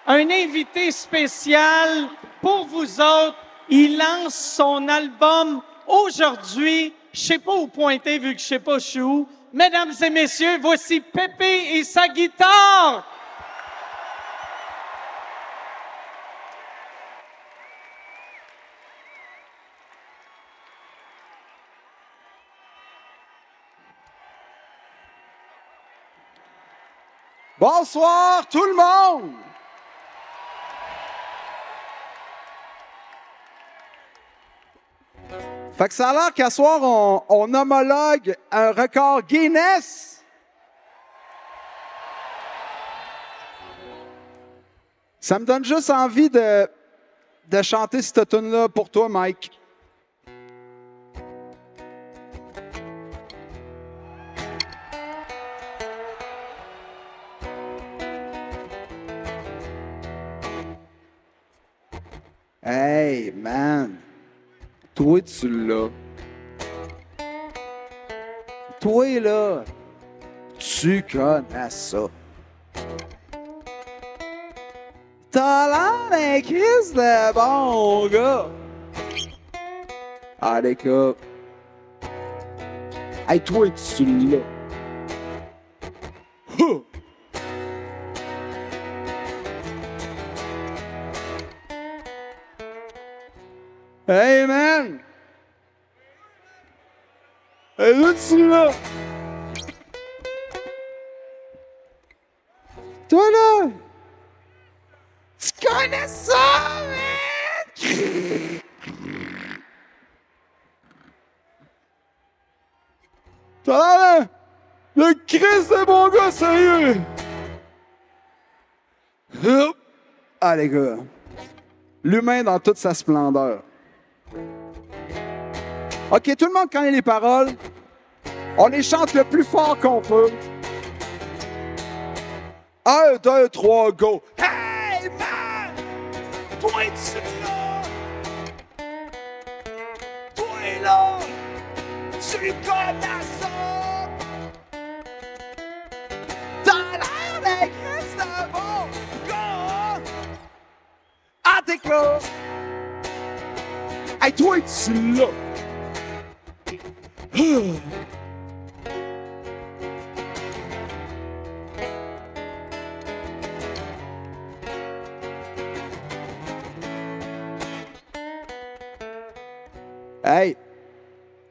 un invité spécial pour vous autres. Il lance son album aujourd'hui. Je sais pas où pointer vu que je sais pas je suis où. Mesdames et messieurs, voici Pépé et sa guitare. Bonsoir tout le monde! Fait que ça a l'air qu'à soir, on, on homologue un record Guinness. Ça me donne juste envie de, de chanter cette tune-là pour toi, Mike. Hey, man. Toi, tu l'as. Toi, là, tu connais ça. T'as l'air d'un Christ de bon gars. Allez, gars. Hey, toi, tu l'as. Huh! Hey man! Hey là tu là! Toi là! Tu connais ça, man! T'as l'air d'un- Le Christ de bon gars, sérieux! Hop! Ah les gars, l'humain dans toute sa splendeur. OK, tout le monde connaît les paroles. On les chante le plus fort qu'on peut. Un, deux, trois, go. Hey, man! Toi, tu là! Toi, là! Tu connais ça! T'as l'air d'un Christ de bon gars! À tes coups! Hey, toi, tu là! Hey,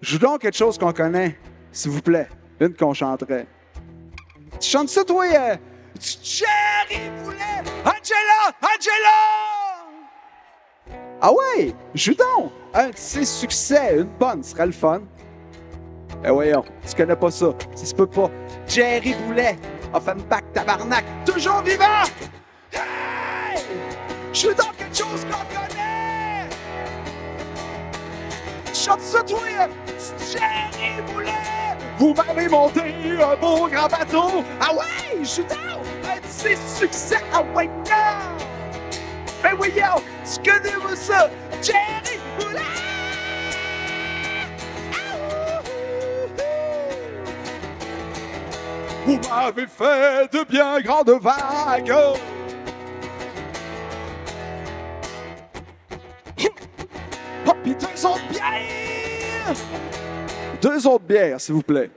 joue donc quelque chose qu'on connaît, s'il vous plaît. Une qu'on chanterait. Tu chantes ça, toi? euh, tu chéri poulet! Angela! Angela! Ah ouais, joue donc! Un de ses succès, une bonne, ce serait le fun. Eh voyons, tu connais pas ça. Ça se peut pas. Jerry Boulet, Offenbach, tabarnak, toujours vivant! Hey! Je suis dans quelque chose qu'on connaît! Chante ça, toi! hein, petit Jerry Boulet! Vous m'avez monté un beau grand bateau! Ah ouais, je suis dans un de ses succès! Ah ouais, non! Ben oui, yo, tu connais pas ça! Jerry Boulet! Vous m'avez fait de bien grandes vagues. Hop, puis Hum. deux autres bières. Deux autres bières, s'il vous plaît.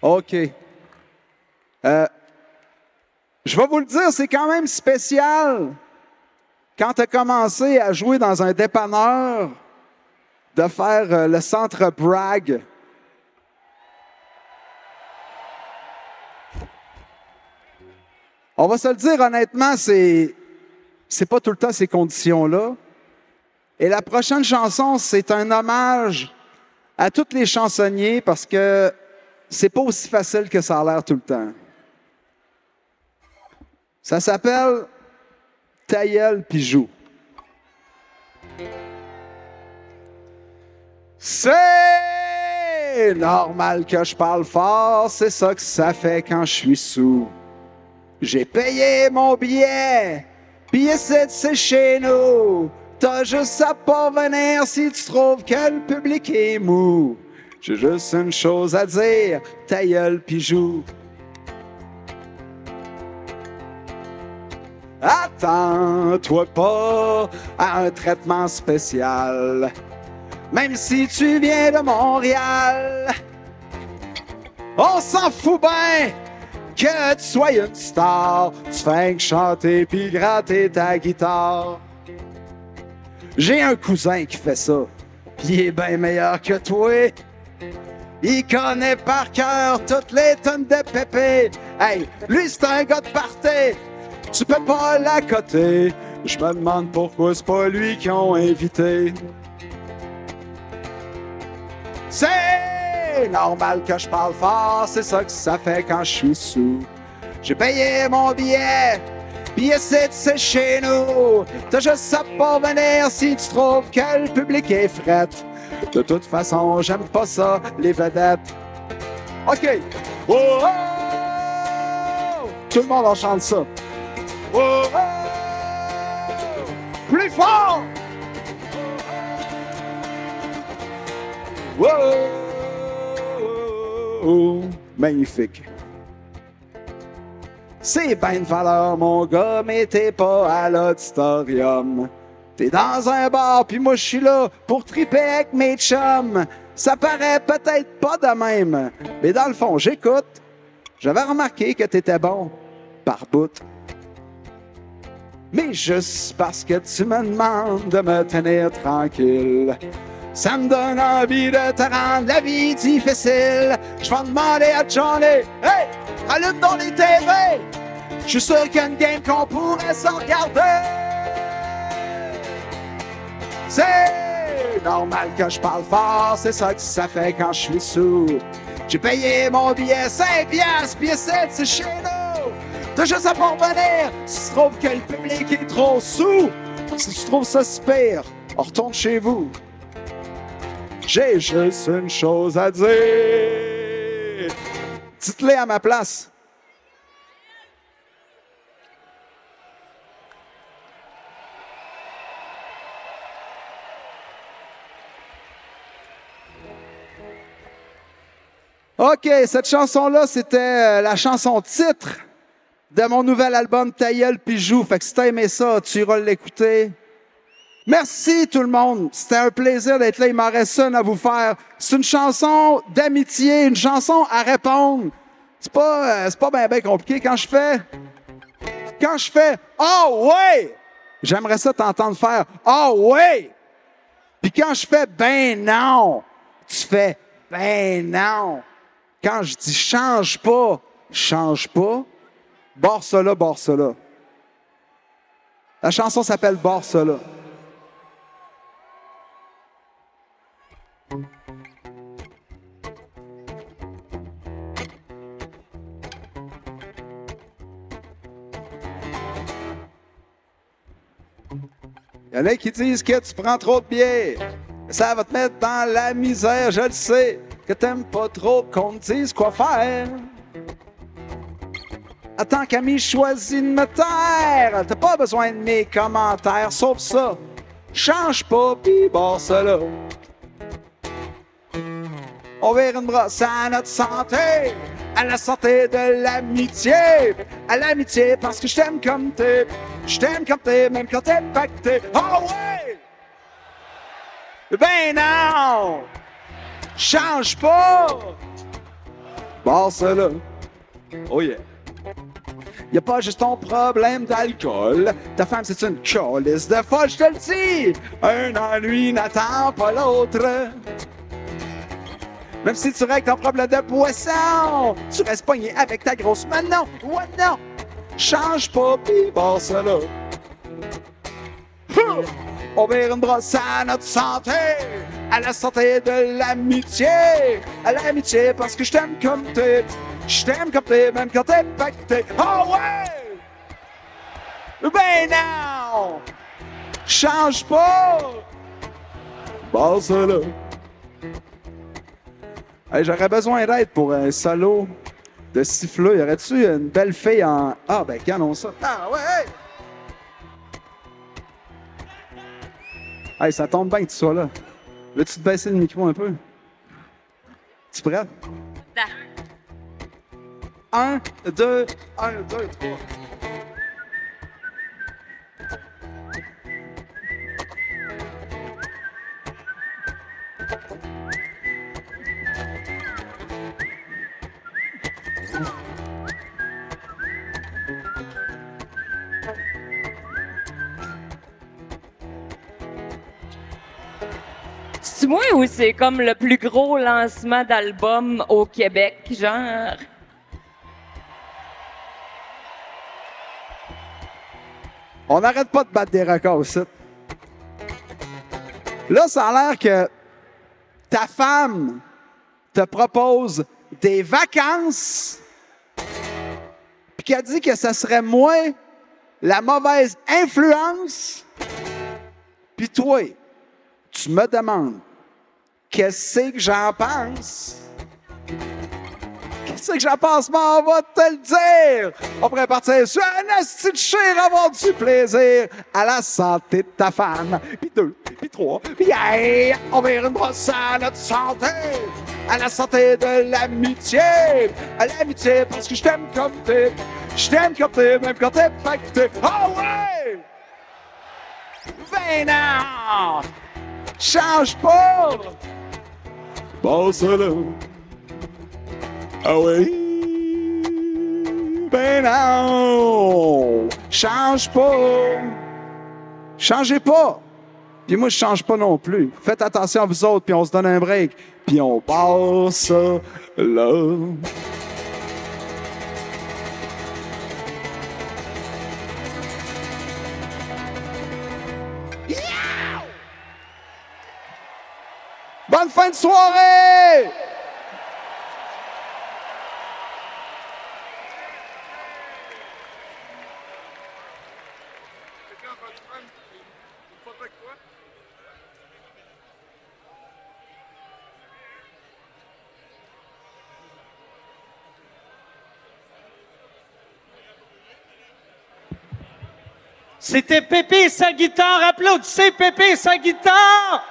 OK. Euh, je vais vous le dire, c'est quand même spécial quand tu as commencé à jouer dans un dépanneur de faire euh, le centre Bragg. On va se le dire honnêtement, c'est c'est pas tout le temps ces conditions-là. Et la prochaine chanson, c'est un hommage à tous les chansonniers parce que c'est pas aussi facile que ça a l'air tout le temps. Ça s'appelle Ta gueule puis joue. C'est normal que je parle fort, c'est ça que ça fait quand je suis sous. J'ai payé mon billet, puis essaie de c'est chez nous. T'as juste à pas venir si tu trouves que le public est mou. J'ai juste une chose à dire, ta gueule puis joue. Attends-toi pas à un traitement spécial, même si tu viens de Montréal. On s'en fout bien que tu sois une star, tu fais que chanter puis gratter ta guitare. J'ai un cousin qui fait ça, puis il est bien meilleur que toi. Il connaît par cœur toutes les tonnes de pépé. Hey, lui c'est un gars de party, tu peux pas l'accoter. Je me demande pourquoi c'est pas lui qu'ils ont invité. C'est normal que je parle fort, c'est ça que ça fait quand je suis sous. J'ai payé mon billet, puis essaie de c'est chez nous. T'as juste à pas venir si tu trouves que le public est fret. De toute façon, j'aime pas ça, les vedettes. OK. Oh, oh! Tout le monde en chante ça. Oh, oh! Plus fort! Wow! Magnifique. C'est ben de valeur, mon gars, mais t'es pas à l'auditorium. T'es dans un bar, puis moi je suis là pour triper avec mes chums. Ça paraît peut-être pas de même, mais dans le fond, j'écoute. J'avais remarqué que t'étais bon, par bout. Mais juste parce que tu me demandes de me tenir tranquille. Ça me donne envie de te rendre la vie difficile. Je vais demander à Johnny, hey, allume dans les TV. Je suis sûr qu'il y a une game qu'on pourrait s'en regarder. C'est normal que je parle fort, c'est ça que ça fait quand je suis sous. J'ai payé mon billet 5 piastres, puis 7, c'est chez nous. T'as juste à pas revenir si tu trouves que le public est trop sous. Si tu trouves ça si pire, on retourne chez vous. J'ai juste une chose à dire. Dites-les à ma place. OK, cette chanson-là, c'était euh, la chanson titre de mon nouvel album Ta gueule puis joue. Fait que si t'as aimé ça, tu iras l'écouter. Merci tout le monde. C'était un plaisir d'être là. Il m'en reste une à vous faire. C'est une chanson d'amitié, une chanson à répondre. C'est pas, euh, c'est pas bien ben compliqué. Quand je fais, quand je fais, oh ouais, j'aimerais ça t'entendre faire, oh ouais. Puis quand je fais, ben non, tu fais, ben non. Quand je dis change pas, change pas, bord cela, bord cela. La chanson s'appelle Bord cela. Il y en a qui disent que tu prends trop de bière. Ça va te mettre dans la misère, je le sais. Que t'aimes pas trop qu'on te dise quoi faire. Attends, Camille, choisis de me taire. T'as pas besoin de mes commentaires, sauf ça. Change pas, pis bon, cela. On verra une brosse à notre santé, à la santé de l'amitié, à l'amitié parce que je t'aime comme t'es, je t'aime comme t'es, même quand t'es pacté. Oh ouais! Ben non! Change pas! Barcelone. Oh yeah. Y a pas juste ton problème d'alcool. Ta femme, c'est une colisse de folle, je te le dis. Un ennui n'attend pas l'autre. Même si tu règles ton problème de poisson, tu restes pogné avec ta grosse maintenant. Ouais, non. Change pas, pis Barcelone. Hum! On verra une brosse à notre santé, à la santé de l'amitié, à l'amitié parce que je t'aime comme t'es, je t'aime comme t'es, même quand t'es pacté. Oh ouais! Ben non! Change pas! Barcelone. Hey, J'aurais besoin d'aide pour un salaud de siffleux. Y aurait-tu une belle fille en. Ah, ben, canon ça. Ah, ouais! hey! Hey, ça tombe bien que tu sois là. Veux-tu te baisser le micro un peu? Tu prêt? Un, deux, un, deux, trois. C'est moi ou c'est comme le plus gros lancement d'album au Québec, genre? On n'arrête pas de battre des records ici. Là, ça a l'air que ta femme te propose des vacances, puis qu'elle dit que ça serait moi la mauvaise influence, puis toi, tu me demandes qu'est-ce que c'est que j'en pense. Qu'est-ce que j'en pense, mais on va te le dire. On pourrait partir sur un asti de chire, avoir du plaisir à la santé de ta femme. Puis deux, puis trois, puis hey, on verra une brosse à notre santé, à la santé de l'amitié, à l'amitié parce que je t'aime comme t'es, je t'aime comme t'es, même quand t'es pas que t'es. Oh ouais! Ben non! Change pas! Barcelone. Ah oui? Ben non! Change pas! Changez pas! Puis moi, je change pas non plus. Faites attention à vous autres, puis on se donne un break. Puis on passe là. Bonne fin de soirée! C'était Pépé et sa guitare. Applaudissez Pépé et sa guitare!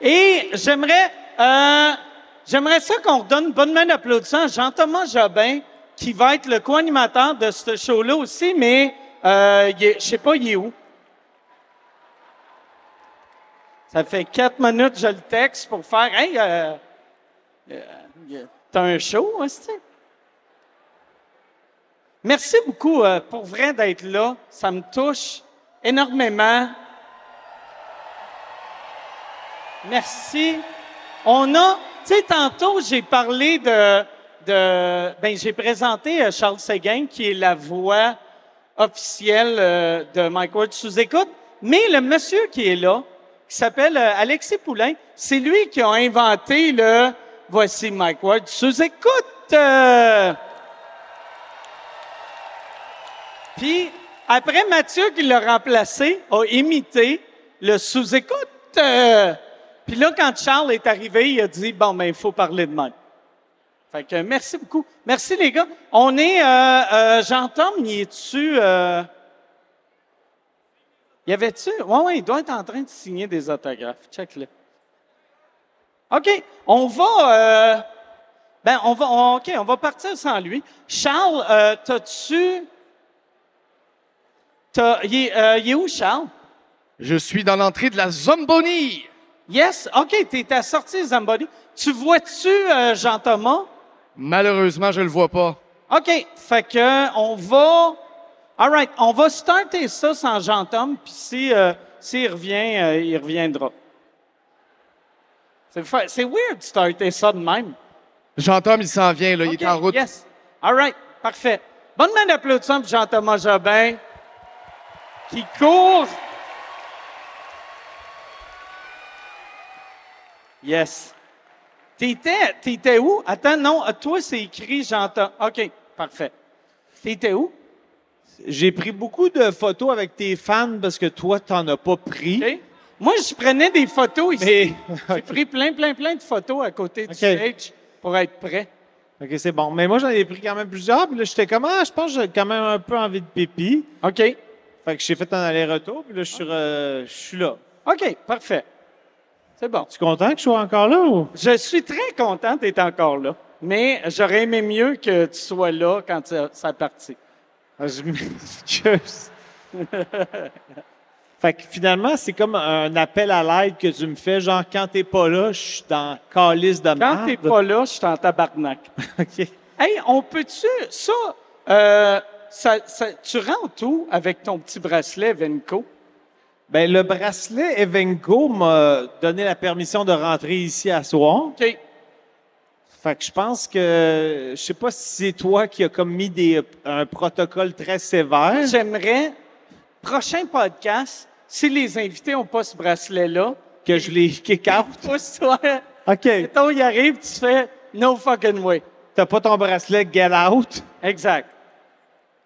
Et j'aimerais, euh, j'aimerais ça qu'on redonne une bonne main d'applaudissement à Jean-Thomas Jobin, qui va être le co-animateur de ce show-là aussi, mais euh, il est- je sais pas, il est où. Ça fait quatre minutes, je le texte pour faire, hey, euh, euh, t'as un show, hein, est Merci beaucoup euh, pour vrai d'être là. Ça me touche énormément. Merci. On a, tu sais, tantôt, j'ai parlé de, de ben, j'ai présenté euh, Charles Seguin, qui est la voix officielle euh, de Mike Ward sous écoute. Mais le monsieur qui est là, qui s'appelle euh, Alexis Poulain, c'est lui qui a inventé le voici Mike Ward sous écoute. Euh, Puis après, Mathieu, qui l'a remplacé, a imité le sous-écoute. Euh, Puis là, quand Charles est arrivé, il a dit Bon, ben, il faut parler de même. Fait que merci beaucoup. Merci, les gars. On est. Euh, euh, Jean-Tom, y es-tu. Euh... Y avait-tu. Ouais, ouais, il doit être en train de signer des autographes. Check-le. OK. On va. euh, Ben, on va. on- OK, on va partir sans lui. Charles, euh, t'as-tu. T'as- Il est, euh, il est où, Charles? Je suis dans l'entrée de la Zomboni. Yes, OK, tu es sortie Zamboni. Tu vois-tu euh, Jean-Thomas? Malheureusement, je le vois pas. OK, fait que euh, on va All right, on va starter ça sans Jean-Thomas puis si euh, s'il revient, euh, il reviendra. C'est fa- c'est weird de starter ça de même. Jean-Tom, il s'en vient, là. Il est en route. Yes. All right, parfait. Bonne main d'applaudissement pour Jean-Thomas Jobin qui court. Yes. T'étais, t'étais où? Attends, non, euh, toi, c'est écrit, j'entends. OK, parfait. T'étais où? J'ai pris beaucoup de photos avec tes fans parce que toi, t'en as pas pris. Moi, je prenais des photos ici. J'ai pris plein, plein, plein de photos à côté du OK. stage pour être prêt. OK, c'est bon. Mais moi, j'en ai pris quand même plusieurs. Puis là, j'étais comme, ah, je pense que j'ai quand même un peu envie de pipi. OK. Fait que j'ai fait un aller-retour. Puis là, je suis, re- Euh, je suis là. OK, parfait. C'est bon. Tu es content que je sois encore là ou? Je suis très content d'être encore là, mais j'aurais aimé mieux que tu sois là quand ça, Ah, ça partit. Je m'excuse. Fait que finalement, c'est comme un appel à l'aide que tu me fais. Genre, quand t'es pas là, je suis dans calice de merde. Quand t'es pas là, je suis en tabarnak. OK. Hey, on peut-tu. Ça, euh, ça, ça- tu rentres où avec ton petit bracelet Venco? Ben, le bracelet Evenco m'a donné la permission de rentrer ici à soir. OK. Fait que je pense que, je sais pas si c'est toi qui as comme mis des, un protocole très sévère. J'aimerais, prochain podcast, si les invités n'ont pas ce bracelet-là, que je les kick out. Pousse-toi. OK. Mettons, il arrive, tu fais no fucking way. T'as pas ton bracelet get out? Exact.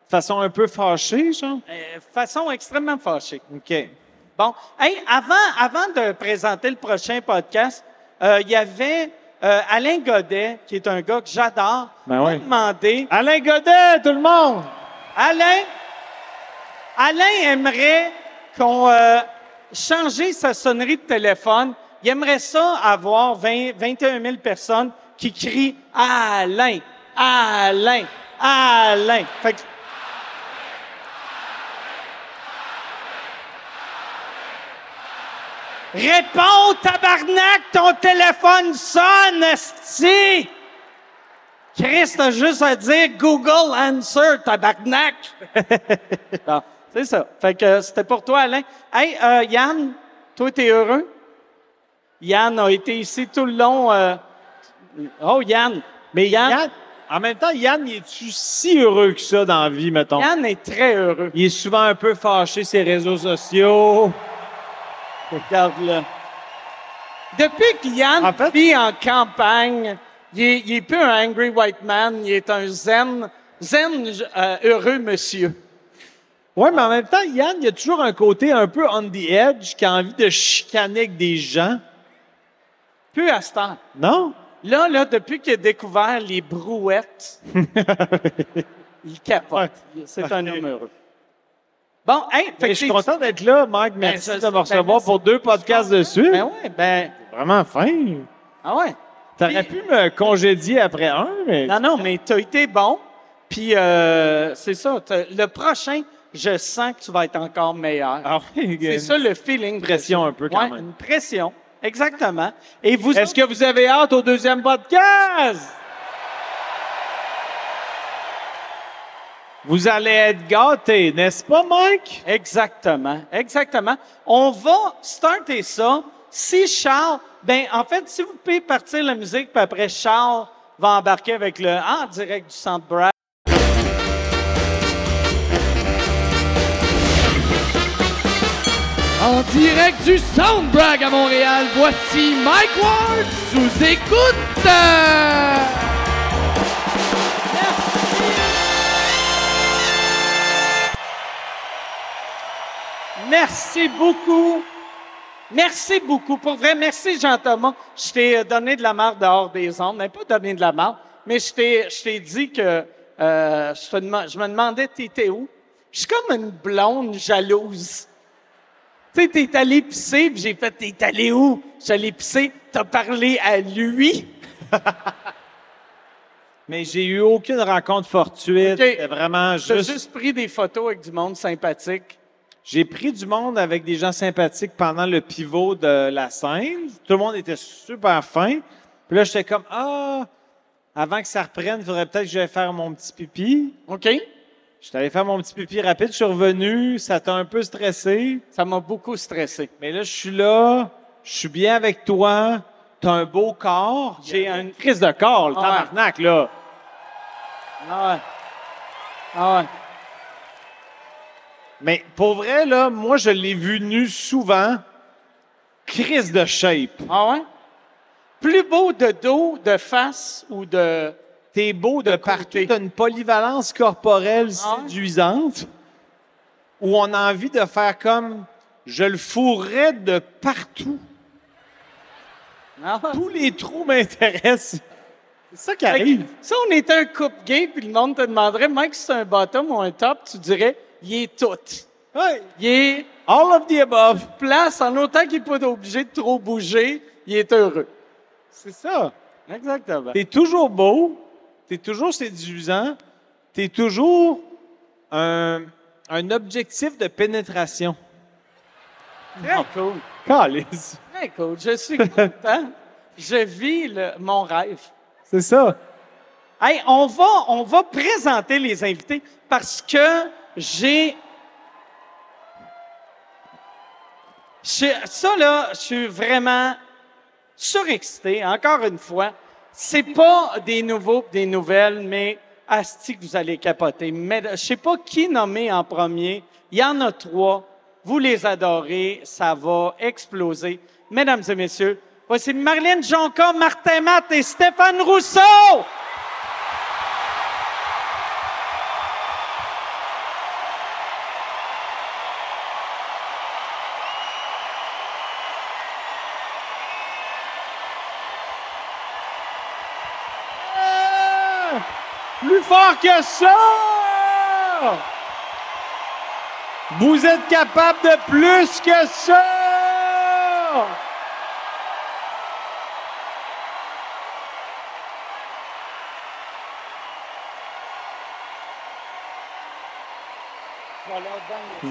Façon un peu fâchée, genre? Euh, façon extrêmement fâchée. OK. Bon. Hey, avant, avant de présenter le prochain podcast, euh, il y avait euh, Alain Godet, qui est un gars que j'adore, Ben ouais. demandé. Alain Godet, tout le monde! Alain, Alain aimerait qu'on euh, changer sa sonnerie de téléphone. Il aimerait ça avoir 20 21 000 personnes qui crient Alain, Alain, Alain. Fait que- Réponds, tabarnak, ton téléphone sonne, esti! Chris, t'as juste à dire Google Answer, tabarnak! Bon, c'est ça. Fait que euh, c'était pour toi, Alain. Hey, euh, Yann, toi, t'es heureux? Yann a été ici tout le long. euh, Oh, Yann! Mais Yann... en même temps, Yann, il est-tu si heureux que ça dans la vie, mettons? Yann est très heureux. Il est souvent un peu fâché ses réseaux sociaux. Regarde-le. Depuis que Yann vit en campagne, il est, il est plus un angry white man, il est un zen, zen euh, heureux monsieur. Oui, mais en même temps, Yann, il y a toujours un côté un peu on the edge qui a envie de chicaner avec des gens. Plus à ce temps. Non? Là, là, depuis qu'il a découvert les brouettes, il capote. C'est un homme heureux. Bon, hey, fait Mais que je suis t'es- content d'être là, Mike. Merci Ben, je- de me recevoir ben, merci. pour deux podcasts dessus. Ben ouais, ben. Vraiment fin. Ah ouais? T'aurais pu me congédier après un, mais. Non, non, mais t'as été bon. Puis euh, c'est ça. t'as- Le prochain, je sens que tu vas être encore meilleur. Ah euh, c'est ça le feeling. que pression j'ai. un peu quand Ouais, même. Une pression, exactement. Et vous. Est-ce que vous avez hâte au deuxième podcast? Vous allez être gâtés, n'est-ce pas, Mike? Exactement, exactement. On va starter ça. Si Charles, ben en fait, si vous pouvez partir la musique, puis après Charles va embarquer avec le en direct du Centre Brad. En direct du Soundbrag à Montréal, voici Mike Ward sous écoute. Merci beaucoup. Merci beaucoup. Pour vrai, merci Jean-Thomas. Je t'ai euh, donné de la marde dehors des ondes. Mais pas donné de la marde, mais je t'ai, je t'ai dit que euh, je, te deman- je me demandais t'étais où. Je suis comme une blonde jalouse. Tu sais, t'es allé pisser, puis j'ai fait t'es allé où? J'allais pisser, t'as parlé à lui. Mais j'ai eu aucune rencontre fortuite. Ok. C'était vraiment J'ai juste. juste pris des photos avec du monde sympathique. J'ai pris du monde avec des gens sympathiques pendant le pivot de la scène. Tout le monde était super fin. Puis là, j'étais comme, ah, avant que ça reprenne, il faudrait peut-être que j'aille faire mon petit pipi. OK. J'étais allé faire mon petit pipi rapide, je suis revenu, ça t'a un peu stressé. Ça m'a beaucoup stressé. Mais là, je suis là, je suis bien avec toi, t'as un beau corps. J'ai une crise de corps, le Ah ouais. tabarnak, là. Ah ouais. Ah ouais. Mais pour vrai, là, moi, je l'ai vu nu souvent. Crise de shape. Ah ouais? Plus beau de dos, de face ou de. Ah. T'es beau de, partout. T'as une polyvalence corporelle séduisante où on a envie de faire comme je le fourrais de partout. Tous les trous m'intéressent. C'est ça qui arrive. Si on était un couple gay puis le monde te demanderait, Mike, si c'est un bottom ou un top, tu dirais, il est tout. Il est. All of the above. Place, en autant qu'il n'est pas obligé de trop bouger, il est heureux. C'est ça. Exactement. T'es toujours beau, t'es toujours séduisant, t'es toujours un, un objectif de pénétration. Très cool. Calice. Très cool. Je suis content. Je vis le- mon rêve. C'est ça. Hey, on va, on va présenter les invités parce que j'ai. J'ai- Ça, là, je suis vraiment surexcité, encore une fois. C'est pas des nouveaux pis des nouvelles, mais asti que vous allez capoter. Mais je sais pas qui nommer en premier. Il y en a trois. Vous les adorez. Ça va exploser. Mesdames et messieurs, voici Marlène Jonca, Martin Matt et Stéphane Rousseau! Plus fort que ça! Vous êtes capable de plus que ça!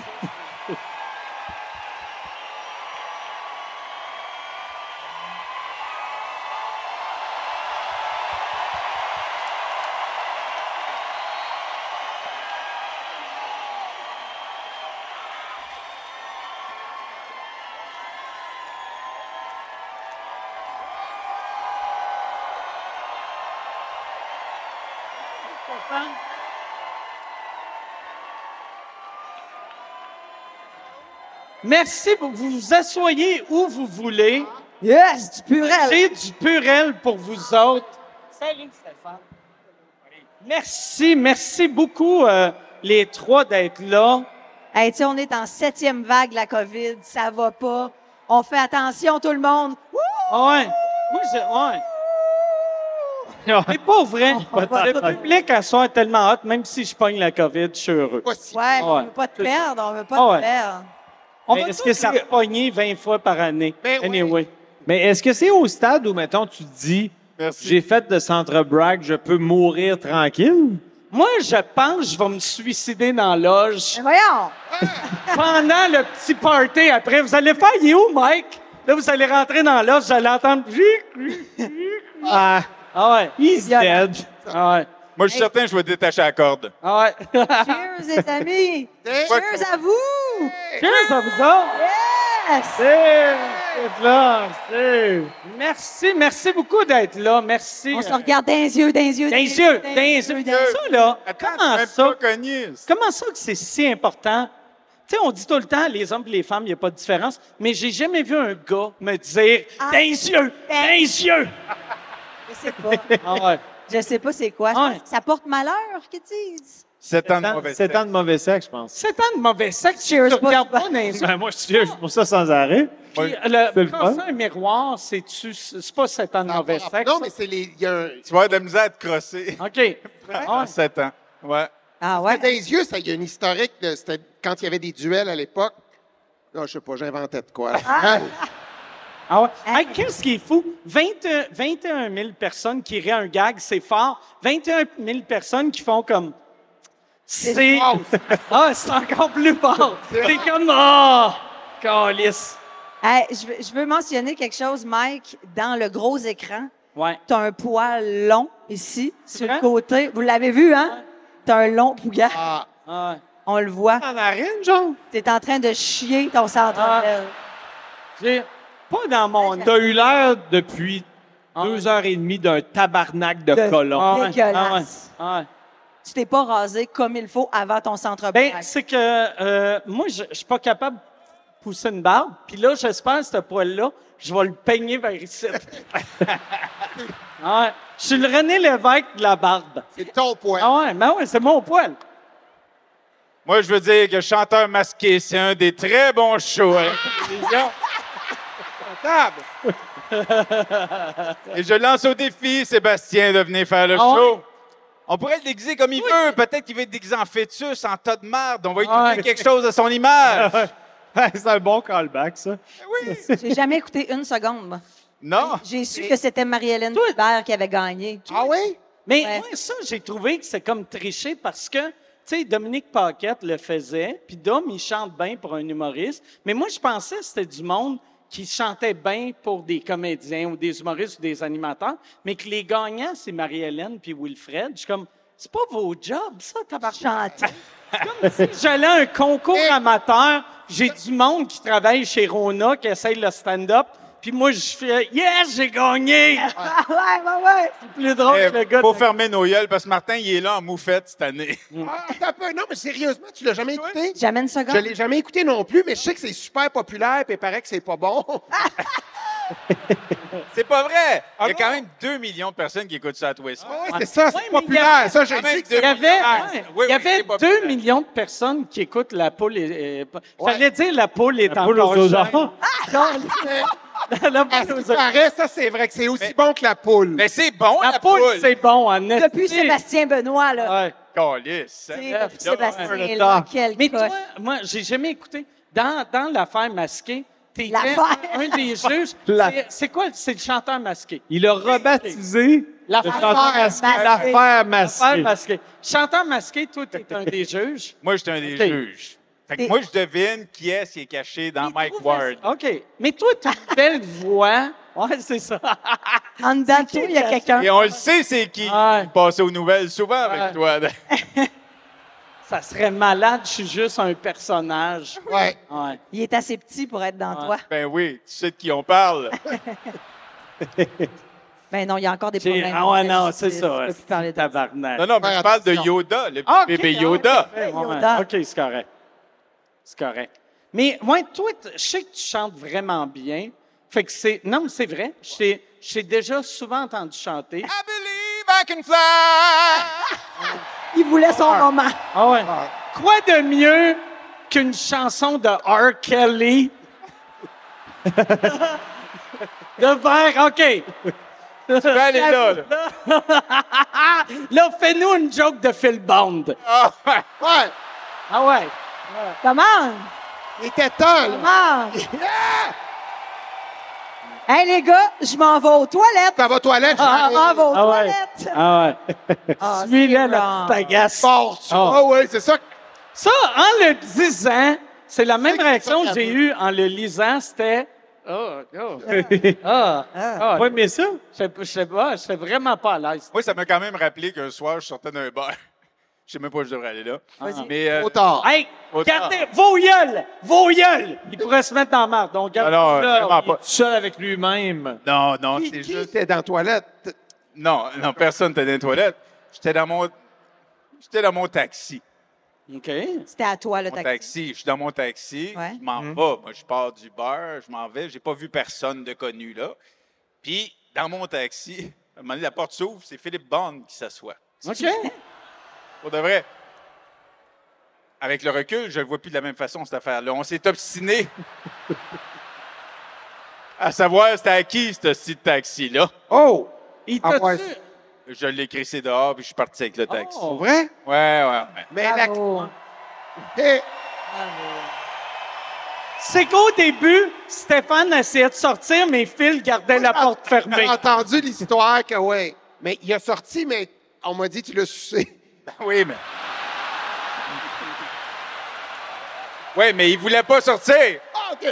Merci. Vous vous asseyez où vous voulez. Yes, du purel. J'ai du purel pour vous autres. Salut, Stéphane. Merci, merci beaucoup, euh, les trois, d'être là. Hey, tu sais, on est en septième vague de la COVID, ça va pas. On fait attention, tout le monde. Ah Ouais. Oui, je- ouais. C'est pas vrai. Peut-être. Le public à soir est tellement hot, même si je pogne la COVID, je suis heureux. Ouais, Ah Ouais. on veut pas te C'est ça. perdre, on veut pas Ah ouais. te perdre. Mais Est-ce que ça pogné 20 fois par année? Anyway. Mais est-ce que c'est au stade où, mettons, tu te dis j'ai fait de centre brag je peux mourir tranquille? Moi, je pense que je vais me suicider dans la loge. voyons! Pendant le petit party après, vous allez faire Il est où, Mike? Là, vous allez rentrer dans la loge, vous allez entendre. Ah, ah ouais. He's dead. Ah ouais. Moi, je suis certain que je vais détacher la corde. Ah ouais. Cheers, les amis! Cheers à vous! Cheers à vous autres! Yes! C'est là, c'est- Merci, merci beaucoup d'être là. Merci. On se regarde dans les yeux, dans les yeux, Dans les yeux, dans les yeux. Ça, là, comment ça? Comment ça que c'est si important? Tu sais, on dit tout le temps, les hommes et les femmes, il n'y a pas de différence, mais j'ai jamais vu un gars me dire Ah. dans les yeux, Dans- dans les yeux. Je sais pas. Ah ouais. Je sais pas c'est quoi. Je Ah pense que Ça porte malheur, qu'ils disent. Sept ans de mauvais sexe. Sept ans de mauvais sexe, je pense. Sept ans de mauvais sexe, tu Cheers, regardes pas dans les yeux. Ben, moi, je suis vieux, je suis pour ça sans arrêt. Puis, C'est le, le quand fun. c'est un miroir, c'est-tu, c'est pas sept ans de mauvais sexe? non, mais c'est les. Tu vas avoir de la misère à te crosser. OK. Dans 7 ans. Ouais. Ah ouais? Dans les yeux, ça, il y a une historique. de- C'était quand il y avait des duels à l'époque. Non, je sais pas, j'inventais de quoi. Ah ouais? Hey, Qu'est-ce qui est fou? euh, 21 21 000 personnes qui rient un gag, c'est fort. 21 000 personnes qui font comme C'est. Ah, c'est encore plus fort. T'es comme. Ah! Calice. Hey, je, veux, je veux mentionner quelque chose, Mike, dans le gros écran. Ouais. T'as un poil long ici, sur le côté. Vous l'avez vu, hein? T'as un long pouga. Ah. On le voit. En narine, genre? T'es en train de chier ton centre. d'appel. J'ai pas dans mon. Ouais. T'as eu l'air depuis Ah deux heures et demie d'un tabarnak de, De- colons. Ah dégueulasse. Ah ouais. Tu t'es pas rasé comme il faut avant ton centre Ben, blague. c'est que euh, moi, je je suis pas capable de pousser une barbe. Puis là, j'espère que ce poil-là, je vais le peigner vers ici. Ah ouais. Je suis le René Lévesque de la barbe. C'est ton poil. Ah ouais, ben ouais, c'est mon poil. Moi, je veux dire que Chanteur masqué, c'est un des très bons shows. hein. Ah! Et je lance au défi Sébastien de venir faire le Ah ouais? show. On pourrait le déguiser comme il veut. Peut-être qu'il veut être déguisé en fœtus, en tas de merde. On va lui Ah trouver ouais. quelque chose à son image. c'est un bon callback, ça. J'ai jamais écouté une seconde, moi. Non. J'ai su que c'était Marie-Hélène Hubert qui avait gagné. Ah oui? Mais moi, ça, j'ai trouvé que c'est comme tricher parce que, tu sais, Dominique Paquette le faisait, puis Dom, il chante bien pour un humoriste. Mais moi, je pensais que c'était du monde qui chantait bien pour des comédiens ou des humoristes ou des animateurs, mais que les gagnants, c'est Marie-Hélène puis Wilfred. Je suis comme, c'est pas vos jobs, ça, tabarnak. Chanter. Si j'allais à un concours amateur, j'ai du monde qui travaille chez Rona, qui essaye le stand-up, puis moi, je fais « Yes, j'ai gagné! Ah ouais, ouais, ouais. C'est plus drôle Eh, que le gars... faut fermer nos gueules parce que Martin, il est là en moufette cette année. Mm. Ah, attends un peu. Non, mais sérieusement, tu l'as jamais écouté? Jamais une Je seconde. l'ai jamais écouté non plus, mais je sais que c'est super populaire, puis il paraît que c'est pas bon. C'est pas vrai! Ah Il y a quand même 2 millions de personnes qui écoutent ça à tous les soirs. ouais, Ah, c'est ça, c'est Ouais, mais populaire. il y avait- ben, Ça, je Ah, sais mais que Il c'est y avait, populaire. Oui, ouais, il y oui, avait c'est populaire. 2 millions de personnes qui écoutent La poule est... est- J'allais dire La poule est poule encore aux oiseaux. jeune. Ah, La À poule ce aux qui oiseaux. paraît, ça, Ah, c'est vrai que c'est aussi bon que la poule. Mais c'est bon, La poule, c'est bon, Annette. Depuis Sébastien Benoît, là. Ouais. Calisse. Tu sais, Là, depuis Sébastien, le là, temps. quel Mais coche. toi, moi, j'ai jamais écouté. Dans, dans l'affaire masquée, t'étais L'affaire. un des juges. La- C'est- C'est quoi? C'est le chanteur masqué. Il a rebaptisé L'affaire le chanteur masqué. L'affaire L'affaire masquée. masquée. Chanteur masqué, toi, t'es un des juges. Moi, j'étais un des Ok. juges. Fait que Et- moi, je devine qui est-ce qui est caché dans Mike Ward. OK. Mais toi, t'as une belle voix. Ouais, c'est ça. En dedans de toi, il y a quelqu'un. Et on le sait, c'est qui. Il passait aux nouvelles souvent avec toi. Ça serait malade, je suis juste un personnage. Ouais. Ouais. Il est assez petit pour être dans toi. Ben oui, tu sais de qui on parle. Ben non, il y a encore des J'ai- problèmes. Ah ouais, de non, justice. c'est ça. Je peux plus parler de Ah, Tabarnak. Non, non, mais je parle de Yoda, le petit bébé Yoda. Yoda. OK, c'est correct. C'est correct. Mais moi, toi, t- je sais que tu chantes vraiment bien. Fait que c'est. Non, mais c'est vrai. Je t'ai- je t'ai déjà souvent entendu chanter. I can fly. Il voulait son roman. Ah ouais. Quoi de mieux qu'une chanson de R. Kelly? de verre, OK. Tu peux aller là, là. Là, fais-nous une joke de Phil Bond. Ah ouais. Ouais. Ah ouais. Comment? Il était temps, là. Comment? Hey les gars, je m'en vais aux toilettes. Ça va aux toilettes? Ah, je m'en vais aux Ah ouais. toilettes. Ah ouais. Ah, Suis-le, c'est la wrong. petite agace. Fort, tu vois. Ah ouais, c'est ça. que- Ça, en le disant, c'est la même réaction ça que j'ai qu'elle eue en le lisant, c'était... Oh, oh. Ah, ah. Ouais, mais ça. Je je sais pas, je sais vraiment pas à l'aise. Moi, ça m'a quand même rappelé qu'un soir, je sortais d'un bar. Je sais même pas où je devrais aller là. Vas-y. Mais, euh, Trop tard. Ah. Hey, Au tard. gardez vos gueules! Vos gueules! Il pourrait se mettre dans la marde, donc garde Alors, euh, euh, ça. vraiment pas. Seul avec lui-même. Non, non, Qui, c'est qui juste. était dans la toilette? Non, non, personne n'était dans les toilettes. J'étais dans mon. J'étais dans mon taxi. OK. C'était à toi le Mon taxi. taxi. Je suis dans mon taxi. Ouais. Je m'en Mhm. vais. Moi, je pars du beurre. Je m'en vais. J'ai pas vu personne de connu là. Puis, dans mon taxi, à un moment donné, la porte s'ouvre. C'est Philippe Bond qui s'assoit. OK. Pour de vrai. Avec le recul, je le vois plus de la même façon, cette affaire-là. On s'est obstiné à savoir c'était à qui, ce petit taxi-là. Oh! Il Ah t'a ouais. tué. Je l'ai crissé dehors, puis je suis parti avec le taxi. Oh. Vrai? Ouais, ouais, ouais. Mais la... Bravo. Hé! C'est qu'au début, Stéphane essayait de sortir, mais Phil gardait la porte fermée. J'ai entendu l'histoire Ben que, ouais. Mais il a sorti, mais on m'a dit, tu l'as sucé. Oui, mais. Oui, mais il voulait pas sortir. Ah, OK.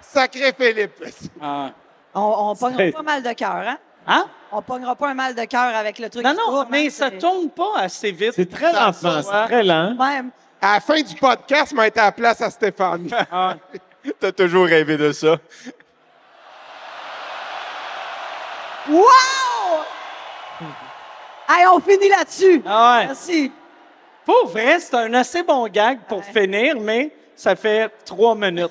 Sacré Philippe. Ah. On, on pognera C'est- pas mal de cœur, hein? Hein? On pognera pas un mal de cœur avec le truc. Non, du non, trouble, hein, mais ça c'est- tourne pas assez vite. C'est très lentement, c'est très lent. Même. À la fin du podcast, m'a été à la place à Stéphane. Ah. T'as toujours rêvé de ça. Wow! Hey, on finit là-dessus. Merci. Ah Pour vrai, c'est un assez bon gag pour finir, mais ça fait trois minutes.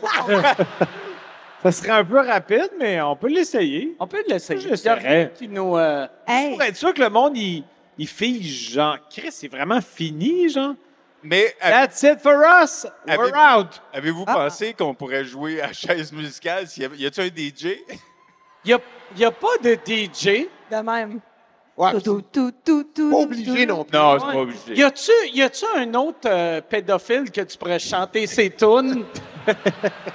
Ça serait un peu rapide, mais on peut l'essayer. On peut l'essayer. Je l'essayerais. Qui nous, euh, Pour être sûr que le monde, il, il fige, genre, Chris, c'est vraiment fini, genre. Mais. That's it for us. We're Avez- out. Avez-vous Ah. pensé qu'on pourrait jouer à chaise musicale? s'il Y avait- y a-tu un DJ? Il n'y a, pas de DJ. De même. Ouais. Tout, tout, tout, tout. Pas obligé non plus. Non, c'est pas obligé. Y a-tu, y a-tu un autre euh, pédophile que tu pourrais chanter ses tunes?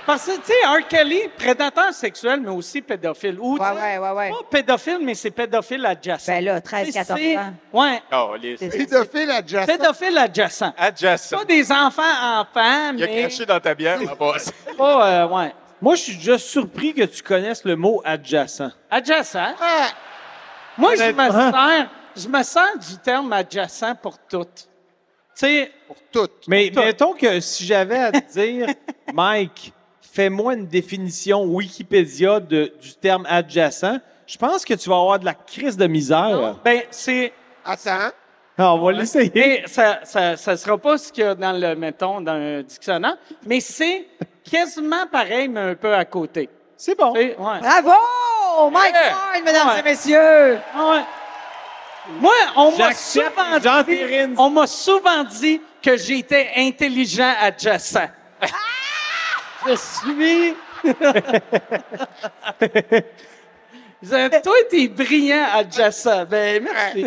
Parce que, tu sais, R. Kelly, prédateur sexuel, mais aussi pédophile. Ou, Ah tu sais, Pas pédophile, mais c'est pédophile adjacent. Ben là, 13, 14 ans. Ouais. Oh, les... Pédophile adjacent. Pédophile adjacent. Adjacent. Pas des enfants-enfants, Il a mais... craché dans ta bière, ma bosse. Pas, euh, ouais. Moi, je suis juste surpris que tu connaisses le mot adjacent. Ah, Adjacent. Moi, je me Honnêtement. sers, je me sers du terme adjacent pour toutes. Tu sais, pour toutes. Mais mettons que si j'avais à te dire, Mike, fais-moi une définition Wikipédia de- du terme adjacent, je pense que tu vas avoir de la crise de misère. ben c'est. Attends. Ah, on va l'essayer. Mais ça, ça, ça sera pas ce qu'il y a dans le, mettons, dans un dictionnaire, mais c'est quasiment pareil, mais un peu à côté. C'est bon. Bravo! Mike Ward, mesdames Ouais. Ah et messieurs! Moi, on m'a J'accepte souvent dit, on m'a souvent dit que j'étais intelligent adjacent. Ah! Je suis. Je- Toi, t'es brillant adjacent. Ben, merci.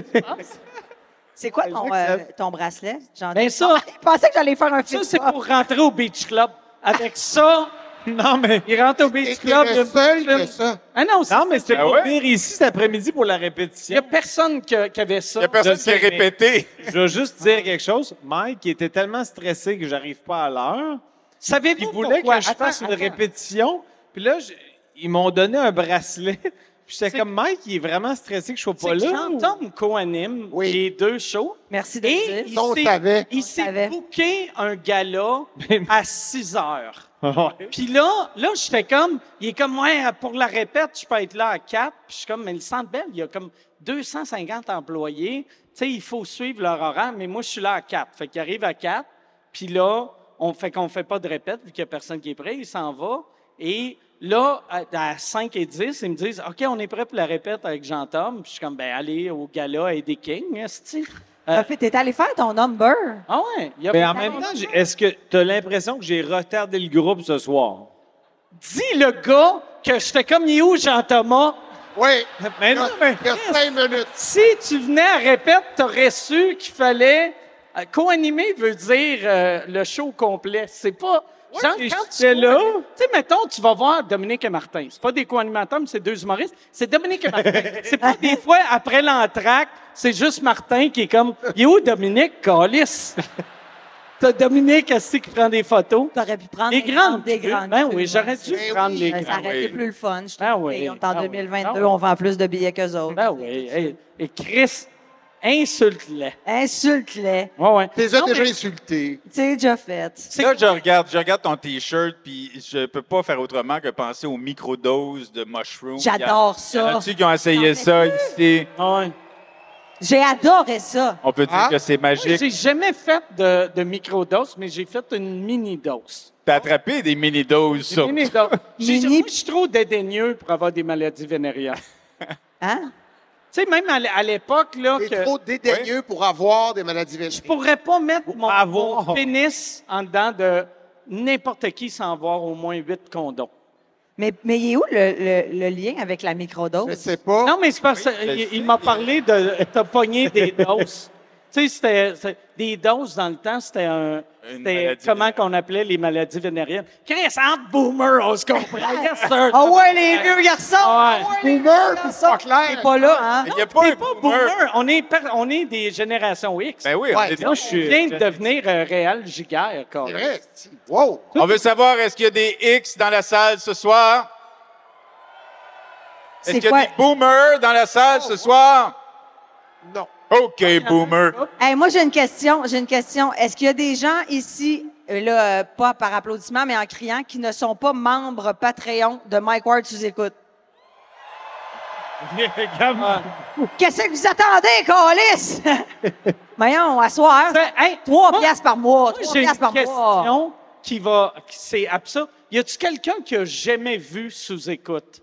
C'est quoi ton, euh, ton bracelet? J'en- Ben ça, Je pensais que j'allais faire un ça film. c'est pour rentrer au beach club. Avec ça, non mais il rentre au beach club. le il- seul il- que ça. Ah non, Non, mais c'était Ah pour ouais? venir ici cet après-midi pour la Il répétition. n'y a personne que- qui avait ça. Il y a personne Je qui a sais, mais- répété. Je veux juste dire quelque chose. Mike il était tellement stressé que j'arrive pas à l'heure. Savez-vous Il voulait pourquoi? que je Attends, fasse une attends. répétition. Puis là, je- ils m'ont donné un bracelet. Puis j'étais comme, Mike, il est vraiment stressé que je sois C'est pas que là. Chantum co-anime les deux shows. Merci de Et dire. On savait. Il s'est booké un gala Ben, à 6 heures. Ouais. Puis là, là, j'étais comme, il est comme, ouais, pour la répète, je peux être là à 4. Puis je suis comme, mais le Centre Bell, il y a comme 250 employés. Tu sais, il faut suivre leur horaire, mais moi, je suis là à 4. Fait qu'il arrive à 4. Puis là, on fait qu'on fait pas de répète, vu qu'il y a personne qui est prêt. Il s'en va. Et là, à, à 5 et 10, ils me disent, OK, on est prêt pour la répète avec Jean-Tom. Puis je suis comme, ben, allez au gala et des King, esti. Euh, T'as fait- T'es allé faire ton number. ah ouais, il y a Mais en même temps, j'ai- est-ce que tu as l'impression que j'ai retardé le groupe ce soir? Dis le gars que j'étais comme il est où, Jean-Thomas? Oui. Mais non, mais Il y a cinq minutes. Si tu venais à répète, t'aurais su qu'il fallait. euh, co-animer veut dire euh, le show complet. C'est pas. Genre, mais quand tu. j'étais là. co-animes- Tu sais, mettons, tu vas voir Dominique et Martin. C'est pas des co-animateurs, mais c'est deux humoristes. C'est Dominique et Martin. c'est pas des fois, après l'entraque, c'est juste Martin qui est comme. Il est où Dominique? Calice! T'as Dominique assis qui prend des photos. T'aurais pu prendre les des grandes. des crues. grandes Ben crues, oui, j'aurais dû Ben prendre oui, les ça grandes. aurait été plus le fun. Je Ah trouve. oui, Et on est en ah oui, 2022, ah oui. on vend plus de billets qu'eux autres. Ben oui. hey, et Chris, insulte-les. Insulte-les. Ouais, ouais. T'es déjà Non, mais- insulté. C'est déjà fait. Là, je regarde, je regarde ton T-shirt, puis je peux pas faire autrement que penser aux microdoses de mushrooms. J'adore Y en ça. a-tu qui ont essayé ça ici? J'ai adoré ça. On peut dire Ah. que c'est Moi, magique. J'ai jamais fait de, de microdose, mais j'ai fait une mini-dose. T'as attrapé des mini-doses Une sur mini-dose. J'ai- moi, Je suis trop dédaigneux pour avoir des maladies vénériennes. Hein? Tu sais, même à, l- à l'époque, là. T'es que- trop dédaigneux pour avoir des maladies vénériennes. Je pourrais pas mettre mon, mon pénis en dedans de n'importe qui sans avoir au moins huit condoms. Mais, mais il est où le, le- le lien avec la microdose? Je sais pas. Non, mais c'est parce qu'il il m'a parlé de. T'as pogné des doses. Tu sais, c'était- c'était- des doses dans le temps, c'était un. c'était maladie comment qu'on appelait les maladies vénériennes? Chris, entre boomer, on se comprend. Yes, sir. Ah ouais, les vieux garçons! Ah ouais, boomer, pis pas clair! T'es pas là, hein? Non, t'es pas boomer. On est, par- on est des générations X. Ben oui, on Ouais, est- moi, je suis- viens de devenir euh, réel gigaire. C'est vrai. Wow! On veut savoir, est-ce qu'il y a des X dans la salle ce soir? Est-ce C'est qu'il y quoi? a des boomers dans la salle ce soir? Oh, Non. OK, boomer. Hey, moi, j'ai une question. J'ai une question. Est-ce qu'il y a des gens ici, euh, là, euh, pas par applaudissement, mais en criant, qui ne sont pas membres Patreon de Mike Ward sous écoute? Qu'est-ce que vous attendez, Calice? Voyons, à soir. trois piastres par mois. Trois J'ai une piastres par mois. question qui va. qui- C'est absurde. Y a-tu quelqu'un qui a jamais vu sous écoute?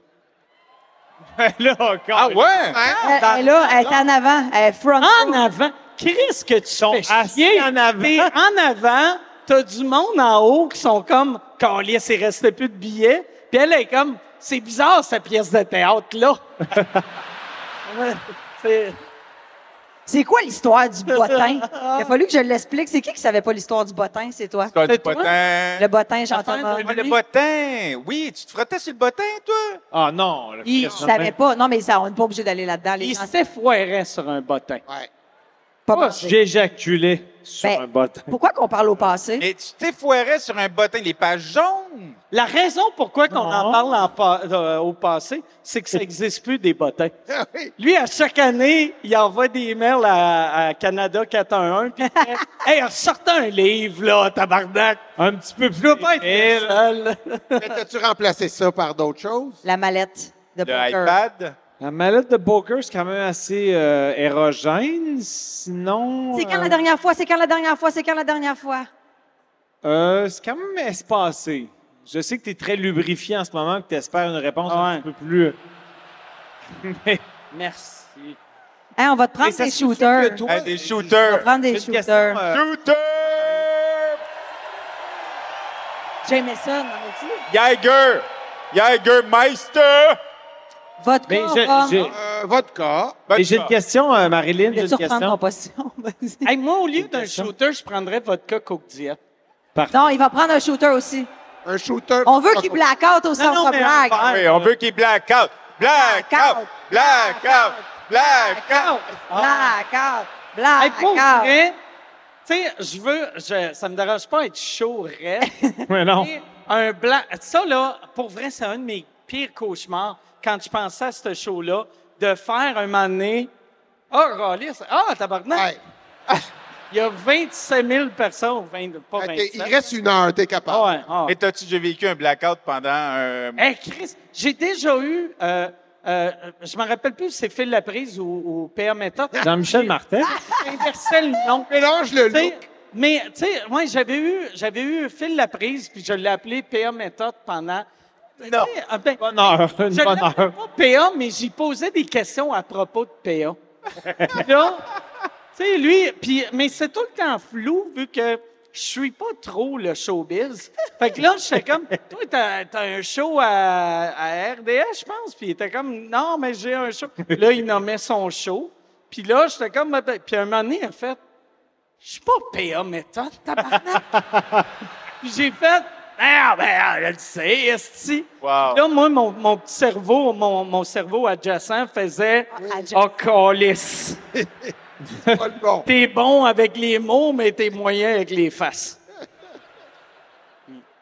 là, encore. Ah ouais? Elle, elle est là, elle est en avant. Elle est front. En avant. Qu'est-ce que tu fais chier? en avant. en avant, t'as du monde en haut qui sont comme, Calice, il restait plus de billets. Puis elle est comme, c'est bizarre, cette pièce de théâtre-là. C'est- C'est quoi l'histoire du bottin? Il a fallu que je l'explique. C'est qui qui savait pas l'histoire du bottin? C'est toi. L'histoire du C'est toi? bottin. Le bottin, j'entends. Ah, le bottin! Oui, tu te frottais sur le bottin, toi? Ah non. le Il Chris, savait non. pas. Non, mais ça, on n'est pas obligé d'aller là-dedans. Les Il gens- s'effoirait sur un bottin. Pas Moi, pensé. J'éjaculais sur Ben, un bottin. Pourquoi qu'on parle au passé? Et tu t'effoirais sur un bottin, les pages jaunes. La raison pourquoi qu'on en parle en pa- euh, au passé, c'est que ça n'existe plus des bottins. Ah Lui, à chaque année, il envoie des emails à, à Canada 411 puis il fait Hey, ressortez un livre, là, tabarnak! Un petit peu plus. pas être le seul. Mais t'as-tu remplacé ça par d'autres choses? La mallette de poker. La mallette de poker, c'est quand même assez euh, érogène. Sinon. C'est quand euh, la dernière fois? C'est quand la dernière fois? C'est quand la dernière fois? Euh, c'est quand même espacé. Je sais que tu es très lubrifié en ce moment, que tu espères une réponse un petit peu plus. Mais Merci. Hein, on va te prendre Mais ça des se peut shooters. que toi- euh, Hey, des On va shooters. prendre des shooters. euh, Shooter! Jameson, on a dit. Geiger! Geiger Meister! Votre Mais corps, je- Rome. j'ai- Euh, Vodka. Mais j'ai une question, euh, Marilyn. Je J'ai vais une surprendre question. ton position. Vas-y. Hey, moi, au lieu d'un shooter, je prendrais votre coq au diète. non, il va prendre un shooter aussi. Un shooter. On veut qu'il blackout au centre blague. Oui, on veut qu'il Ah! blackout. Blackout! Blackout! Blackout! Blackout. Hey, pour Blackout. vrai, tu sais, je veux, je, ça me dérange pas être chaud, raide. Mais non. Mais un blanc, ça là, pour vrai, c'est un de mes pires cauchemars quand je pensais à ce show-là, de faire un moment donné, ah, oh, ah, tabarnak! Ah, Il y a 27 000 personnes, ou 20, pas 27. Il reste une heure, t'es capable. Ouais, ah. Mais t'as-tu déjà vécu un blackout pendant euh, un... Hey, Chris, j'ai déjà eu, euh, euh, je me rappelle plus si c'est Phil Laprise ou, ou P.A. Méthode. Jean-Michel Martel. Ah, J'inversais le nom. Mélange le T'sais, Mais, tu sais, moi, j'avais eu, j'avais eu Phil Laprise, puis je l'ai appelé PA Méthode pendant. Non. Bonne heure, une ben, je bonne l'appelais heure. pas PA, mais j'y posais des questions à propos de PA. Puis là, tu sais, lui, puis, mais c'est tout le temps flou, vu que je suis pas trop le showbiz. Fait que là, j'étais comme, toi, t'as, t'as un show à, à RDS, je pense. Puis il était comme, non, mais j'ai un show. Là, il nommait son show. Puis là, j'étais comme, puis un moment donné, il a fait, je suis pas PA méthode, tabarnak. Puis j'ai fait, ah, ben, ah, je le sais, esti. Wow. Là, moi, mon, mon petit cerveau, mon, mon cerveau adjacent faisait, adjacent. oh, calice. T'es bon avec les mots, mais t'es moyen avec les faces.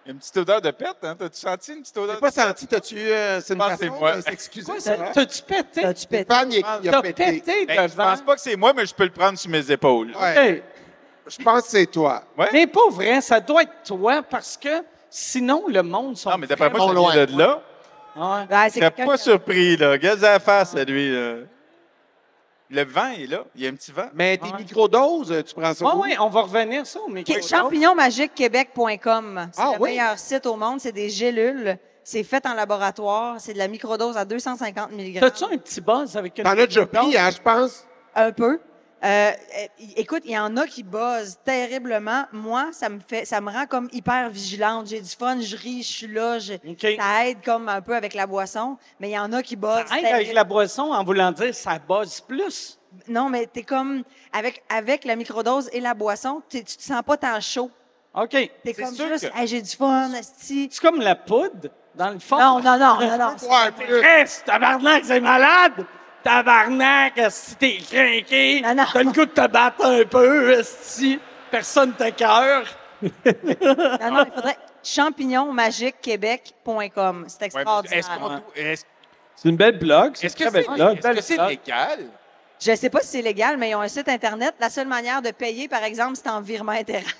Une petite odeur de pète, hein? T'as-tu senti une petite odeur de Pas senti, t'as-tu. euh, c'est une Je pense que c'est façon moi. de s'excuser. Quoi, ça, ça- hein? T'as-tu pété? T'as-tu pété? Stéphane, il, il a T'as pété. pété Ben, je devant. pense pas que c'est moi, mais je peux le prendre sur mes épaules. Ouais. Ok. Je pense que c'est toi. Ouais. Mais pas vrai, ça doit être toi, parce que sinon, le monde sont Non, mais d'après moi, vraiment ça loin. vient de là. Ouais. Ouais, c'est J'étais quelqu'un pas qui- surpris, là. Regarde la face à lui, là. Le vent est là. Il y a un petit vent. Mais tes microdoses, tu prends ça. Ouais, où? ouais, on va revenir ça au micro. Qui- Champignonmagiquequebec.com. C'est Ah le oui? meilleur site au monde. C'est des gélules. C'est fait en laboratoire. C'est de la microdose à 250 mg. T'as-tu un petit buzz avec une... T'en as déjà pris, hein, je pense. Un peu. Euh, euh, écoute, il y en a qui buzzent terriblement. Moi, ça me fait, ça me rend comme hyper vigilante. J'ai du fun, je ris, je suis là. je- Ça aide comme un peu avec la boisson. Mais il y en a qui buzzent. Hey, terrible- avec la boisson, en voulant dire, ça buzz plus. Non, mais t'es comme avec avec la microdose et la boisson, t'es- tu te sens pas tant chaud. OK. T'es comme sûr juste, que- Hey, j'ai du fun, esti. C'est comme la poudre, dans le fond. Non, non, non, non, non. Reste, tabarnak, c'est malade! Tabarnak, si t'es craqué, t'as le goût de te battre un peu, si personne te cœur. Non, non, il faudrait champignonmagiquequebec.com. C'est extraordinaire. hein. Est-ce qu'on tou- est-ce- C'est une belle blog. est-ce que une très c'est belle blog. est-ce que c'est légal? Je sais pas si c'est légal, mais ils ont un site Internet. La seule manière de payer, par exemple, c'est en virement interact.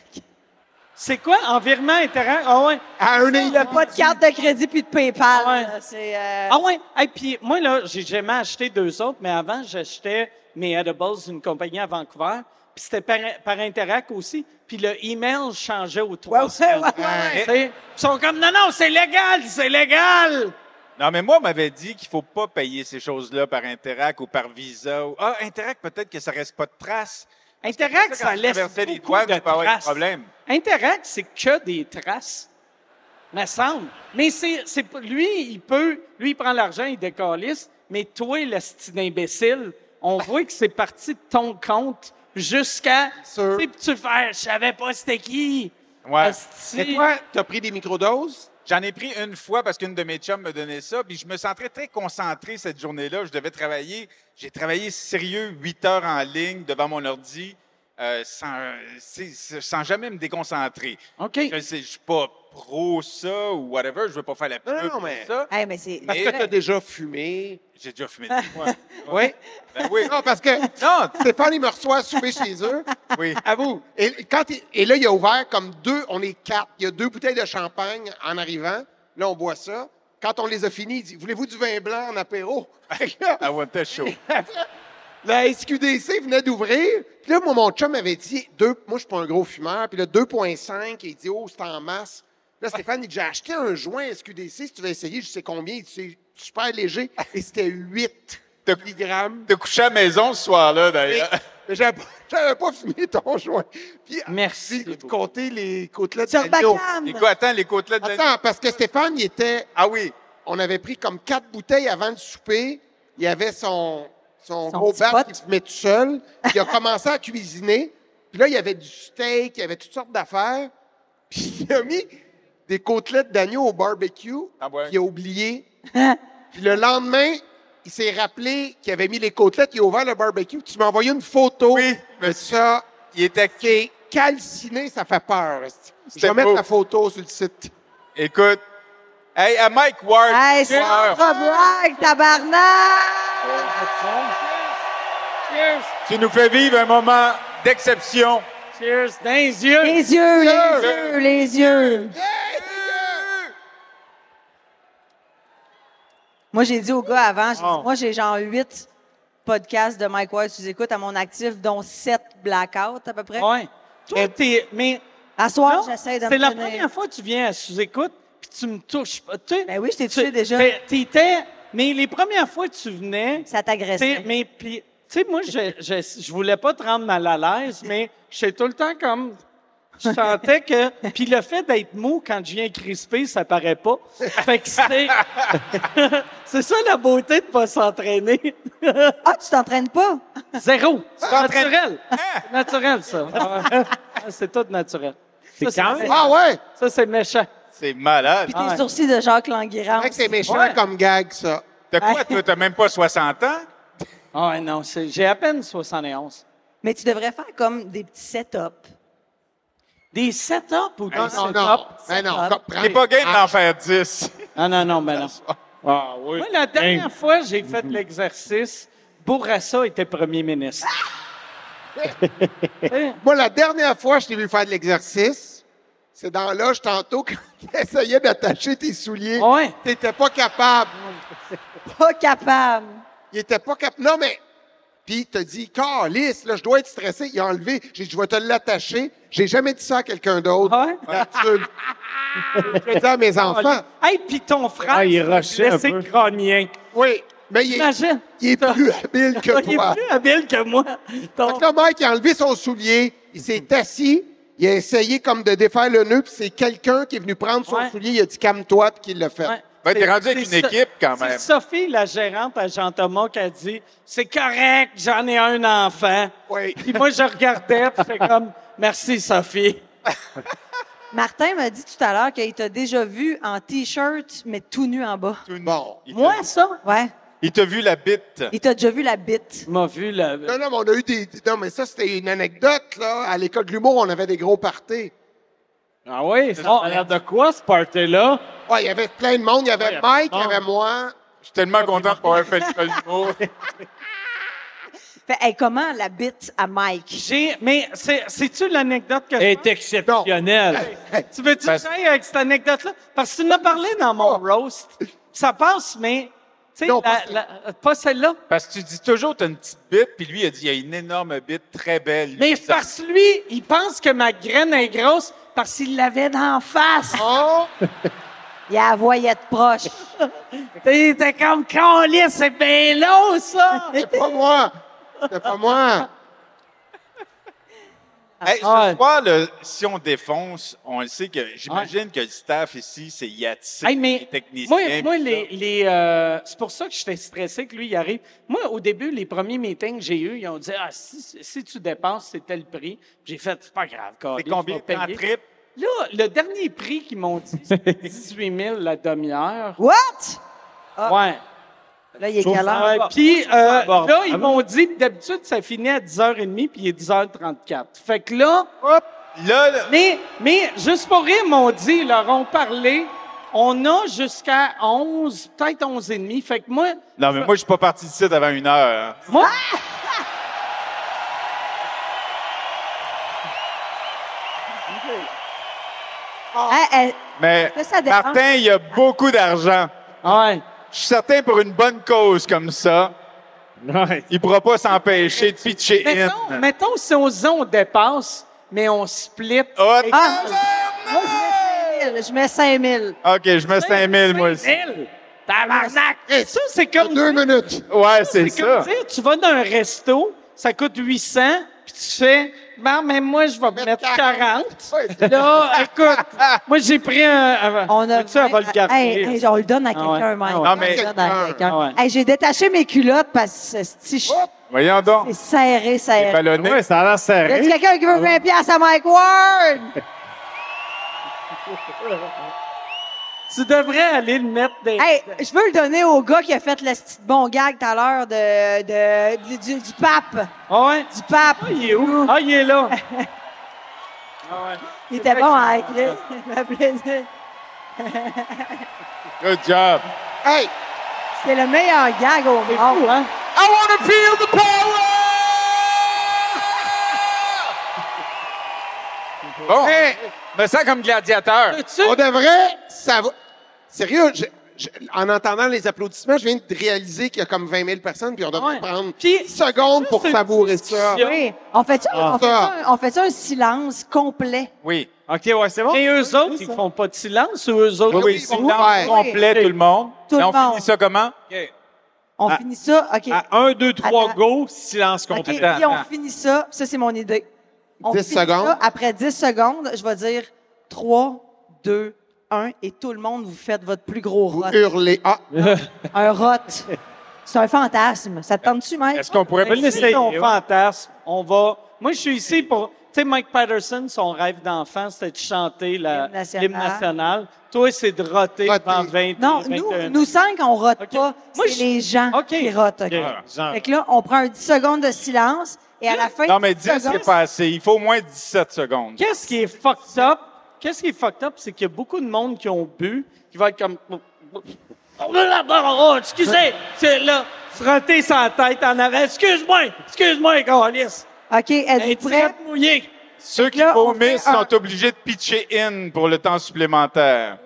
C'est quoi, environnement intérêt? Ah ouais. Il n'a pas de carte de crédit puis de PayPal. là. C'est, euh, Ah ouais. Et puis moi là, j'ai jamais acheté deux autres, mais avant j'achetais mes edibles d'une compagnie à Vancouver. Puis c'était par, par Interac aussi. Puis le email changeait aux trois semaines. ouais, ouais. Tu sais, Ils sont comme non non, c'est légal, c'est légal. Non, mais moi, on m'avait dit qu'il faut pas payer ces choses-là par Interac ou par Visa. ou- Ah, Interac, peut-être que ça reste pas de traces. Interac, ça laisse traverser les beaucoup douanes, de tu peux avoir des traces. problèmes. Interac, c'est que des traces. Me semble. Mais c'est, c'est pas- lui, il peut, lui, il prend l'argent, il décalisse, mais toi, le style imbécile, on voit que c'est parti de ton compte jusqu'à. Tu sais, puis tu fais, je savais pas c'était qui. Ouais. Asti. Mais toi, t'as pris des microdoses? J'en ai pris une fois parce qu'une de mes chums me donnait ça, puis je me sentais très concentré cette journée-là. Je devais travailler. J'ai travaillé sérieux 8 heures en ligne devant mon ordi euh, sans, c'est- c'est- sans jamais me déconcentrer. OK. Je ne suis pas pro ça ou whatever. Je veux pas faire la pub pour ça. Hey, Eh, mais c'est... Parce Parce que que t'as tu as déjà fumé. J'ai déjà fumé des fois. Oui. Ben oui. Non, parce que non, Stéphane, il me reçoit souper chez eux. Oui. À vous. Et, quand il- et là, il a ouvert comme deux, on est quatre. Il y a deux bouteilles de champagne en arrivant. Là, on boit ça. Quand on les a finis, il dit Voulez-vous du vin blanc en apéro Ah ouais, t'es chaud. La SQDC venait d'ouvrir. Puis là, moi, mon chum avait dit deux, Moi, je suis pas un gros fumeur. Puis là, 2,5, il dit Oh, c'est en masse. Là, Stéphane, il dit J'ai acheté un joint SQDC. Si tu veux essayer, je sais combien. Il dit C'est super léger. Et c'était 8 milligrammes. T'as couché à la maison ce soir-là, d'ailleurs. Mais j'avais pas, j'avais pas fumé ton joint. Puis, Merci. De compter les côtelettes Sur d'agneau. Bacam! Les co- attends, les côtelettes d'agneau. Attends, parce que Stéphane, il était. Ah oui. On avait pris comme quatre bouteilles avant le souper. Il avait son, son, Son gros petit bac pot. qu'il fumait tout seul. Puis Il a commencé à cuisiner. Puis là, il y avait du steak, il y avait toutes sortes d'affaires. Puis il a mis des côtelettes d'agneau au barbecue. Ah ouais. Puis il a oublié. Puis le lendemain, il s'est rappelé qu'il avait mis les côtelettes, il a ouvert le barbecue. puis Tu m'as envoyé une photo de ça. Il était qui est calciné, ça fait peur. esti. Je C'était vais mettre beau. la photo sur le site. Écoute. Hey, à Mike Ward. Hey, Cheers. centre blague, tabarnak! Cheers. Tu nous fais vivre un moment d'exception. Cheers. Dans les yeux. Les yeux, les yeux, les yeux. Moi, j'ai dit au gars avant, j'ai dit, Oh. moi, j'ai genre huit podcasts de Mike Ward sous écoute à mon actif, dont sept blackouts à peu près. Ouais. Toi, t'es- mais À Non, soir, j'essaie de me C'est la tenir. première fois que tu viens à sous-écoute, puis tu me touches pas. Tu, ben oui, je t'ai touché déjà. T'étais, mais les premières fois que tu venais. Ça t'agressait. t'sais, Mais puis, tu sais, moi, je, je, je voulais pas te rendre mal à l'aise, mais j'étais tout le temps comme. Je sentais que. Puis le fait d'être mou quand je viens crisper, ça paraît pas. Fait que c'est. c'est ça la beauté de pas s'entraîner. Ah, tu t'entraînes pas? Zéro. C'est naturel. C'est naturel, ça. Ah ouais. Ah, C'est tout naturel. Ça, C'est quand même- méchant. Ah ouais? Ça, c'est méchant. C'est malade. Puis tes sourcils de Jacques Languirand. C'est vrai que c'est méchant Ouais. comme gag, ça. T'as quoi, toi? T'as même pas 60 ans? Ah ouais, non, c'est- j'ai à peine 71. Mais tu devrais faire comme des petits setups. Des setups ou des Non, non, setups? non. Mais non, Setup. prends- T'es pas game d'en faire 10. Ah non, non, ben non. Ah oui. Moi, la dernière fois, j'ai fait l'exercice, Bourassa était premier ministre. Moi, la dernière fois que je t'ai vu faire de l'exercice, c'est dans l'âge tantôt quand tu essayais d'attacher tes souliers. Ouais. T'étais pas capable. Pas capable. Il était pas capable. Non, mais. Puis il t'a dit, Carlis, là, je dois être stressé. Il a enlevé. J'ai dit, je vais te l'attacher. J'ai jamais dit ça à quelqu'un d'autre. Ouais. D'habitude. je le dis à mes enfants. Hey, puis ton frère, Ah, il rushait un laissé peu. crânien. Oui. Mais il est, il est plus habile que toi. Il est plus habile que moi. Mm-hmm. Fait que là, Mike, il a enlevé son soulier, il s'est assis, il a essayé comme de défaire le nœud, puis c'est quelqu'un qui est venu prendre son soulier, il a dit calme-toi, puis qu'il l'a fait. Ben, t'es rendu avec C'est une ça- équipe quand c'est même. Sophie, la gérante à Jean-Thomas, qui a dit C'est correct, j'en ai un enfant. Puis moi, je regardais, puis j'étais comme Merci, Sophie. Martin m'a dit tout à l'heure qu'il t'a déjà vu en T-shirt, mais tout nu en bas. Bon. Moi, ça? Ouais. Il t'a vu la bite. Il t'a déjà vu la bite. m'a vu la. Non, non, mais on a eu des. Non, mais ça, c'était une anecdote, là. À l'école de l'humour, on avait des gros parties. Ah oui? Ça a l'air de quoi, ce party-là? Ah. Ouais, il y avait plein de monde. Il y avait Mike, il y avait moi. Je suis tellement content de pouvoir faire ça. Fait, hey, comment la bite à Mike? J'ai, mais c'est, c'est-tu l'anecdote que Elle est exceptionnelle. Tu veux-tu que j'aille avec cette anecdote-là? Parce que tu en as parlé dans mon roast. Ça passe, mais. Tu sais, la- la- pas celle-là. Parce que tu dis toujours, t'as une petite bite, puis lui, il a dit, il y a une énorme bite, très belle. Mais c'est parce que lui, il pense que ma graine est grosse parce qu'il l'avait d'en face. Oh! Il a la voyait de proche. T'es t'es comme calé, c'est bien long, ça! C'est pas moi! C'est pas moi! Hey, Ah, ce soir, là, si on défonce, on le sait que j'imagine que le staff ici, c'est Yatsi, Hey, mais les techniciens. Moi, moi puis les, les, euh, c'est pour ça que j'étais stressé que lui il arrive. Moi, au début, les premiers meetings que j'ai eus, ils ont dit ah, si, si tu dépasses, c'est tel prix. J'ai fait c'est pas grave. C'est combien de temps trip? Là, le dernier prix qu'ils m'ont dit, c'était 18 000 la demi-heure. What? Ouais. Là, il est quelle heure? Ouais, Puis euh, Bon, là, ils ah m'ont dit d'habitude, ça finit à 10h30, puis il est 10h34. Fait que là. Hop! Là, Mais, mais juste pour rire, ils m'ont dit, ils leur ont parlé. On a jusqu'à 11, peut-être 11h30. Fait que moi. Non, mais moi, je suis pas parti de site avant une heure. hein. Moi. Ah! Hey, hey, Mais Ça, ça dépend. Martin, il y a beaucoup d'argent. Je suis certain pour une bonne cause comme ça, il pourra pas s'empêcher de pitcher Mettons, in. mettons, si on se dit on dépasse, mais on split. Et- Ah! Moi, je mets 5 000. Je mets 5 000. OK, je mets 5 000, moi aussi. Tabarnak! Ça, c'est comme. Deux minutes. Ouais, c'est C'est comme ça. dire, tu vas dans un resto, ça coûte 800, puis tu fais, bon, mais moi, je vais mettre 40. Là, écoute, moi, j'ai pris un. On a. Tu vas le garder. Hey, hey, on le donne à Ah quelqu'un, ouais. Mike. Ah ouais. On Non, mais- le donne à Ah ouais. quelqu'un. Ah ouais. Hey, J'ai détaché mes culottes parce que c'est c'est Voyons donc. serré, serré. Ballonné. Oui, ça a l'air Y a-tu serré. quelqu'un qui veut Ah 20 piastres à Mike Ward? Tu devrais aller le mettre des. Hey, je veux le donner au gars qui a fait le petit bon gag tout à l'heure de, de- du, du- du pape. Ah ouais? Du pape. il est où? Ah, il est là. Ah, Il était bon hein, avec lui. Ça m'a plaisir. Good job. Hey! C'est le meilleur gag au monde. hein? I want to feel the power! Bon, me sens comme gladiateur. On devrait. Ça va- Sérieux, je- je- en entendant les applaudissements, je viens de réaliser qu'il y a comme 20 000 personnes, puis on devrait prendre 10 secondes pour savourer ça. Oui. On fait ça, Ah. on fait ça, un- on fait ça un silence complet. Oui. OK, ouais, c'est bon. Et eux autres, ils font pas de silence ou eux autres? Oui, oui, ils silence vont- complet, Oui. tout le monde. Tout Et le on monde. finit ça comment? On Ah. finit ça, OK. À 1, 2, 3, Attends. go, silence OK, complet. puis on finit ça. Ça, c'est mon idée. On 10 finit ça. secondes. Après 10 secondes, je vais dire 3, 2, 1, et tout le monde, vous faites votre plus gros rot. Hurler. Ah! Un rot. C'est un fantasme. Ça te tente-tu, Mike? Est-ce qu'on pourrait Ben, si l'essayer, ton ouais. fantasme, on va. Moi, je suis ici pour. Tu sais, Mike Patterson, son rêve d'enfant, c'était de chanter la- L'hymne national. l'hymne national. Toi, c'est de roter devant 20 Non, 21. nous, nous cinq, on rote pas. C'est les gens qui rotent. OK? genre. Fait que là, on prend un 10 secondes de silence et à la fin. Non, mais 10, 10 c'est secondes- pas assez. Il faut au moins 17 secondes. Qu'est-ce qui est fucked up? Qu'est-ce qui est fucked up, c'est qu'il y a beaucoup de monde qui ont bu, qui va être comme. Oh, excusez! C'est là, frotter sa tête en avant. Excuse-moi! Excuse-moi, Carlis! OK, Ben, êtes-vous prêts? Ceux qui vomissent sont obligés de pitcher in pour le temps supplémentaire.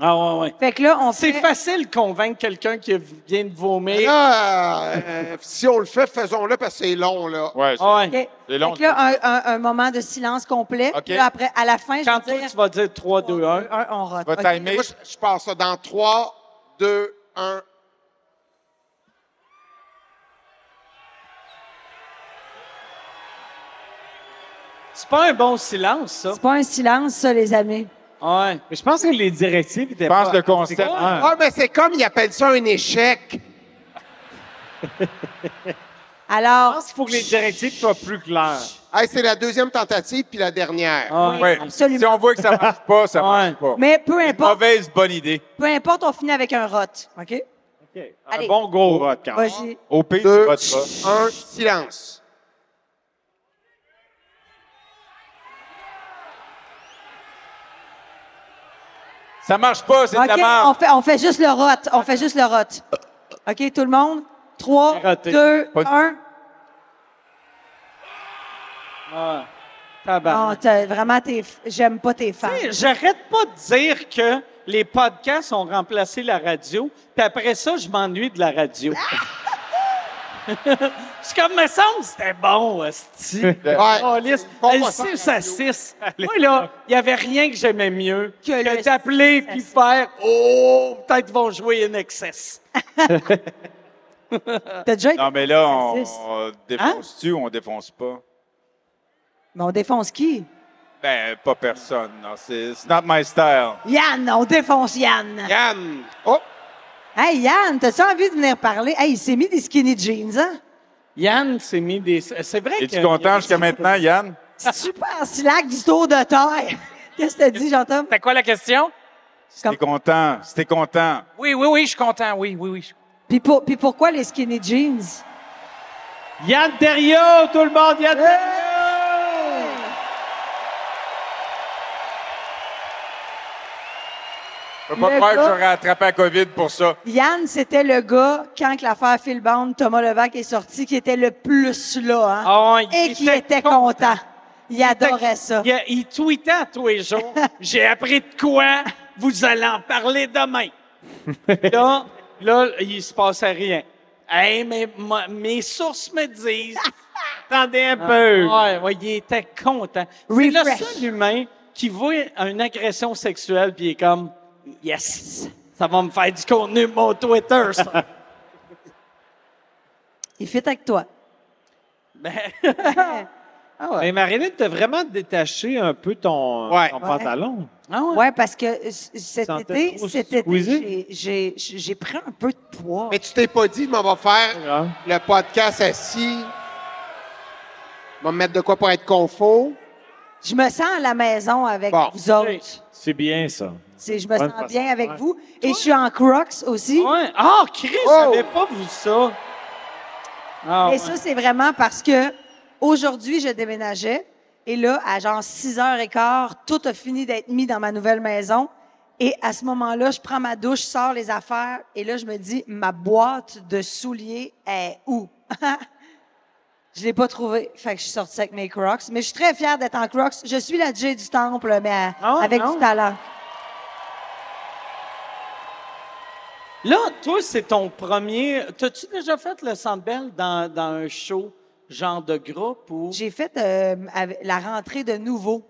Ah, ouais, ouais. Fait que là, on C'est facile de convaincre quelqu'un qui vient de vomir. Là, euh, si on le fait, faisons-le parce que c'est long, là. Ouais, Ah ouais. OK. C'est Fait que là, un, un- un moment de silence complet. OK. Là, après, à la fin, je Quand vais dire. tu vas dire 3, 2, 1. Un, on rote. OK? Moi, je, je passe ça dans 3, 2, 1. C'est pas un bon silence, ça. C'est pas un silence, ça, les amis. Ouais. Mais je pense que les directives étaient pense pas... le concept. Ouais. Ah, mais c'est comme ils appellent ça un échec. Alors. Je pense qu'il faut que les directives soient plus claires. c'est la deuxième tentative puis la dernière. Oui, Ah, Ouais. absolument. Si on voit que ça marche pas, ça marche pas. Mais peu Une importe. Mauvaise bonne idée. Peu importe, on finit avec un rot. OK? OK. Allez. Un bon gros vote, quand même. Vas-y. Au pire, Deux, tu votes pas. un, silence. Ça marche pas, c'est de la OK, merde. on fait, on fait juste le rot. On fait juste le rot. OK, tout le monde? 3, Roté. 2, Pas de- 1. Ouais. Non, Ah, Tabarnak. Ah, t'as- vraiment, t'es- j'aime pas tes fans. Hey, J'arrête pas de dire que les podcasts ont remplacé la radio, puis après ça, je m'ennuie de la radio. C'est comme, me semble, c'était bon, hostie. Ouais. Oh, lisse. bon, Elle moi, ça, 6 à 6. Moi, là, il n'y avait rien que j'aimais mieux que, d'appeler puis faire « Oh, peut-être vont jouer In Excess T'as déjà été Hein? Non, mais là, on, raciste? on défonce-tu ou on défonce pas? Mais on défonce qui? Ben, pas personne. Non, c'est it's not my style. Yann, on défonce Yann. Yann! Oh! Hey, Yann, t'as-tu envie de venir parler? Hey, il s'est mis des skinny jeans, hein? ». Yann s'est mis des... C'est vrai Es-tu content jusqu'à maintenant, Yann? Super slack du tour de terre. Qu'est-ce que t'as dit, jean T'as quoi la question? C'était content. C'était content. Oui, oui, oui, je suis content. Oui, oui, oui. Puis, pour- puis pourquoi les skinny jeans? Yann Terriot, tout le monde, Yann Je peux pas Le croire que gars- j'aurais attrapé la COVID pour ça. Yann, c'était le gars, quand que l'affaire Phil Bond, Thomas Levac est sorti, qui était le plus là, hein? Et qui était content. Il adorait ça. Il, il tweetait à tous les jours « J'ai appris de quoi, vous allez en parler demain. » Là, là il se passait rien. « Hey, mais ma- mes sources me disent... » Attendez un peu. Ah. Ouais, ouais, il était content. C'est le seul humain qui voit une agression sexuelle puis il est comme « Yes, ça va me faire du contenu pour mon Twitter, ça. Il fit avec toi. Ah, Mais Marilyn, t'as vraiment détaché un peu ton, ton Ouais. pantalon. ouais. parce que euh, c- cet sentais été, trop cet été, squeezé? j'ai- j'ai- j'ai pris un peu de poids. Mais tu t'es pas dit, je m'en vais faire le podcast assis. Je vais me mettre de quoi pour être confort. Je me sens à la maison avec Bon. vous autres. C'est bien, ça. C'est- Je me Bonne sens façon. bien avec Ouais. vous. Et je suis en Crocs aussi. Ah, Chris, j'avais pas vu ça. Ah, Et ouais. ça, c'est vraiment parce que aujourd'hui, je déménageais. Et là, à genre 6h15, tout a fini d'être mis dans ma nouvelle maison. Et à ce moment-là, je prends ma douche, je sors les affaires. Et là, je me dis, ma boîte de souliers est où? je l'ai pas trouvée. Fait que je suis sortie avec mes Crocs. Mais je suis très fière d'être en Crocs. Je suis la J du temple, mais à- Ah ouais, avec non? du talent. Là, toi, c'est ton premier. T'as-tu déjà fait le Centre Bell dans, dans un show, genre de groupe ou. J'ai fait euh, avec- la rentrée de nouveau.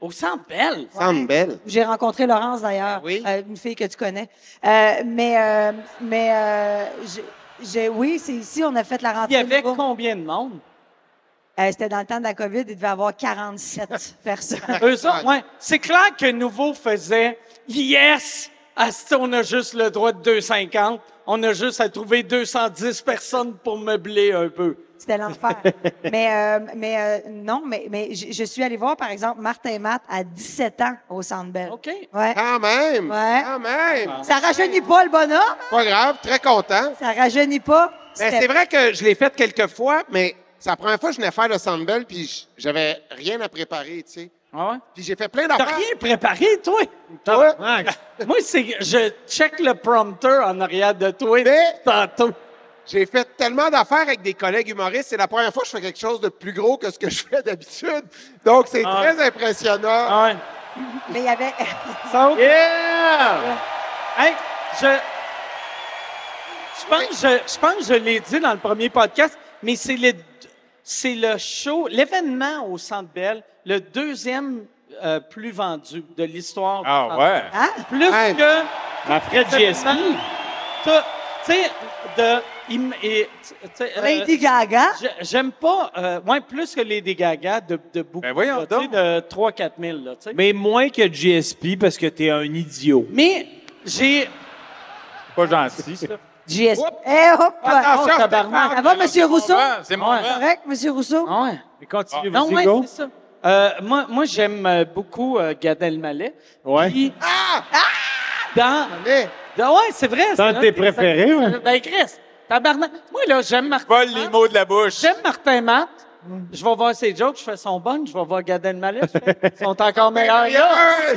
Au Centre Bell? Semble belle. J'ai rencontré Laurence d'ailleurs, euh, une fille que tu connais. Euh, mais euh, mais euh, j'ai- j'ai- oui, c'est ici, on a fait la rentrée. Il y avait nouveau. combien de monde? Euh, C'était dans le temps de la COVID, il devait avoir 47 personnes. Eux autres, ouais. C'est clair que Nouveau faisait Yes! Asti, on a juste le droit de 250. On a juste à trouver 210 personnes pour meubler un peu. C'était l'enfer. mais euh, mais euh, non, mais, mais j- je suis allée voir, par exemple, Martin Matt à 17 ans au Centre Bell. OK. Ah, Ouais. Quand même! Ouais. Quand même! Ça rajeunit pas le bonhomme, Pas grave, très content. ça rajeunit pas. Ben, C'était- c'est vrai que je l'ai fait quelques fois, mais c'est la première fois que je venais faire le Sandbell, puis j- j'avais rien à préparer, tu sais. Ah Puis j'ai fait plein T'as d'affaires. rien préparé, toi? Moi, c'est je check le prompteur en arrière de toi tantôt. J'ai fait tellement d'affaires avec des collègues humoristes. C'est la première fois que je fais quelque chose de plus gros que ce que je fais d'habitude. Donc, c'est Ah. très impressionnant. Mais il y avait. Ah. Yeah! Hey, je... Je pense, que je, je pense que je l'ai dit dans le premier podcast, mais c'est le, c'est le show, l'événement au Centre Bell, le deuxième euh, plus vendu de l'histoire. du Ah Centre Hein? ouais. Bell. Plus que... Après Tu GSP. sais, de il me- et, tu- tu sais, euh, Lady Gaga. j'ai- J'aime pas, euh, ouais, plus que Lady Gaga de, de beaucoup. là, tu sais, de 3-4 000. Là, tu sais. Mais moins que GSP parce que t'es un idiot. Mais j'ai. Pas gentil, ça. JS. Eh, hop! Attention, Oh, tabarnak. Ça va, M. Rousseau? C'est mon C'est correct, M. Rousseau? Ouais. Et continue, Ah. Non, vas-y, ouais, go. c'est ça. Euh, moi, moi j'aime euh, beaucoup euh, Gad Elmaleh. Ouais. Puis- Ah! Dans... Dans- Ouais, c'est vrai. c'est Dans l'un tes des- préférés, c'est- ouais. c'est- Ben, Chris, tabarnak. Moi, là, j'aime Martin Vole les mots de la bouche. J'aime Martin Matt. Je vais voir ses jokes, je fais son bon, je vais voir Gad Elmaleh, je fais, ils sont encore meilleurs là.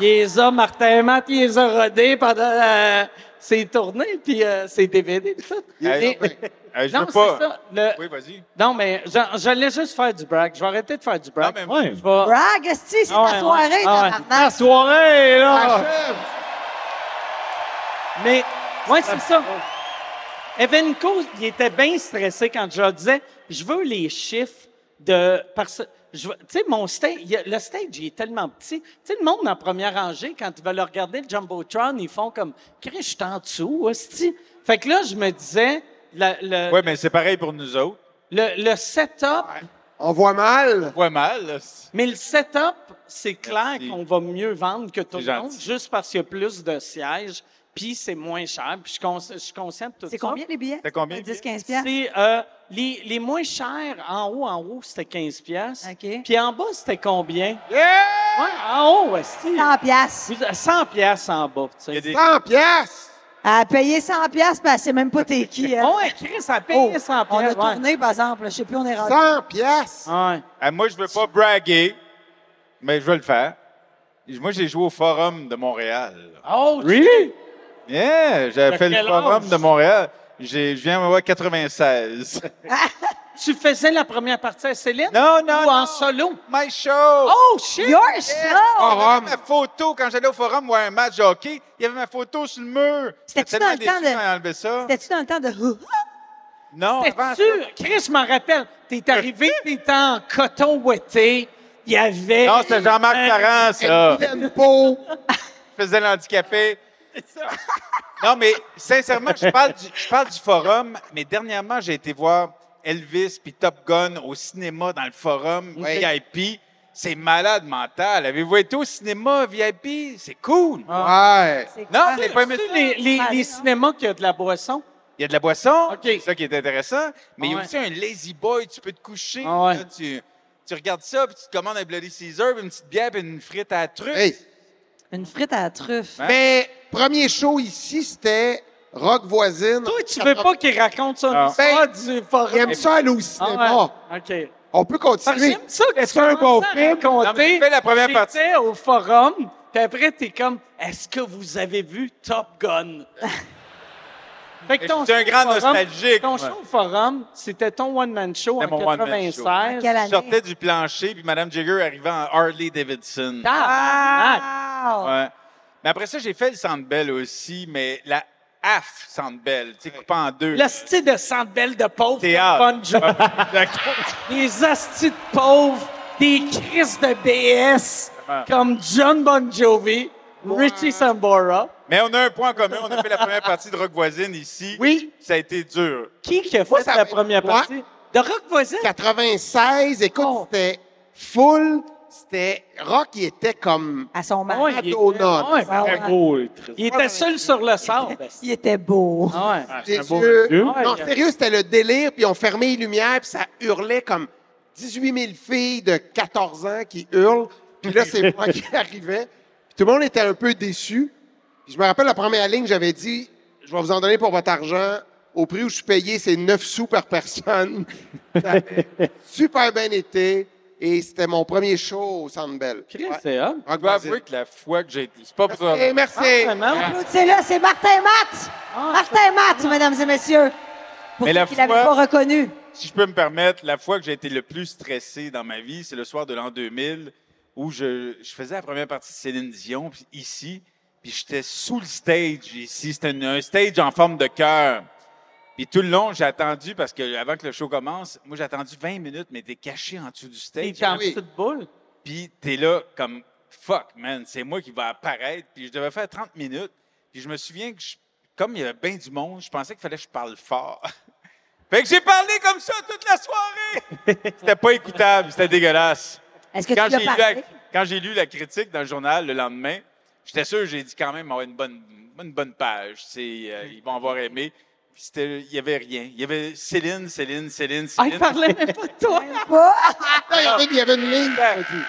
il les a, Martin Matt, il les a rodés pendant euh, ses tournées, puis euh, ses DVD, puis tout. Hey, Et- hey, je non, veux c'est pas- ça. le- Oui, vas-y. Non, mais j'en- j'allais juste faire du brag. Je vais arrêter de faire du brag. Non, mais- Je vais- Brag, esti, c'est Ah ouais, ta ouais. soirée, Ah ouais. tabarnak. Ta soirée, là! Achève. Mais, ouais, c'est ça. Evenco, il était bien stressé quand je leur disais Je veux les chiffres de. parce- je veux- Tu sais, mon stage, il y a- le stage, il est tellement petit. Tu sais, le monde en première rangée, quand ils veulent regarder le Jumbotron, ils font comme Chris, je suis en dessous, hostie. Fait que là, je me disais la- le, Oui, mais c'est pareil pour nous autres. le, le setup. On voit mal. On voit mal. là. Mais le setup, c'est clair qu'on va mieux vendre que tout C'est le monde, gentil. juste parce qu'il y a plus de sièges, puis c'est moins cher, puis je, suis cons- je suis conscient de tout ça. C'est combien les billets? C'est combien? 10-15 piastres? C'est, euh, les, les moins chers, en haut, en haut, c'était 15 piastres. Puis en bas, c'était combien? Ouais, en haut, aussi. 100 piastres. 100 piastres en bas, tu sais. 100 piastres! À payer 100 piastres, ben, c'est même pas t'es qui, elle. Ouais, Chris, à payer 100 On a piastres, ouais. tourné, par exemple, là, je sais plus, on est rendu. 100 piastres! Ouais. Ah, moi, je veux pas braguer, mais je veux le faire. Moi, j'ai joué au Forum de Montréal. Oh, Really? Yeah, T'as j'avais fait quel le Forum âge? de Montréal. J'ai- Je viens de 96. Tu faisais la première partie à Céline? Non, non, Ou en solo? My show! Oh, shit! Your Yeah. show! J'avais ma photo quand j'allais au forum voir un match de hockey. Il y avait ma photo sur le mur. C'était-tu J'étais tellement dans le temps déçu de- quand ils ont enlevé ça. C'était-tu dans le temps de... Non, avant ça. T'es-tu, Chris, je m'en rappelle, t'es arrivé, t'étais en coton ouaté, il y avait... Non, c'était Jean-Marc Parent, ça. Je faisais l'handicapé. Non, mais sincèrement, je parle, du, je parle du forum, mais dernièrement, j'ai été voir Elvis puis Top Gun au cinéma dans le forum VIP. C'est malade mental. Avez-vous été au cinéma VIP? C'est cool. Ah. Ouais. Non, j'ai pas aimé Tu ça. sais, les, les, les cinémas qui ont de la boisson. Ah Il y a de la boisson, c'est ça qui est intéressant, mais il y a Ouais. aussi un lazy boy, tu peux te coucher, Ah ouais. là, tu, tu regardes ça, puis tu te commandes un Bloody Caesar, puis une petite bière, puis une frite à la truffe. Hey. Une frite à la truffe. Ben, Mais premier show ici, c'était Rock Voisine. Ah. Ben, Toi, tu veux pas qu'ils racontent ça, une histoire du forum. Il aime ça aller au cinéma. Ah ouais, OK. On peut Parce que continuer. j'aime ça que C'est un bon film. Non, mais j'ai fait la première partie. J'étais au forum, puis après, t'es comme, est-ce que vous avez vu Top Gun? fait Je suis un show grand au forum- nostalgique, Ton moi. show au forum, c'était ton one-man show C'était en mon one-man 96. show. En quelle Je sortais année? du plancher, puis Mme Jagger arrivait en Harley Davidson. Ah, Tabarnak! Wow! Ouais. Mais après ça, j'ai fait le Centre Bell aussi, mais la half Centre Bell, tu sais, coupé en deux. Le L'hostie de centre belle de pauvres. Théâtre. Ah, de bonne journée. Les hosties de pauvres, des crises de BS, comme John Bon Jovi, Richie Sambora. Mais on a un point en commun, on a fait la première partie de Rock Voisine ici. Oui. Ça a été dur. Qui qui a fait Moi, ça la va- première partie? Ouais. De Rock Voisin? 96, écoute, Oh. c'était full. C'était Rock, il était comme À son mari. Ouais, il était- Madonna. ouais, Ah ouais. Il était seul sur le sable. Ah Il était beau. Ouais. Ah Les c'est un beau yeux. monsieur. Non, Ouais. sérieux, c'était le délire, puis on fermait les lumières, puis ça hurlait comme 18 000 filles de 14 ans qui hurlent. Puis là, c'est moi qui arrivais. Puis tout le monde était un peu déçu. Puis je me rappelle, la première ligne, j'avais dit « Je vais vous en donner pour votre argent. Au prix où je suis payé, c'est 9 sous par personne. » Ça avait super bien été. Et c'était mon premier show au Centre Bell. Chris, Ouais. c'est hot. Ah, Je dois avouer que la fois que j'ai été, c'est pas pour ça. Et merci. Vraiment? C'est là, c'est Martin Matt! Martin Matt, mesdames et messieurs! Pour Mais ceux la qui l'avaient fois- pas reconnu. si je peux me permettre, la fois que j'ai été le plus stressé dans ma vie, c'est le soir de l'an 2000 où je, je faisais la première partie de Céline Dion puis ici, puis j'étais sous le stage ici. C'était une- un stage en forme de cœur. Puis tout le long, j'ai attendu parce que avant que le show commence, moi j'ai attendu 20 minutes, mais t'es caché en dessous du Il stage. était en Oui. petite boule. Puis t'es là comme fuck man, c'est moi qui va apparaître. Puis je devais faire 30 minutes. Puis je me souviens que je, comme il y avait bien du monde, je pensais qu'il fallait que je parle fort. fait que j'ai parlé comme ça toute la soirée. c'était pas écoutable, c'était dégueulasse. Est-ce que quand tu l'as j'ai lu parlé? la, quand j'ai lu la critique dans le journal le lendemain, j'étais sûr, j'ai dit quand même avoir une bonne, une bonne page. tu sais, euh, ils vont avoir aimé. Puis c'était- Il n'y avait rien. Il y avait Céline, Céline, Céline, Céline. Ah, Ah, pas de toi. il y avait une ligne.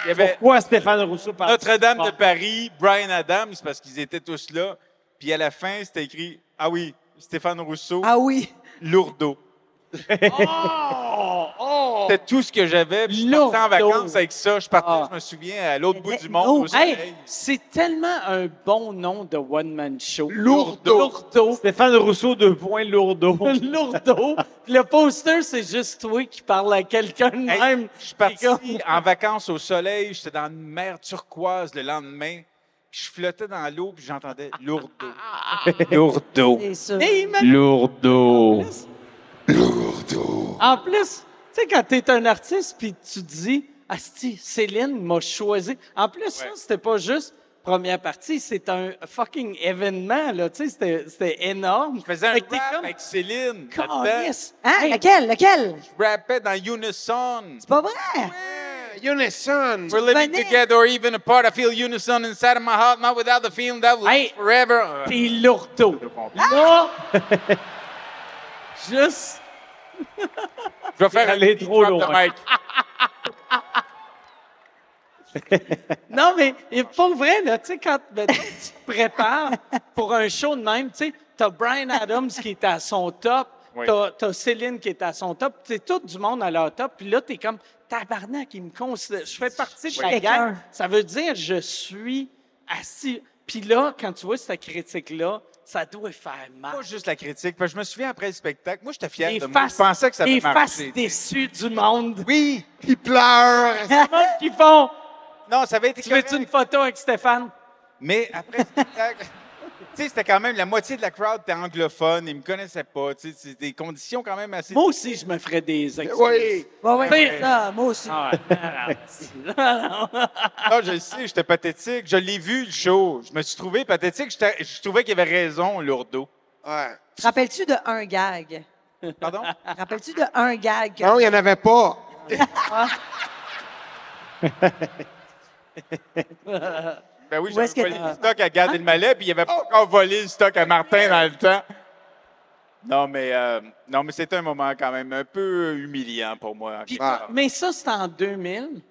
Il y avait Pourquoi Stéphane Rousseau parle Notre-Dame de Paris, Brian Adams, parce qu'ils étaient tous là. Puis à la fin, c'était écrit Ah oui, Stéphane Rousseau. Ah oui. Oh, Lourdeau. Euh, Oh! C'était tout ce que j'avais. Puis je partais en vacances avec ça. Je partais, je me souviens, à l'autre bout du monde. Oh. au soleil. Ah. Hey, c'est tellement un bon nom de one-man show. Lourdeau. Lourdeau. Stéphane Rousseau, deux points, lourdeau. Lourdeau. Le poster, c'est juste toi qui parle à quelqu'un de Hey, même. Je suis parti en vacances au soleil, j'étais dans une mer turquoise le lendemain. puis Je flottais dans l'eau puis j'entendais lourdeau. Ah. lourdeau. Mais imagine- Lourdeau. En plus, tu sais, quand t'es un artiste puis tu dis, Asti, Céline m'a choisi. En plus, ça, c'était pas juste première partie, c'est un fucking événement, là. Tu sais, c'était- c'était énorme. Je faisais un rap avec Céline. Hein? Lequel? Lequel? Je rappais dans Unison. C'est pas vrai? Unison. We're living together or even apart. I feel unison inside of my heart, not without the feeling that will last forever. Puis Ah! lourdeau. Là, juste. Je vais faire aller trop loin. Non, mais et pour vrai, là, tu sais, quand ben, tu te prépares pour un show de même, tu sais, t'as Brian Adams qui est à son top, Oui. t'as, t'as Céline qui est à son top, c'est tout du monde à leur top, puis là, t'es comme, tabarnak, il me considère, je fais partie de suis la quelqu'un. gang, ça veut dire je suis assis. Puis là, quand tu vois cette critique-là, ça doit faire mal. Pas juste la critique. Parce que je me souviens après le spectacle, moi j'étais fier Des de moi. Je faces- pensais que ça des allait faces marcher. déçues du monde. Oui, qui pleurent. C'est le monde qui font. Non, ça avait été Tu veux une photo avec Stéphane? Mais après le spectacle, tu sais, c'était quand même la moitié de la crowd était anglophone, ils me connaissaient pas. Tu sais, c'est des conditions quand même assez. Moi aussi, je me ferais des excuses. Oui. oui, Ah Ouais. ça, moi aussi. Non, je le sais, j'étais pathétique. Je l'ai vu, le show. Je me suis trouvé pathétique. J'étais- Je trouvais qu'il avait raison, lourdeau. Ouais. Te rappelles-tu de un gag? Pardon? Te rappelles-tu de un gag? Non, il n'y en avait pas. Ah. Ben Où oui, j'avais est-ce que volé t'as- le stock à garder le Hein? malais, puis il avait pas encore volé le stock à Oh! Martin dans le temps. Non, mais, euh, non, mais c'était un moment quand même un peu humiliant pour moi. en quelque part. Mais ça, c'est en 2000.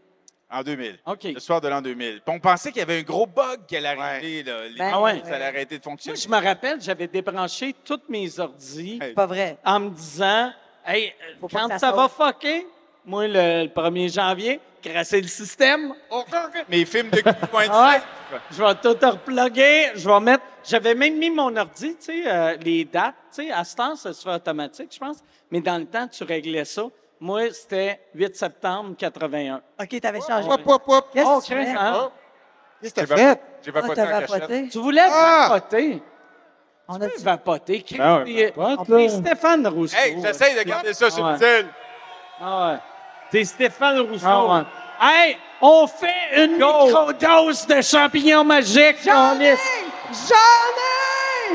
En 2000. Le soir de l'an 2000. Puis on pensait qu'il y avait un gros bug qui allait arriver. là. Les Ben, news, ouais. ça allait arrêter de fonctionner. Moi, je me rappelle, j'avais débranché toutes mes ordis. Pas vrai. En me disant, hey, euh, pas quand que ça, ça va saute. fucker, moi, le, le 1er janvier, crasser le système. Mes films de cul Ouais. Je vais tout reploguer. Je vais mettre. J'avais même mis mon ordi, tu sais, euh, les dates, tu sais. À ce temps, ça se fait automatique, je pense. Mais dans le temps, tu réglais ça. Moi, c'était 8 septembre 81. OK, t'avais changé. hop, hop, hop. Qu'est-ce Oh, que tu fais? Oh, Chris, hein? Qu'est-ce que t'as fait? J'ai vapoté Ah, en cachette. Tu voulais Ah! vapoter. On a vapoter. Chris, Ben ouais, t'es- vapote, t'es là. Stéphane Rousseau. Hey, j'essaye de garder ça Ah ouais. subtil. Ah ouais. T'es Stéphane Rousseau. Ah ouais. Hey, on fait une microdose de champignons magiques. J'en ai! J'en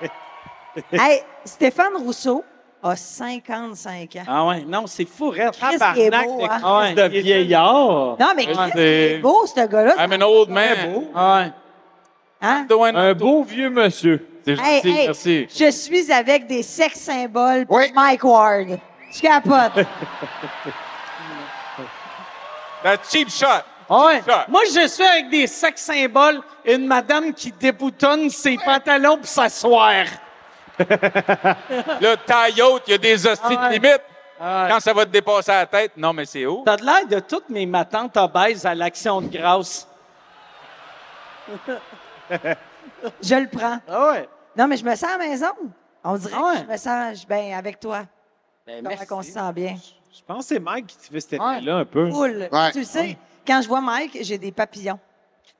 ai! Hey, Stéphane Rousseau a 55 ans. Ah ouais, non, c'est fou, Red. Chris, il est beau, hein? ah ouais, de vieillard. Non, mais Chris, il est beau, ce gars-là. I'm an old man. Ouais. Hein? Un beau vieux monsieur. C'est Hey, gentil, hey, merci. Je suis avec des sex symboles pour Mike Ward. Je capote. La cheap shot. Ah, Ouais. Moi, je suis avec des sacs symboles, une madame qui déboutonne ses pantalons pour s'asseoir. Là, taille haute, il y a des hosties Ah ouais. de limite. Ah ouais. Quand ça va te dépasser la tête, non, mais c'est haut. T'as de l'air de toutes mes matantes obèses à l'action de grâce. je le prends. Ah ouais. Ah Non, mais je me sens à la maison. On dirait que je me sens bien avec toi. Ben, Comment qu'on se sent bien. Je pense que c'est Mike qui te fait cet Ouais. effet-là un peu. Cool. Tu le sais, quand je vois Mike, j'ai des papillons.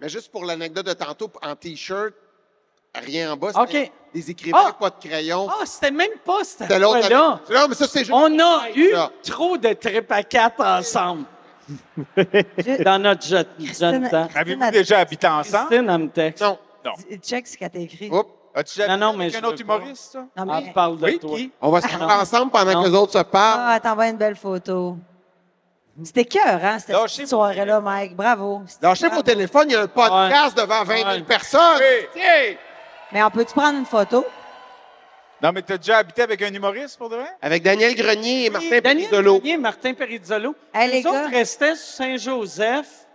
Mais juste pour l'anecdote de tantôt, en T-shirt, rien en bas. OK. c'était Des écrivains, Ah! pas de crayon. Ah, c'était même pas cette C'était l'autre fois-là. année. Non, mais ça, c'est juste- On a eu ça. trop de trip à quatre ensemble. Dans notre jeune, jeune temps. Avez-vous déjà habité ensemble? Christine, elle me texte. Non. Non. Check ce qu'elle t'a écrit. Oups. As-tu jamais Non, non, fait mais avec je un autre veux pas. humoriste, ça? Non, On mais- parle de Oui, toi. qui? On va se Ah, parler non. ensemble pendant Non. que les autres se parlent. Ah, t'envoies une belle photo. C'était cœur, hein, cette petite soirée-là, Mike. Bravo. Lâchez vos téléphones, il y a un podcast devant 20 000 personnes. Mais on peut-tu prendre une photo? Non, mais t'as déjà habité avec un humoriste, pour de vrai? Avec Daniel Grenier et Martin Daniel Perizzolo. Grenier, Martin Perizzolo. Hey, les les autres gars. restaient sur Saint-Joseph.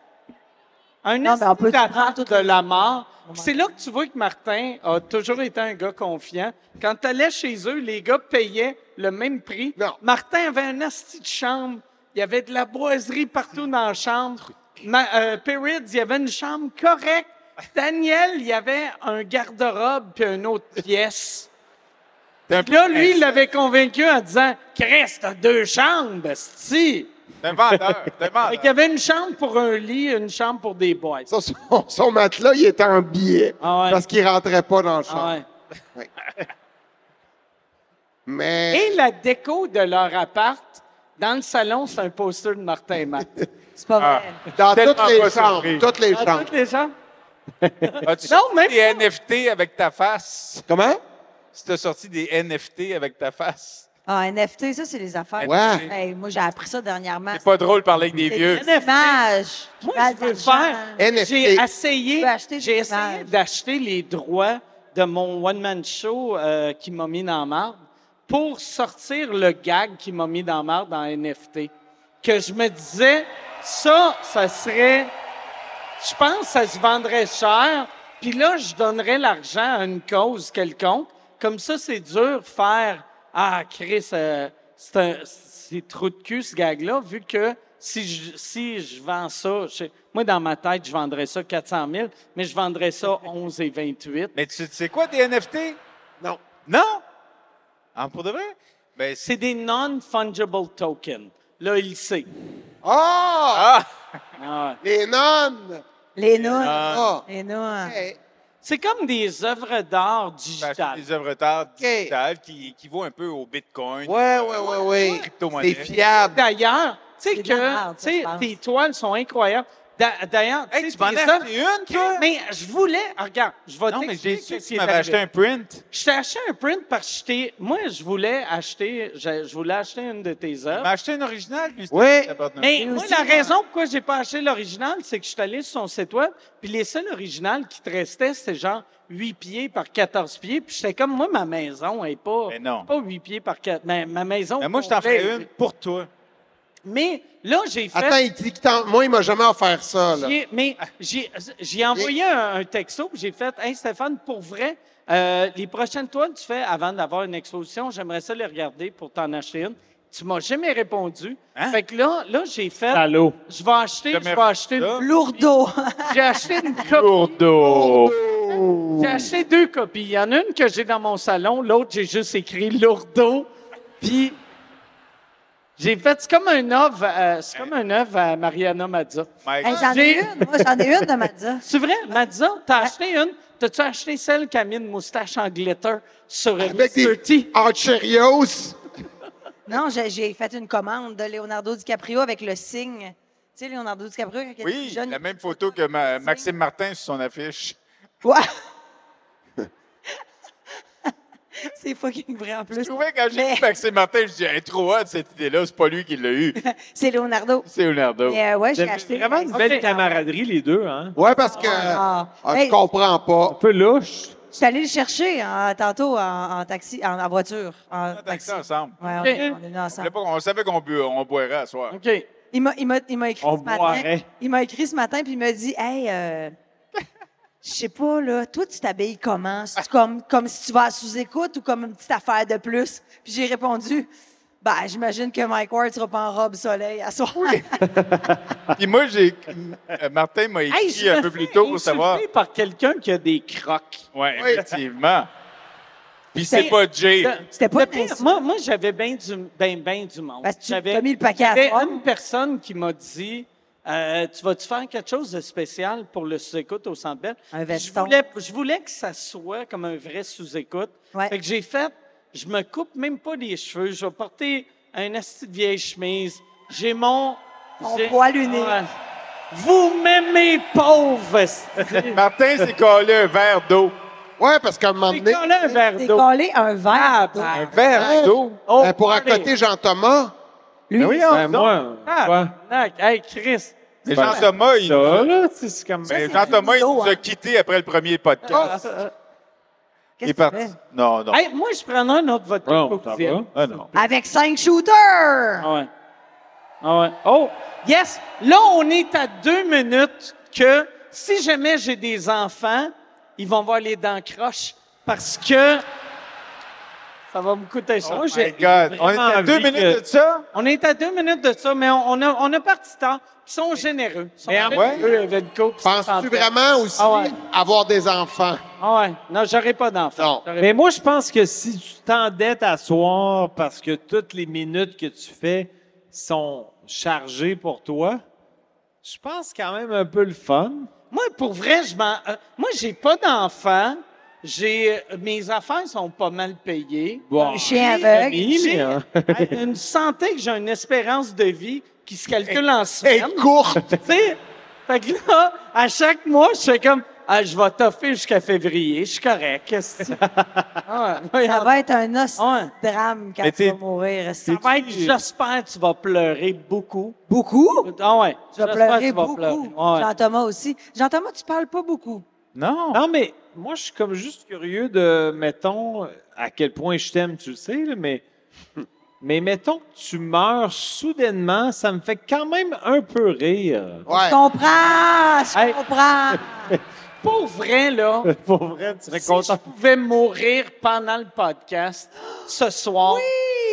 Un non, de la mort. Puis C'est là que tu vois que Martin a toujours été un gars confiant. Quand tu allais chez eux, les gars payaient le même prix. Martin avait un asti de chambre. Il y avait de la boiserie partout dans la chambre. Ma, euh, Peretz, il y avait une chambre correcte. Daniel, il y avait un garde-robe puis une autre pièce. Puis Là, lui, il l'avait convaincu en disant Chris, t'as deux chambres, si. T'es un vendeur, t'es un Il y avait une chambre pour un lit, une chambre pour des boîtes. Son, son matelas, il était en billet Ah ouais. parce qu'il rentrait pas dans le champ. Ah ouais. Mais Et la déco de leur appart, dans le salon, c'est un poster de Martin et Matt. C'est pas vrai. Ah, Dans Tellement toutes les pas chambres, surpris. toutes les Dans chambres. toutes les chambres. As-tu sorti des NFT avec ta face? Comment? Si t'as sorti des NFT avec ta face. Ah, NFT, ça, c'est les affaires. Ouais. Hey, moi, j'ai appris ça dernièrement. C'est pas drôle de parler avec des vieux. C'est des images. Moi, je veux faire. J'ai essayé, j'ai essayé images. d'acheter les droits de mon one-man show euh, qui m'a mis dans la marde pour sortir le gag qui m'a mis dans la marde dans NFT. Que je me disais, ça, ça serait... Je pense que ça se vendrait cher. Puis là, je donnerais l'argent à une cause quelconque. Comme ça, c'est dur de faire « Ah, Chris, euh, c'est un c'est trou de cul, ce gag-là, vu que si je, si je vends ça... je- moi, dans ma tête, je vendrais ça 400 000, mais je vendrais ça 11 et 28. Mais tu sais quoi, des NFT? Non. Non? Ah, pour de vrai? Ben, c'est des non-fungible tokens. Là, il sait. Ah! Les nonnes! Les nonnes. Ah. Les nonnes. C'est comme des œuvres d'art digitales. Ben, Des œuvres d'art digitales qui équivaut un peu au Bitcoin. Ouais, ouais, ouais, ouais. Crypto-monnaie. D'ailleurs, tu sais de la que merde, tu ça, sais, je pense. tes toiles sont incroyables. D'a- D'ailleurs, Hey, sais, tu m'en tes as œuvres- acheté une, toi? Mais je voulais, ah, regarde, je vais Non, mais t'expliquer j'ai su ce que qui tu est m'avais acheté un arrivé. print. Je t'ai acheté un print parce que je t'ai- moi, je voulais acheter, je, je voulais acheter une de tes œuvres. m'a acheté une originale, lui. Oui. c'était- Mais moi, la raison pourquoi j'ai pas acheté l'original, c'est que je suis allé sur son site web, puis les seuls originales qui te restaient, c'était genre 8 pieds par 14 pieds, puis j'étais comme, moi, ma maison est pas, pas 8 pieds par 4, mais ma maison... moi, je t'en complète. ferais une pour toi. Mais là, j'ai fait... Attends, il dit qu'il t'en- moi, il m'a jamais offert ça. Là. J'ai- mais j'ai j'ai envoyé un, un texto, puis j'ai fait Hey Stéphane, pour vrai, euh, les prochaines toiles que tu fais avant d'avoir une exposition, j'aimerais ça les regarder pour t'en acheter une. Tu m'as jamais répondu. Fait que là, là j'ai fait Salaud. Je vais acheter, je Jamais vais acheter ça. une lourdeau. j'ai acheté une copie. Lourdeau. J'ai acheté deux copies. Il y en a une que j'ai dans mon salon, l'autre, j'ai juste écrit lourdeau. Puis j'ai fait, c'est comme un œuvre, euh, c'est comme un œuvre à Mariana Mazza. Hey, j'en ai une. Moi, j'en ai une de Madza. C'est vrai, Madza, t'as acheté une. T'as-tu acheté celle qui a mis une moustache en glitter sur une Avec des Cheerios. Non, j'ai- j'ai fait une commande de Leonardo DiCaprio avec le signe. Tu sais, Leonardo DiCaprio, quand il était Oui, jeune, la même photo que ma- Maxime Martin sur son affiche. Ouais. c'est fucking vrai en plus. Je trouvais quand j'ai vu Maxime Martin, je dis, hey, trop hot cette idée-là, c'est pas lui qui l'a eu. C'est Leonardo. C'est Leonardo. Mais, euh, ouais, j'ai acheté. vraiment une belle camaraderie, les deux, hein? Ouais, parce que Ah. ah, Hey. je comprends pas. Un peu louche. Je suis allé le chercher en- tantôt en, en taxi, en, en voiture. En taxi. Ça, ensemble. Ouais, on- on OK. est venus On voulait ensemble. pas- On savait qu'on bu- on boirait à soir. Il m'a, il m'a- il m'a écrit On ce matin. boirait. Il m'a écrit ce matin, puis il m'a dit Hey, euh, je sais pas, là, toi, tu t'habilles comment C'est-tu comme, comme si tu vas à sous-écoute ou comme une petite affaire de plus Puis j'ai répondu Ben, j'imagine que Mike Ward sera pas en robe soleil à soir. Puis moi, j'ai. euh, Martin m'a écrit Hey, je un me peu fais plus tôt pour savoir. insulter par quelqu'un qui a des crocs. Ouais, effectivement. Puis c'est pas Jay. C'était pas Moi, moi j'avais bien du, ben, ben du monde. Parce que tu J'avais- t'as mis le paquet à j'avais toi. une personne qui m'a dit euh, Tu vas-tu faire quelque chose de spécial pour le sous-écoute au Centre Bell Un Puis Je voulais, je voulais que ça soit comme un vrai sous-écoute. Fait que j'ai fait Je me coupe même pas les cheveux. Je vais porter un asti de vieille chemise. J'ai mon. Mon j'ai- poil unique. Ouais. Vous m'aimez pauvre! esti. Martin s'est collé un verre d'eau. Ouais, parce qu'à un moment donné. collé un verre Ah, T'es ben, collé un verre. d'eau. Un verre d'eau. oh, Ben, pour accoter Jean-Thomas. Lui, oui, Ben, moi, Tabarnak. Hey, Chris. Mais Jean-Thomas, il. Ça, là, tu sais, c'est comme. Mais Jean-Thomas, il nous a quittés après le premier Oh, podcast. Il est parti. Non, non. Hey, moi, je prendrais un autre vodka. Non, cocktail. ça va. Ah, non. Avec cinq shooters! Ah ouais. Ah ouais. Oh, yes! Là, on est à deux minutes que si jamais j'ai des enfants, ils vont voir les dents croches parce que ça va me coûter cher. Oh my God. On est à deux minutes de ça? On est à deux minutes de ça, mais on, on a, on a parti tard. Ils sont généreux. Ils sont Mais en généreux, vrai, avec le couple, ils ah Penses-tu s'entendent. vraiment aussi Ah ouais. avoir des enfants? Ah ouais. Non, j'aurais pas d'enfants. J'aurais- Mais moi, je pense que si tu t'endettes à soir parce que toutes les minutes que tu fais sont chargées pour toi, je pense quand même un peu le fun. Moi, pour vrai, je m'en. euh, moi, j'ai pas d'enfants. J'ai euh, mes affaires sont pas mal payées. Euh, Bon. J'ai- Chien aveugle. J'ai Chien. euh, une santé que j'ai une espérance de vie qui se calcule en semaine. Et courte. tu sais, fait que là, à chaque mois, je fais comme ah, je vais toffer jusqu'à février, je suis correct. Qu'est-ce que- Ça Ah, voyons. va être un os de drame quand Mais tu vas t'es- mourir. Ça va être, j'espère que tu vas pleurer beaucoup. Beaucoup? Ah ouais. Tu vas J'espère que pleurer tu vas beaucoup. pleurer. Ouais. Jean-Thomas aussi. Jean-Thomas, tu parles pas beaucoup. Non. Non, mais moi, je suis comme juste curieux de, mettons, à quel point je t'aime, tu le sais, là, mais, mais mettons que tu meurs soudainement, ça me fait quand même un peu rire. Je comprends, je Hey. comprends. Pour vrai, là, Pour vrai, tu serais si je content. pouvais mourir pendant le podcast ce soir,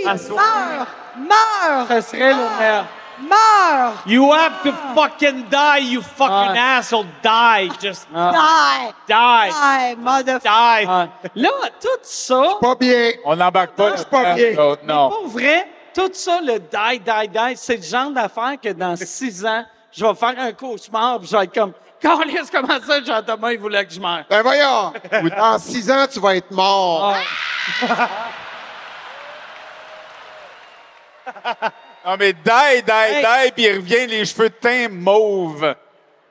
à soir, Meurs! Meurs! ce serait le meilleur. Meurs! You have to fucking die, you fucking Ah. asshole. Die, just Ah. Die! die. Die, motherfucker! Die. Là, tout ça, Pas bien. On n'embarque pas. suis pas bien. Ah, là-dedans, l'autre, Non. pour vrai, tout ça, le die, die, die, c'est le genre d'affaire que dans six ans, je vais faire un cauchemar puis je vais être comme, Carlis, comment ça, Jean-Thomas, il voulait que je meure? Ben voyons, dans six ans, tu vas être mort. Ah. Non, mais die, die, die, puis il revient les cheveux de teint mauve.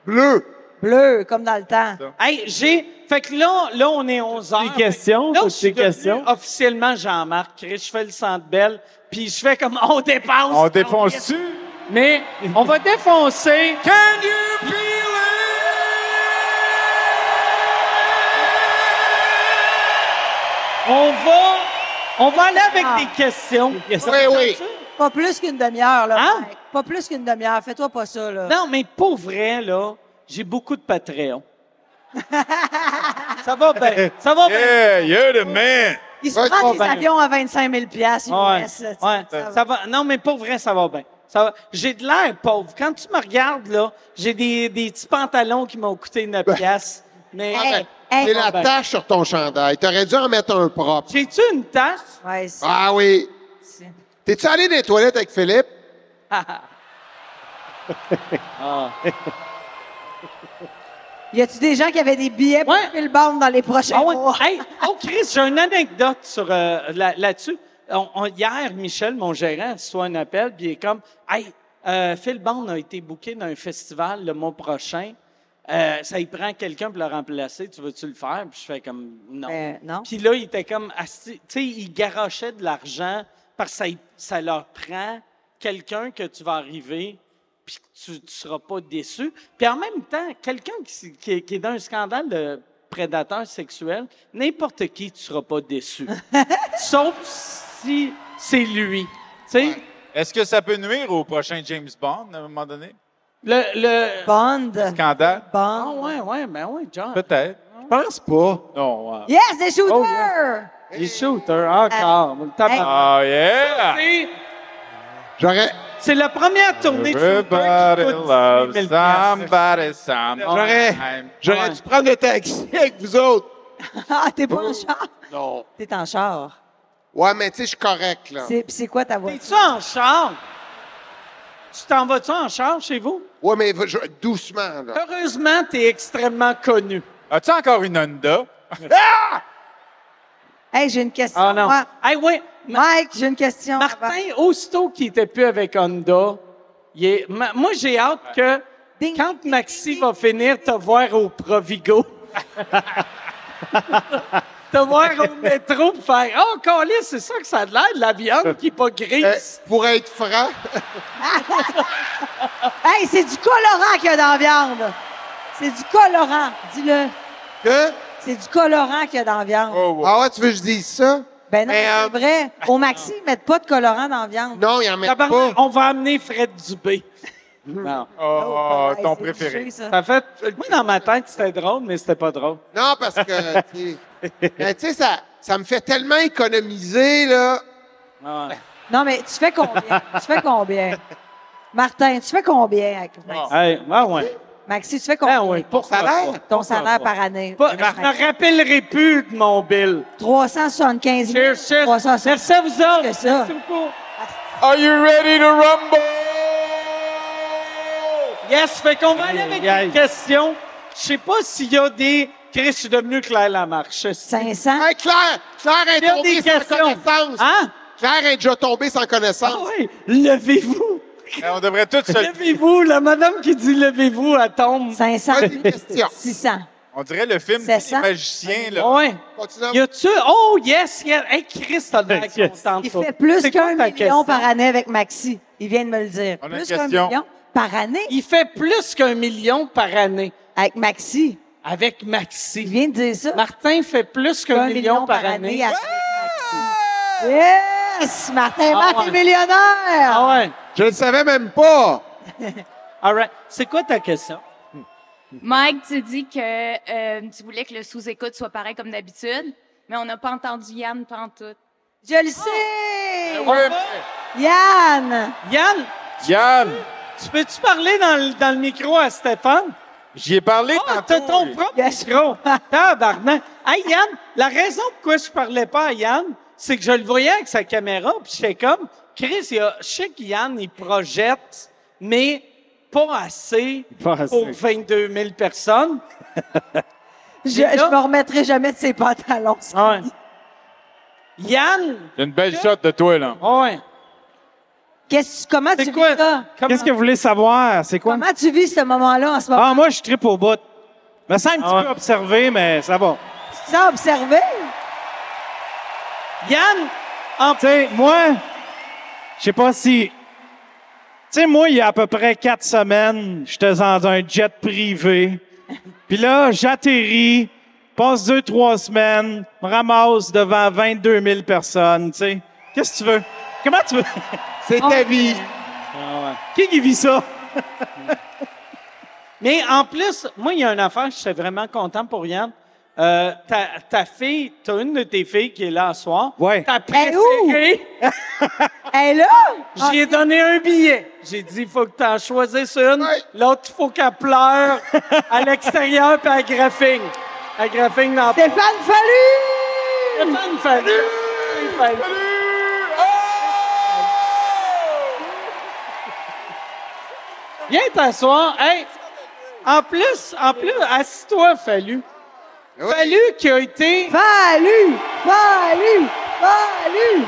Bleu. Bleu, comme dans le temps. Hey, j'ai. Fait que là, là, on est 11 heures. Des questions? Là, Faut je que suis des questions? devenu officiellement Jean-Marc. Chris, Je fais le centre belle, puis je fais comme on dépense. On défonce-tu? Mais on va défoncer. Can you feel it? On va, on va aller avec des questions. oui. Ah. Pas plus qu'une demi-heure, là. Hein? Mike. Pas plus qu'une demi-heure. Fais-toi pas ça, là. Non, mais pour vrai, là, j'ai beaucoup de Patreon. ça va bien. Ça va bien. Yeah, you're the man. Il se Ouais, prend bon, des ben. avions à 25 000 US, Ouais, US, là, tu- ça ouais, va. ça va. Non, mais pour vrai, ça va bien. Ça va. J'ai de l'air pauvre. Quand tu me regardes, là, j'ai des, des petits pantalons qui m'ont coûté 9 piastres. Mais Ah, ben, hey, c'est la ben. tache sur ton chandail. T'aurais dû en mettre un propre. j'ai-tu une tache? Ouais, c'est- Ah oui. T'es-tu allé dans les toilettes avec Philippe? Ah. Y a-tu des gens qui avaient des billets pour Ouais. le bande dans les prochains Ah ouais. mois? Hey, oh, Chris, j'ai une anecdote sur, euh, là- là-dessus. On- on- hier, Michel, mon gérant, reçoit un appel, puis il est comme Hey, euh, Phil Bond a été booké d'un festival le mois prochain. Euh, ça y prend quelqu'un pour le remplacer. Tu veux-tu le faire? Puis je fais comme Non. Ben, non. Puis là, il était comme asti- Tu sais, il garochait de l'argent parce que ça, y- ça leur prend quelqu'un que tu vas arriver puis que tu ne seras pas déçu. Puis en même temps, quelqu'un qui, s- qui est- qui est dans un scandale de prédateur sexuel, n'importe qui, tu ne seras pas déçu. Sauf si c'est lui. Tu sais, Est-ce que ça peut nuire au prochain James Bond à un moment donné? Euh, le... le... Bond. Scandale? Ah Bond. ouais, ouais, ben ouais, John. Peut-être. Je pense pas. Non. ouais. Yes, des shooters! Oh, yeah. Les shooters, encore. Le tabac. Ah, yeah! C'est- J'aurais. C'est la première tournée de shooters Everybody qui coûte loves 18 000 somebody Ah. sometime. J'aurais- J'aurais dû prendre le taxi avec vous autres. Ah, t'es pas en char? Non. T'es en char. Ouais, mais tu sais, je suis correct, là. C'est- pis c'est quoi ta voiture? T'es-tu en char? Tu t'en vas-tu en char chez vous? Ouais, mais va- je- doucement, là. Heureusement, t'es extrêmement connu. As-tu encore une Honda? Hey, j'ai une question. Ah non. moi. Hey, ouais, Ma- Mike, j'ai une question. avant. Martin, aussitôt qu'il était plus avec Honda, il est- Ma- moi, j'ai hâte que Ding, quand Maxi va finir, te voir au Provigo. Te voir au métro pour faire Oh, Calis, c'est ça que ça a de l'air, de la viande qui n'est pas grise. Euh, pour être franc. hey, c'est du colorant qu'il y a dans la viande. C'est du colorant, dis-le. Que? C'est du colorant qu'il y a dans la viande. Ah ouais, tu veux que je dise ça? euh, Ben non, c'est vrai. Au maxi, ils mettent pas de colorant dans la viande. Non, ils en Mhm. mettent pas. On va amener Fred Dubé. Non. Oh, hey, ton c'est préféré. léger, ça. En fait, moi, dans ma tête, c'était drôle, mais c'était pas drôle. Non, parce que, tu sais, mais tu sais, ça, ça me fait tellement économiser, là. Ah Non, mais tu fais combien? tu fais combien? Martin, tu fais combien avec Maxi? Hey, ah ouais. Ah, Maxi, tu fais combien? Ton salaire? Ton salaire par année. Pas- je me rappellerai plus de mon bill. 375 000. Cheers, cheers. Merci à vous autres. que ça. Merci beaucoup. Are you ready to rumble? Yes, fait qu'on va aller avec une question. Je sais pas s'il y a des. Chris, je suis devenu Claire Lamarche. 500. Hey, Claire! Claire est Il y a des tombée sans questions. connaissance. Hein? Claire est déjà tombée sans connaissance. Ah oui, levez-vous. Ben, on devrait tous se... Levez-vous. La madame qui dit levez-vous, elle tombe. 500. Une question. 600. On dirait le film Les magiciens, là. Ouais. Continue. Y a-tu. Oh, yes, yes. Hey, Chris, t'as de l'air contente. Il toi. fait plus C'est qu'un quoi ta million question? par année avec Maxi. Il vient de me le dire. On a une plus qu'un question. million par année Il fait plus qu'un million par année avec Maxi. avec Maxi. Il vient de dire ça. Martin fait plus qu'un million, par année. avec Maxi. Yes! Martin, Ah Martin ouais. est millionnaire! Ah ouais. Je ne savais même pas. All right. C'est quoi ta question? Mike, tu dis que euh, tu voulais que le sous-écoute soit pareil comme d'habitude, mais on n'a pas entendu Yann pantoute. Je le sais! Yann! Yann, Yann, tu peux-tu parler dans le, dans le micro à Stéphane? j'y ai parlé Ah, t'as tantôt. ton propre micro. Tabarnak. Hey, Yann, la raison pourquoi je parlais pas à Yann, c'est que je le voyais avec sa caméra, puis j'étais comme, Chris, il a- je sais que Yann, il projette, mais pas assez, Pas assez. pour 22 000 personnes. Je, je me remettrai jamais de ses pantalons. Ouais. Yann, J'ai une belle shot de toi, là. ouais. Qu'est-ce, comment tu vis ça? Qu'est-ce que vous voulez savoir? C'est quoi? Comment tu vis ce moment-là en ce moment? Ah, moi, je tripe au bout. Me semble un Ah petit peu observé, mais ça va. Tu t'as observé? Yann, en ah, Tu sais, moi, je sais pas si. Tu sais, moi, il y a à peu près quatre semaines, j'étais dans un jet privé. Puis là, j'atterris, passe deux, trois semaines, me ramasse devant 22 000 personnes, tu sais. Qu'est-ce que tu veux? Comment tu veux? Oh. C'est ta vie. Qui qui vit ça? Mais en plus, moi, il y a une affaire, je suis vraiment content pour Yann. Euh, ta, ta fille, t'as une de tes filles qui est là ce soir. Ouais. Ta Elle est où? préférée. Elle est là? Ah. J'ai donné un billet. J'ai dit, il faut que tu en choisisses une. L'autre, il faut qu'elle pleure à l'extérieur puis à graphigne. À graphigne dans Stéphane Fallu! Stéphane Fallu! Stéphane Fallu. Viens t'asseoir. Hey! En plus, en plus, assis-toi, Fallu. Fallu qui a été... Fallu! Fallu! Fallu!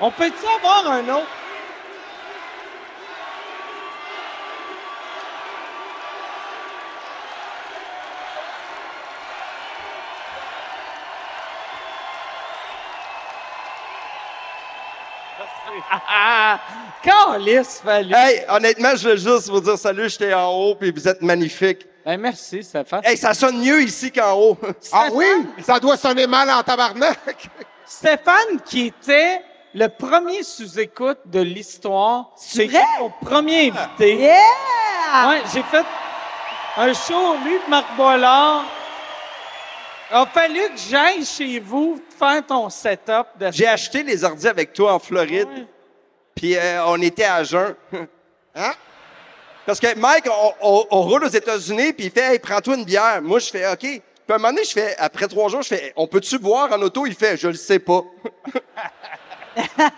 On peut-tu avoir un autre? Ah, Calice, Fallu! Hey, honnêtement, je veux juste vous dire salut, j'étais en haut, puis vous êtes magnifique. Ben, merci, Stéphane. Hey, ça sonne mieux ici qu'en haut. Ah oui? Ça doit sonner mal en tabarnak. Stéphane, qui était le premier sous-écoute de l'histoire, c'est vrai? mon premier invité. Yeah! Ouais, j'ai fait un show, lui et Marc Boilard. Il a fallu que j'aille chez vous faire ton setup de J'ai acheté les ordi avec toi en Floride, puis euh, on était à jeun. Hein? Parce que Mike, on, on- on roule aux États-Unis, puis il fait Hey, prends-toi une bière. Moi, je fais OK. Puis à un moment donné, je fais, après trois jours, je fais hey, On peut-tu boire en auto? Il fait Je le sais pas.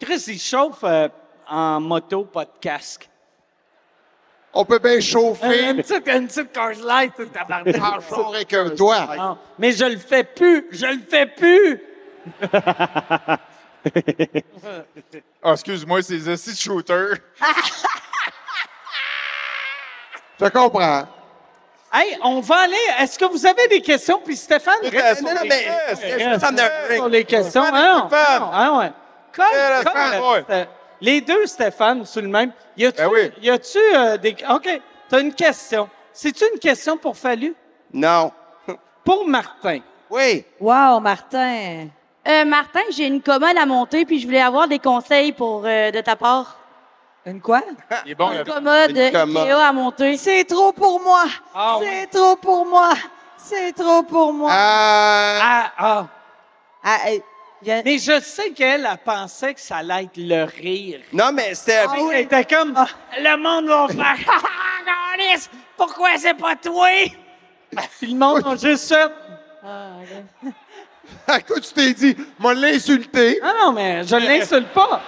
Chris, il chauffe euh, en moto, pas de casque. Euh, On peut bien chauffer. Une petite, une petite Cars Light, tabarnak. Ah, chaud avec un doigt. Non, mais je le fais plus, je le fais plus. Ah, excuse-moi, c'est les assis de shooter. Je comprends. Hey, on va aller. Est-ce que vous avez des questions? Puis Stéphane, reste non, sur non, les- mais- euh, reste, je reste me sens sur les questions. Ah non, ah non, ah ouais. Comme, comme, euh, Sté- les deux Stéphane sur le même. Y Ben a-tu y a-tu, euh, des OK, t'as une question. C'est-tu une question pour Fallu? Non. Pour Martin. Oui. Wow, Martin. Euh, Martin, j'ai une commode à monter, puis je voulais avoir des conseils pour, euh, de ta part. Une quoi? Il est bon, Une le- commode euh, une commode. Ikea à monter. C'est trop pour moi. C'est trop pour moi. C'est trop pour moi. Euh, Ah, ah. euh, Mais je sais qu'elle elle pensait que ça allait être le rire. Non, mais c'était. Ah, oui. Elle était comme. Le monde va faire. Ah, ah, câlisse, Pourquoi c'est pas toi? Puis le monde a juste ça. À quoi tu t'es dit? M'a l'insulté. Ah non, mais je l'insulte pas.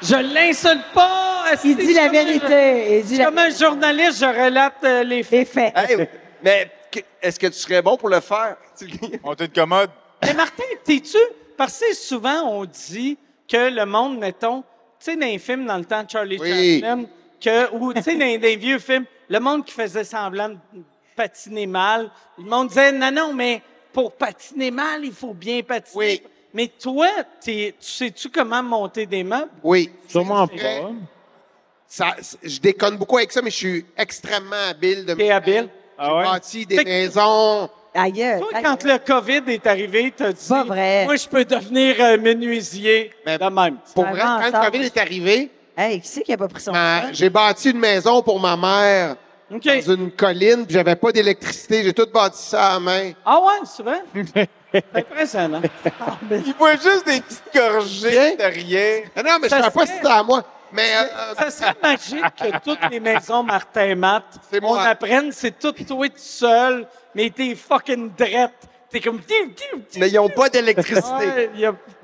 Je l'insulte pas. Il dit la vérité. Comme un journaliste, je relate euh, les faits. Hey, mais que- est-ce que tu serais bon pour le faire? On une commode. Mais Martin, t'es-tu? Parce que souvent, on dit que le monde, mettons, tu sais, dans les films, dans le temps de Charlie Chaplin, que, ou tu sais, dans les vieux films, le monde qui faisait semblant de patiner mal, le monde disait, non, non, mais pour patiner mal, il faut bien patiner. Mais toi, t'es- tu sais-tu comment monter des meubles? Oui. Sûrement pas. Ça, c'est- je déconne beaucoup avec ça, mais je suis extrêmement habile. T'es habile? J'ai bâti des maisons. Ailleurs. Toi, quand le COVID est arrivé, t'as dit, Pas vrai. moi, je peux devenir euh, menuisier de même. Pour vrai, quand le COVID est arrivé, Hey, qui c'est qui a pas pris son ma- j'ai bâti une maison pour ma mère dans une colline, puis j'avais pas d'électricité. J'ai tout bâti ça à la main. Ah ouais, c'est vrai? Impressionnant. Il boit juste des petites gorgées de rien. Ah Non, mais je Ça ne sais pas si serait- c'est à moi. Mais euh, Ça serait magique que toutes les maisons Martin Matt, on moi. apprenne, c'est tout toi tout seul, mais t'es fucking drette. T'es comme... Mais ils n'ont pas d'électricité.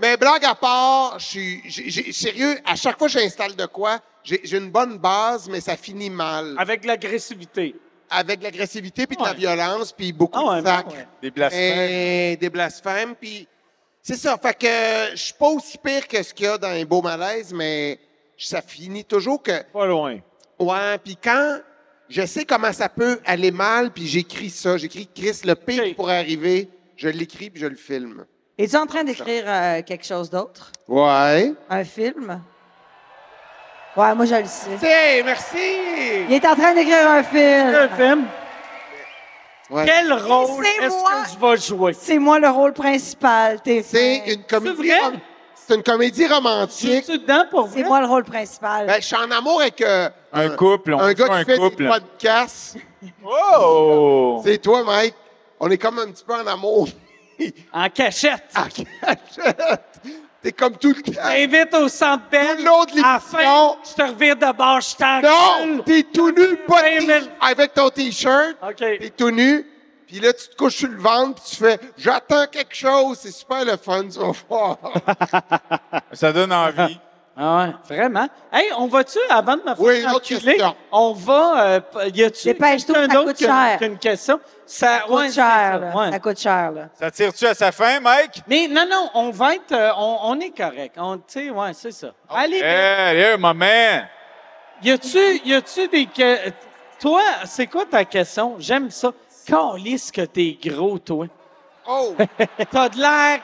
Mais blague à part, je suis j'ai- j'ai- sérieux, à chaque fois que j'installe de quoi, j'ai j'ai une bonne base, mais ça finit mal. Avec l'agressivité. Ah Avec l'agressivité, puis de la violence, puis beaucoup de ben sacres. Des blasphèmes. Et des blasphèmes, puis c'est ça. Fait que je suis pas aussi pire que ce qu'il y a dans les beaux malaises, mais ça finit toujours que... Pas loin. Ouais, puis quand je sais comment ça peut aller mal, puis j'écris ça, j'écris Chris, le pire qui pourrait arriver, je l'écris puis je le filme. Es-tu en train d'écrire euh, quelque chose d'autre? Ouais. Un film? Ouais, moi, je le sais. merci! Il est en train d'écrire un film. Un film? Ouais. Quel rôle C'est est-ce moi. que je vais jouer? C'est moi le rôle principal. C'est une comédie. rom- C'est une comédie romantique. C'est moi le rôle principal. Ben, je suis en amour avec euh, Un couple, on un gars joue qui un fait couple. des podcasts. Oh! C'est toi, Mike. On est comme un petit peu en amour. en cachette. En cachette. T'es comme tout le temps. Invite au centre belle. Tout le long de l'émission. Je te revire de bord, je t'engueule. Non! T'es tout nu, pas de t- avec ton T-shirt. T'es tout nu. Puis là, tu te couches sur le ventre, puis tu fais « J'attends quelque chose. » C'est super le fun, tu vas voir. Ça donne envie. Ah ouais, vraiment. Hey, on va-tu, avant de me faire Oui, une autre enculer, question. on va... euh, y a-tu quelqu'un ça d'autre coûte qui a cher. qui a une question? Ça, coûte cher, là. Ça coûte cher, là. Ça tire-tu à sa fin, Mike? Mais non, non, on va être... euh, on, on est correct. On- Tu sais, ouais, c'est ça. Allez, Hey, hey, maman! y a-tu y a-tu des... que- Toi, c'est quoi ta question? J'aime ça. Calisse que t'es gros, toi. Oh! T'as de l'air...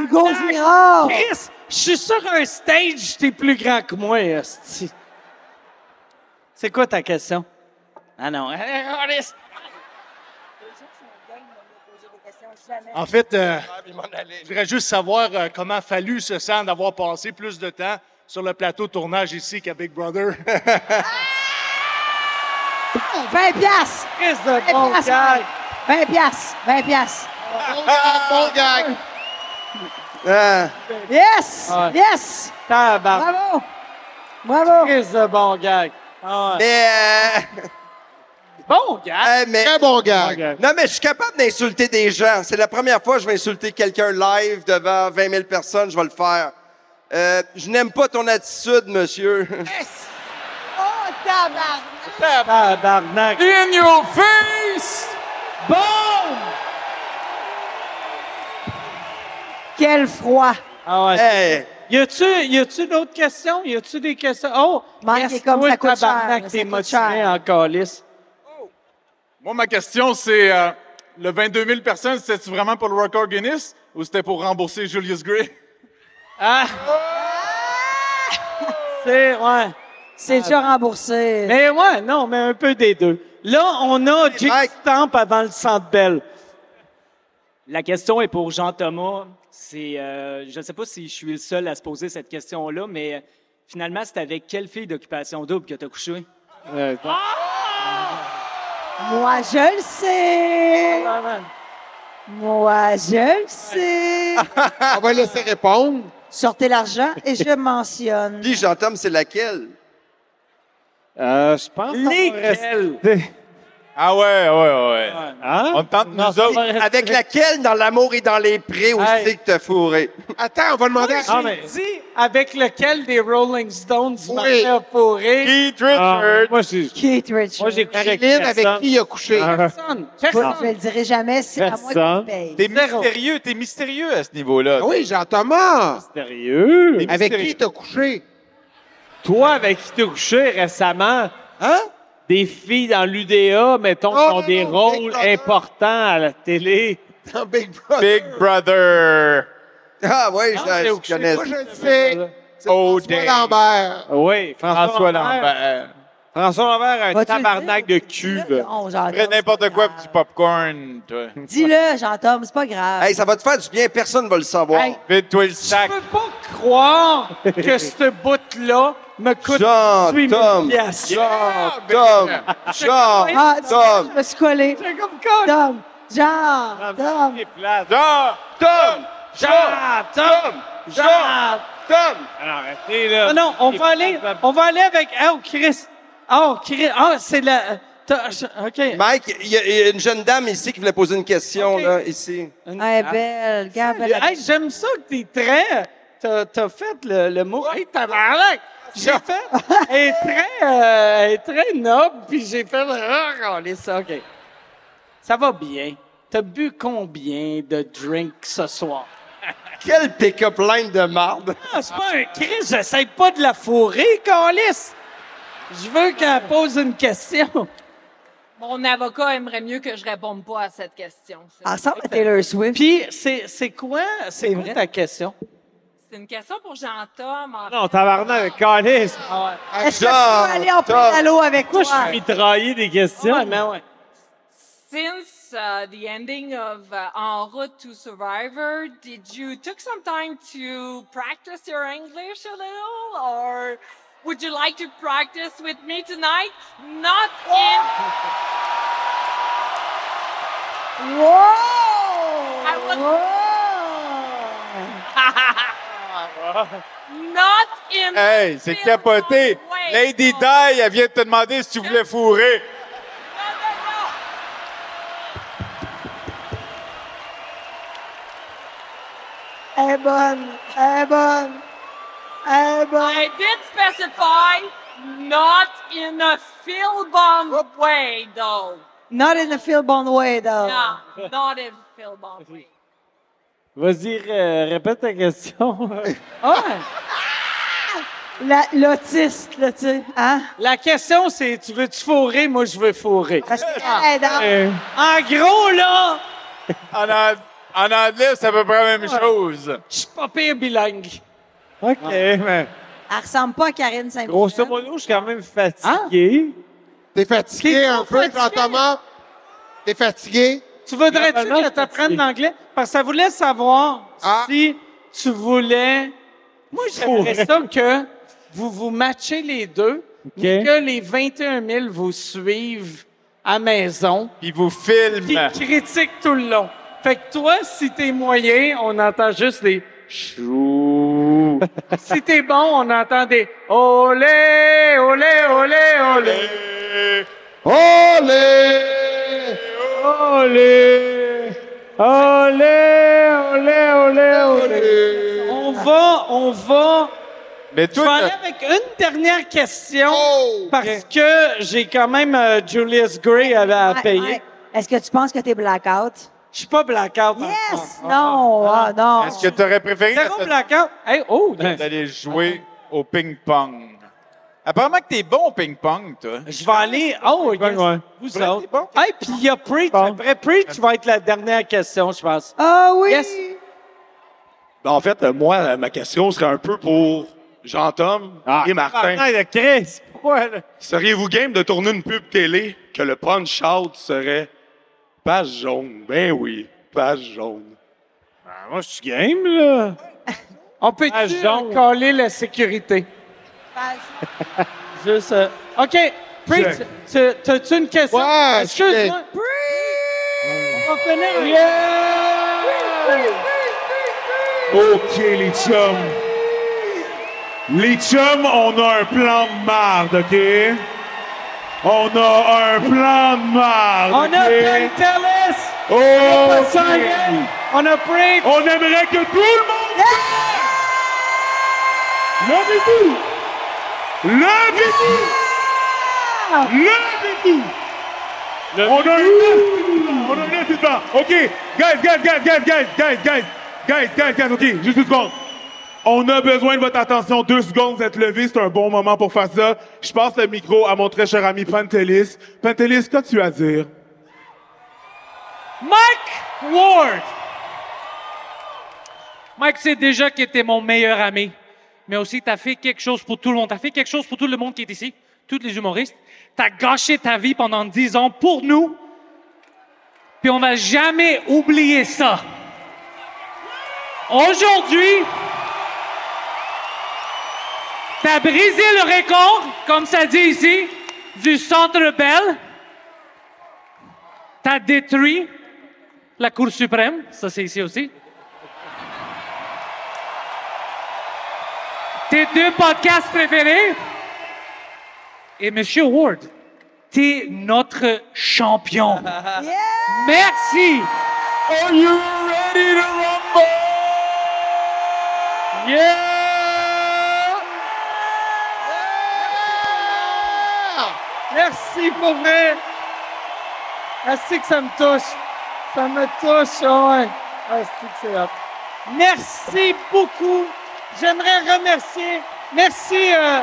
Hugo Girard! Chris, je suis sur un stage, t'es plus grand que moi, esti. C'est quoi ta question? Ah non. hein? En fait, euh, je voudrais juste savoir euh, comment Fallu se sent d'avoir passé plus de temps sur le plateau de tournage ici qu'à Big Brother. 20 piastres! Chris 20 piastres! Mike. 20 piastres! 20 piastres! Ah, Bon gag! Euh. Yes! Ouais. Yes! Tabarnak. Bravo! Bravo! Chris de bon gag. Ah ouais. Bon gars. Très bon gars. euh, Non, mais je suis capable d'insulter des gens. C'est la première fois que je vais insulter quelqu'un live devant 20 000 personnes. Je vais le faire. Euh, je n'aime pas ton attitude, monsieur. euh, Oh, tabarnak! Tabarnak. In your face! Boom! Quel froid! Ah ouais. Hey. Y a-tu, y a-tu d'autres questions? Y a-tu des questions? Oh, Mike est reste-toi comme ça le coûte cher, tabarnak, ça t'es coûte motivé cher. en calice. Moi, ma question, c'est euh, le 22 000 personnes, c'était-tu vraiment pour le record Guinness ou c'était pour rembourser Julius Gray? Ah! C'est, ouais. C'est déjà remboursé. Mais ouais, non, mais un peu des deux. Là, on a Jake Stamp avant le Centre Bell. La question est pour Jean-Thomas. C'est, euh, je ne sais pas si je suis le seul à se poser cette question-là, mais euh, finalement, c'est avec quelle fille d'occupation double que tu as couché? Euh, Ah! Moi, je le Oh, sais. Moi, je le sais. On va laisser répondre. Sortez l'argent et je mentionne. Puis, j'entends, c'est laquelle? Euh, je pense qu'on va Lesquelles? rester- Ah ouais, ouais, ouais. Hein? On tente nous autres. Avec laquelle, dans l'amour et dans les prés, où Hey. c'est que t'as fourré? Attends, on va demander à Ah, mais- dit avec lequel des Rolling Stones marchaient à fourrer. Keith Ah, moi, c'est... Keith Richards. Moi, j'ai couché avec Marilyn, personne. avec qui il a couché? Ah. Personne. Personne. Je ne le dirai jamais, c'est à moi Personne. qui paye. T'es mystérieux, t'es mystérieux à ce niveau-là. Ah Oui, Jean-Thomas. Sérieux? Avec qui t'as couché? Toi, avec qui t'as couché récemment? Hein? Des filles dans l'UDA, mettons, Oh, qui ont des rôles importants à la télé. Dans Big Brother. Big Brother. Ah oui, je, j'ai je couché. connais. Moi, je le sais. Oh, François Lambert. Oui, François, François Lambert. Lambert. François Lambert a un Vas-tu le tabarnak de cube. On, Tu ferais n'importe quoi pour du popcorn, toi. Dis-le, Jean-Thomas, c'est pas grave. Hey, ça va te faire du bien, personne va le savoir. Hey. Vide-toi le sac. croire que ce bout-là me coûte 18 000 Jean-Tom. piastres. Jean-Tom. Ah, tu- Jean-Tom. je me suis collé. J'ai comme con. Tom, Jean, Tom. Jean-Tom. Jean-Tom. Jean-Tom. Alors, arrêtez, là. Ah non, on va aller, on va aller avec, oh, Chris. Oh, Chris. Ah, c'est la, t'as- OK. Mike, il y, a- il y a une jeune dame ici qui voulait poser une question, là, ici. Ah, Hey, Ah, belle, regarde, belle. Hey, j'aime ça que t'es très. T'as, t'as fait le, le mot. Hey, tabarnak! J'ai fait. Elle est très, euh, elle est très noble, puis j'ai fait. Ah, regardez ça, OK. Ça va bien. T'as bu combien de drinks ce soir? Quel pick-up line de marde! Ah, c'est pas un cri, j'essaie pas de la fourrer, Calis! Je veux qu'elle pose une question. Mon avocat aimerait mieux que je réponde pas à cette question. C'est- Ensemble à Taylor Swift. Puis, c'est, c'est quoi, c'est quoi ta question? C'est une question pour Jean-Tom. en Non, tabarnak, calice. Ah Ah, fait. Est-ce que je peux aller en pédalo avec toi? Moi, je suis mitraillé des questions. Ouais, mais ouais. Since uh, the ending of uh, En route to Survivor, did you took some time to practice your English a little, or would you like to practice with me tonight? Not in. Whoa! I was. Not in. Hey, c'est capoté. Lady Di, elle vient de te demander si tu voulais fourrer. Elle est bonne, elle est bonne, elle est bonne. I did specify not in a Phil Bond way, though. Not in a Phil Bond way, though. Yeah, not in Phil Bond way. Vas-y, ré- répète ta question. La- l'autiste, là, tu sais, hein? La question, c'est tu veux-tu fourrer? Moi, je veux fourrer. Parce que elle est dans- Euh, En gros, là, En, an- en anglais, c'est à peu près la même chose. je suis pas pire bilingue. OK, mais Elle ressemble pas à Karine saint grosso modo, je suis quand même fatigué. Hein? T'es fatigué un peu, Jean-Thomas? T'es fatigué? Tu voudrais-tu Normalement, que je t'apprenne l'anglais? Parce que ça voulait savoir si tu voulais. Moi, j'aimerais Fourrer. ça que vous vous matchez les deux, mais que les 21 000 vous suivent à maison. Puis vous filment. Puis critiquent tout le long. Fait que toi, si t'es moyen, on entend juste des chou. si t'es bon, on entend des olé, olé, olé, olé. Olé! Olé! Olé, olé, olé, olé! On va, on va. Mais Je vais aller avec une dernière question parce que j'ai quand même euh, Julius Gray à, à Ouais, payer. ouais. Est-ce que tu penses que t'es blackout? Je suis pas blackout. Yes! non! Ah, non! Est-ce que tu aurais préféré Zéro blackout. Hey, oh! d'aller jouer au ping-pong? Apparemment que t'es bon au ping-pong, toi. Je vais aller. Oh, yes. Vous autres. Hey, puis il y a Preach. Après Preach, va être la dernière question, je pense. Ah oui! Yes. Ben, en fait, euh, moi, euh, ma question serait un peu pour Jean-Tom et Martin. Martin de Ah, ben, Chris. Pourquoi? là? Seriez-vous game de tourner une pub télé que le punch-out serait page jaune? Ben oui, page jaune. Ah, moi, je suis game, là. On peut coller la sécurité. Juste. euh, OK. Preach, tu- t'as-tu une question? Ouais, Excuse-moi. On va finir. OK, les chums. Les chums, on a un plan de marde, OK? On a un plan de marde, On a OK? Ben Tellis. Oh, On a Simon. yeah. On a Preach. On aimerait que tout le monde... Levez-vous! Levez-vous! Levez-vous! On a eu On a eu dedans. OK. Guys, guys, guys, guys, guys, guys, guys. Guys, guys, guys, OK. Juste une seconde. On a besoin de votre attention. Deux secondes, vous êtes levés. C'est un bon moment pour faire ça. Je passe le micro à mon très cher ami Pantelis. Pantelis, qu'as-tu à dire? Mike Ward. Mike, c'est déjà qui était mon meilleur ami, mais aussi t'as fait quelque chose pour tout le monde. T'as fait quelque chose pour tout le monde qui est ici, tous les humoristes. T'as gâché ta vie pendant dix ans pour nous, puis on va jamais oublier ça. Aujourd'hui, t'as brisé le record, comme ça dit ici, du Centre Bell. T'as détruit la Cour suprême, ça c'est ici aussi. Tes deux podcasts préférés. Et Monsieur Ward, t'es notre champion. Merci. Are you ready to rumble? Merci pour vrai. Merci que ça me touche. Ça me touche, ouais. Merci que c'est hot. Merci beaucoup. J'aimerais remercier. Merci, euh,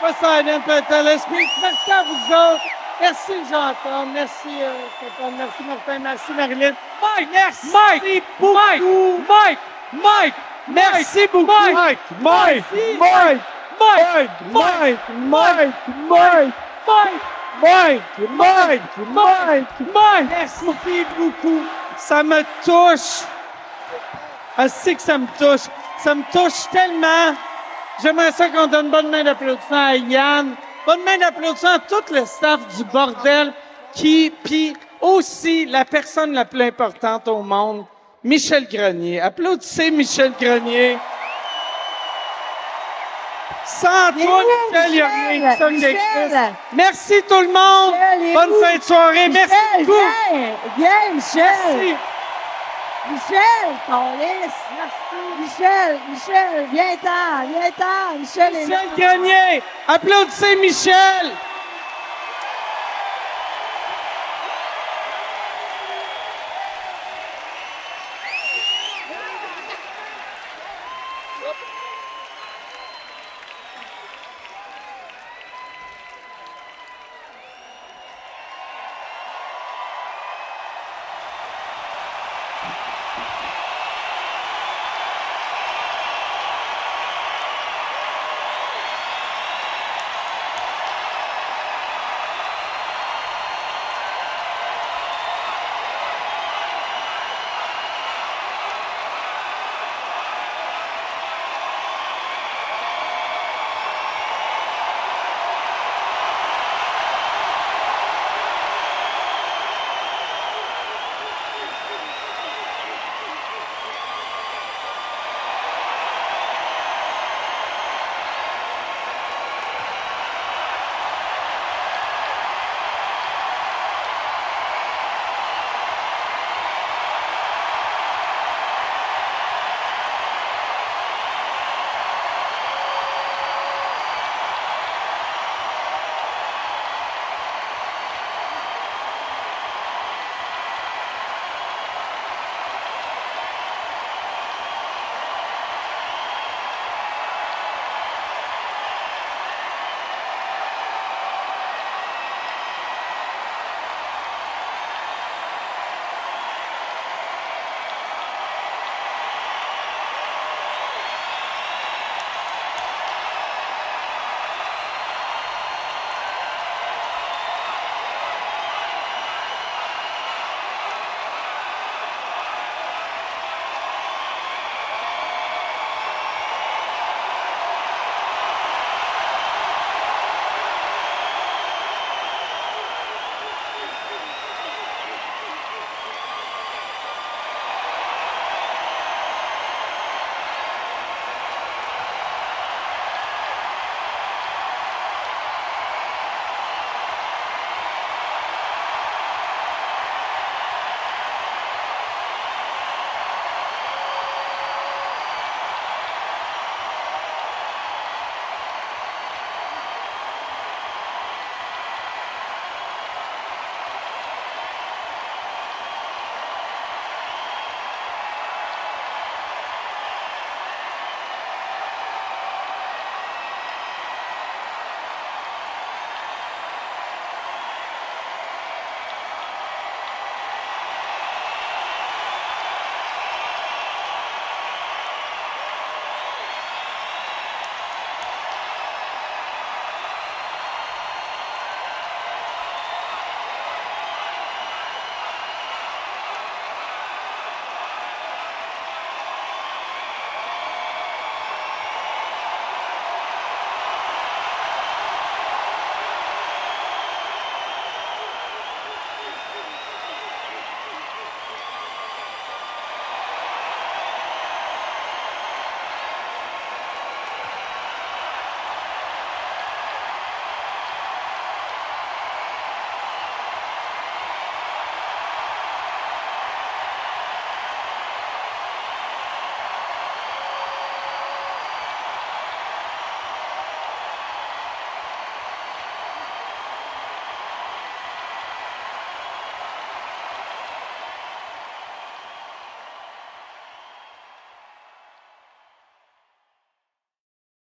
Poseidon Pantelis. Merci à vous autres. Merci, Jean-Tom. Merci, euh, Stéphane. Merci, Martin. Merci, Marilyn. Mike! Merci Mike! beaucoup. Mike! Mike! Merci beaucoup. Mike! Mike! Mike! Mike! Mike! Mike! Mike! Mike! Mike! Mike! Mike! Mike! Merci beaucoup. Ça me touche. Je sais que ça me touche. Ça me touche tellement. J'aimerais ça qu'on donne une bonne main d'applaudissement à Yann. Bonne main d'applaudissement à tout le staff du bordel qui, puis aussi la personne la plus importante au monde, Michel Grenier. Applaudissez Michel Grenier. Sans toi, Michel, il n'y a rien de ça qui Michel! existe. Merci tout le monde. il est Bonne où? fin de soirée. Merci Michel, beaucoup. viens! Viens, Michel! Merci. Michel, ton lisse! Michel, Michel, viens-t'en, viens-t'en! Michel est là! Michel Grenier. Applaudissez Michel.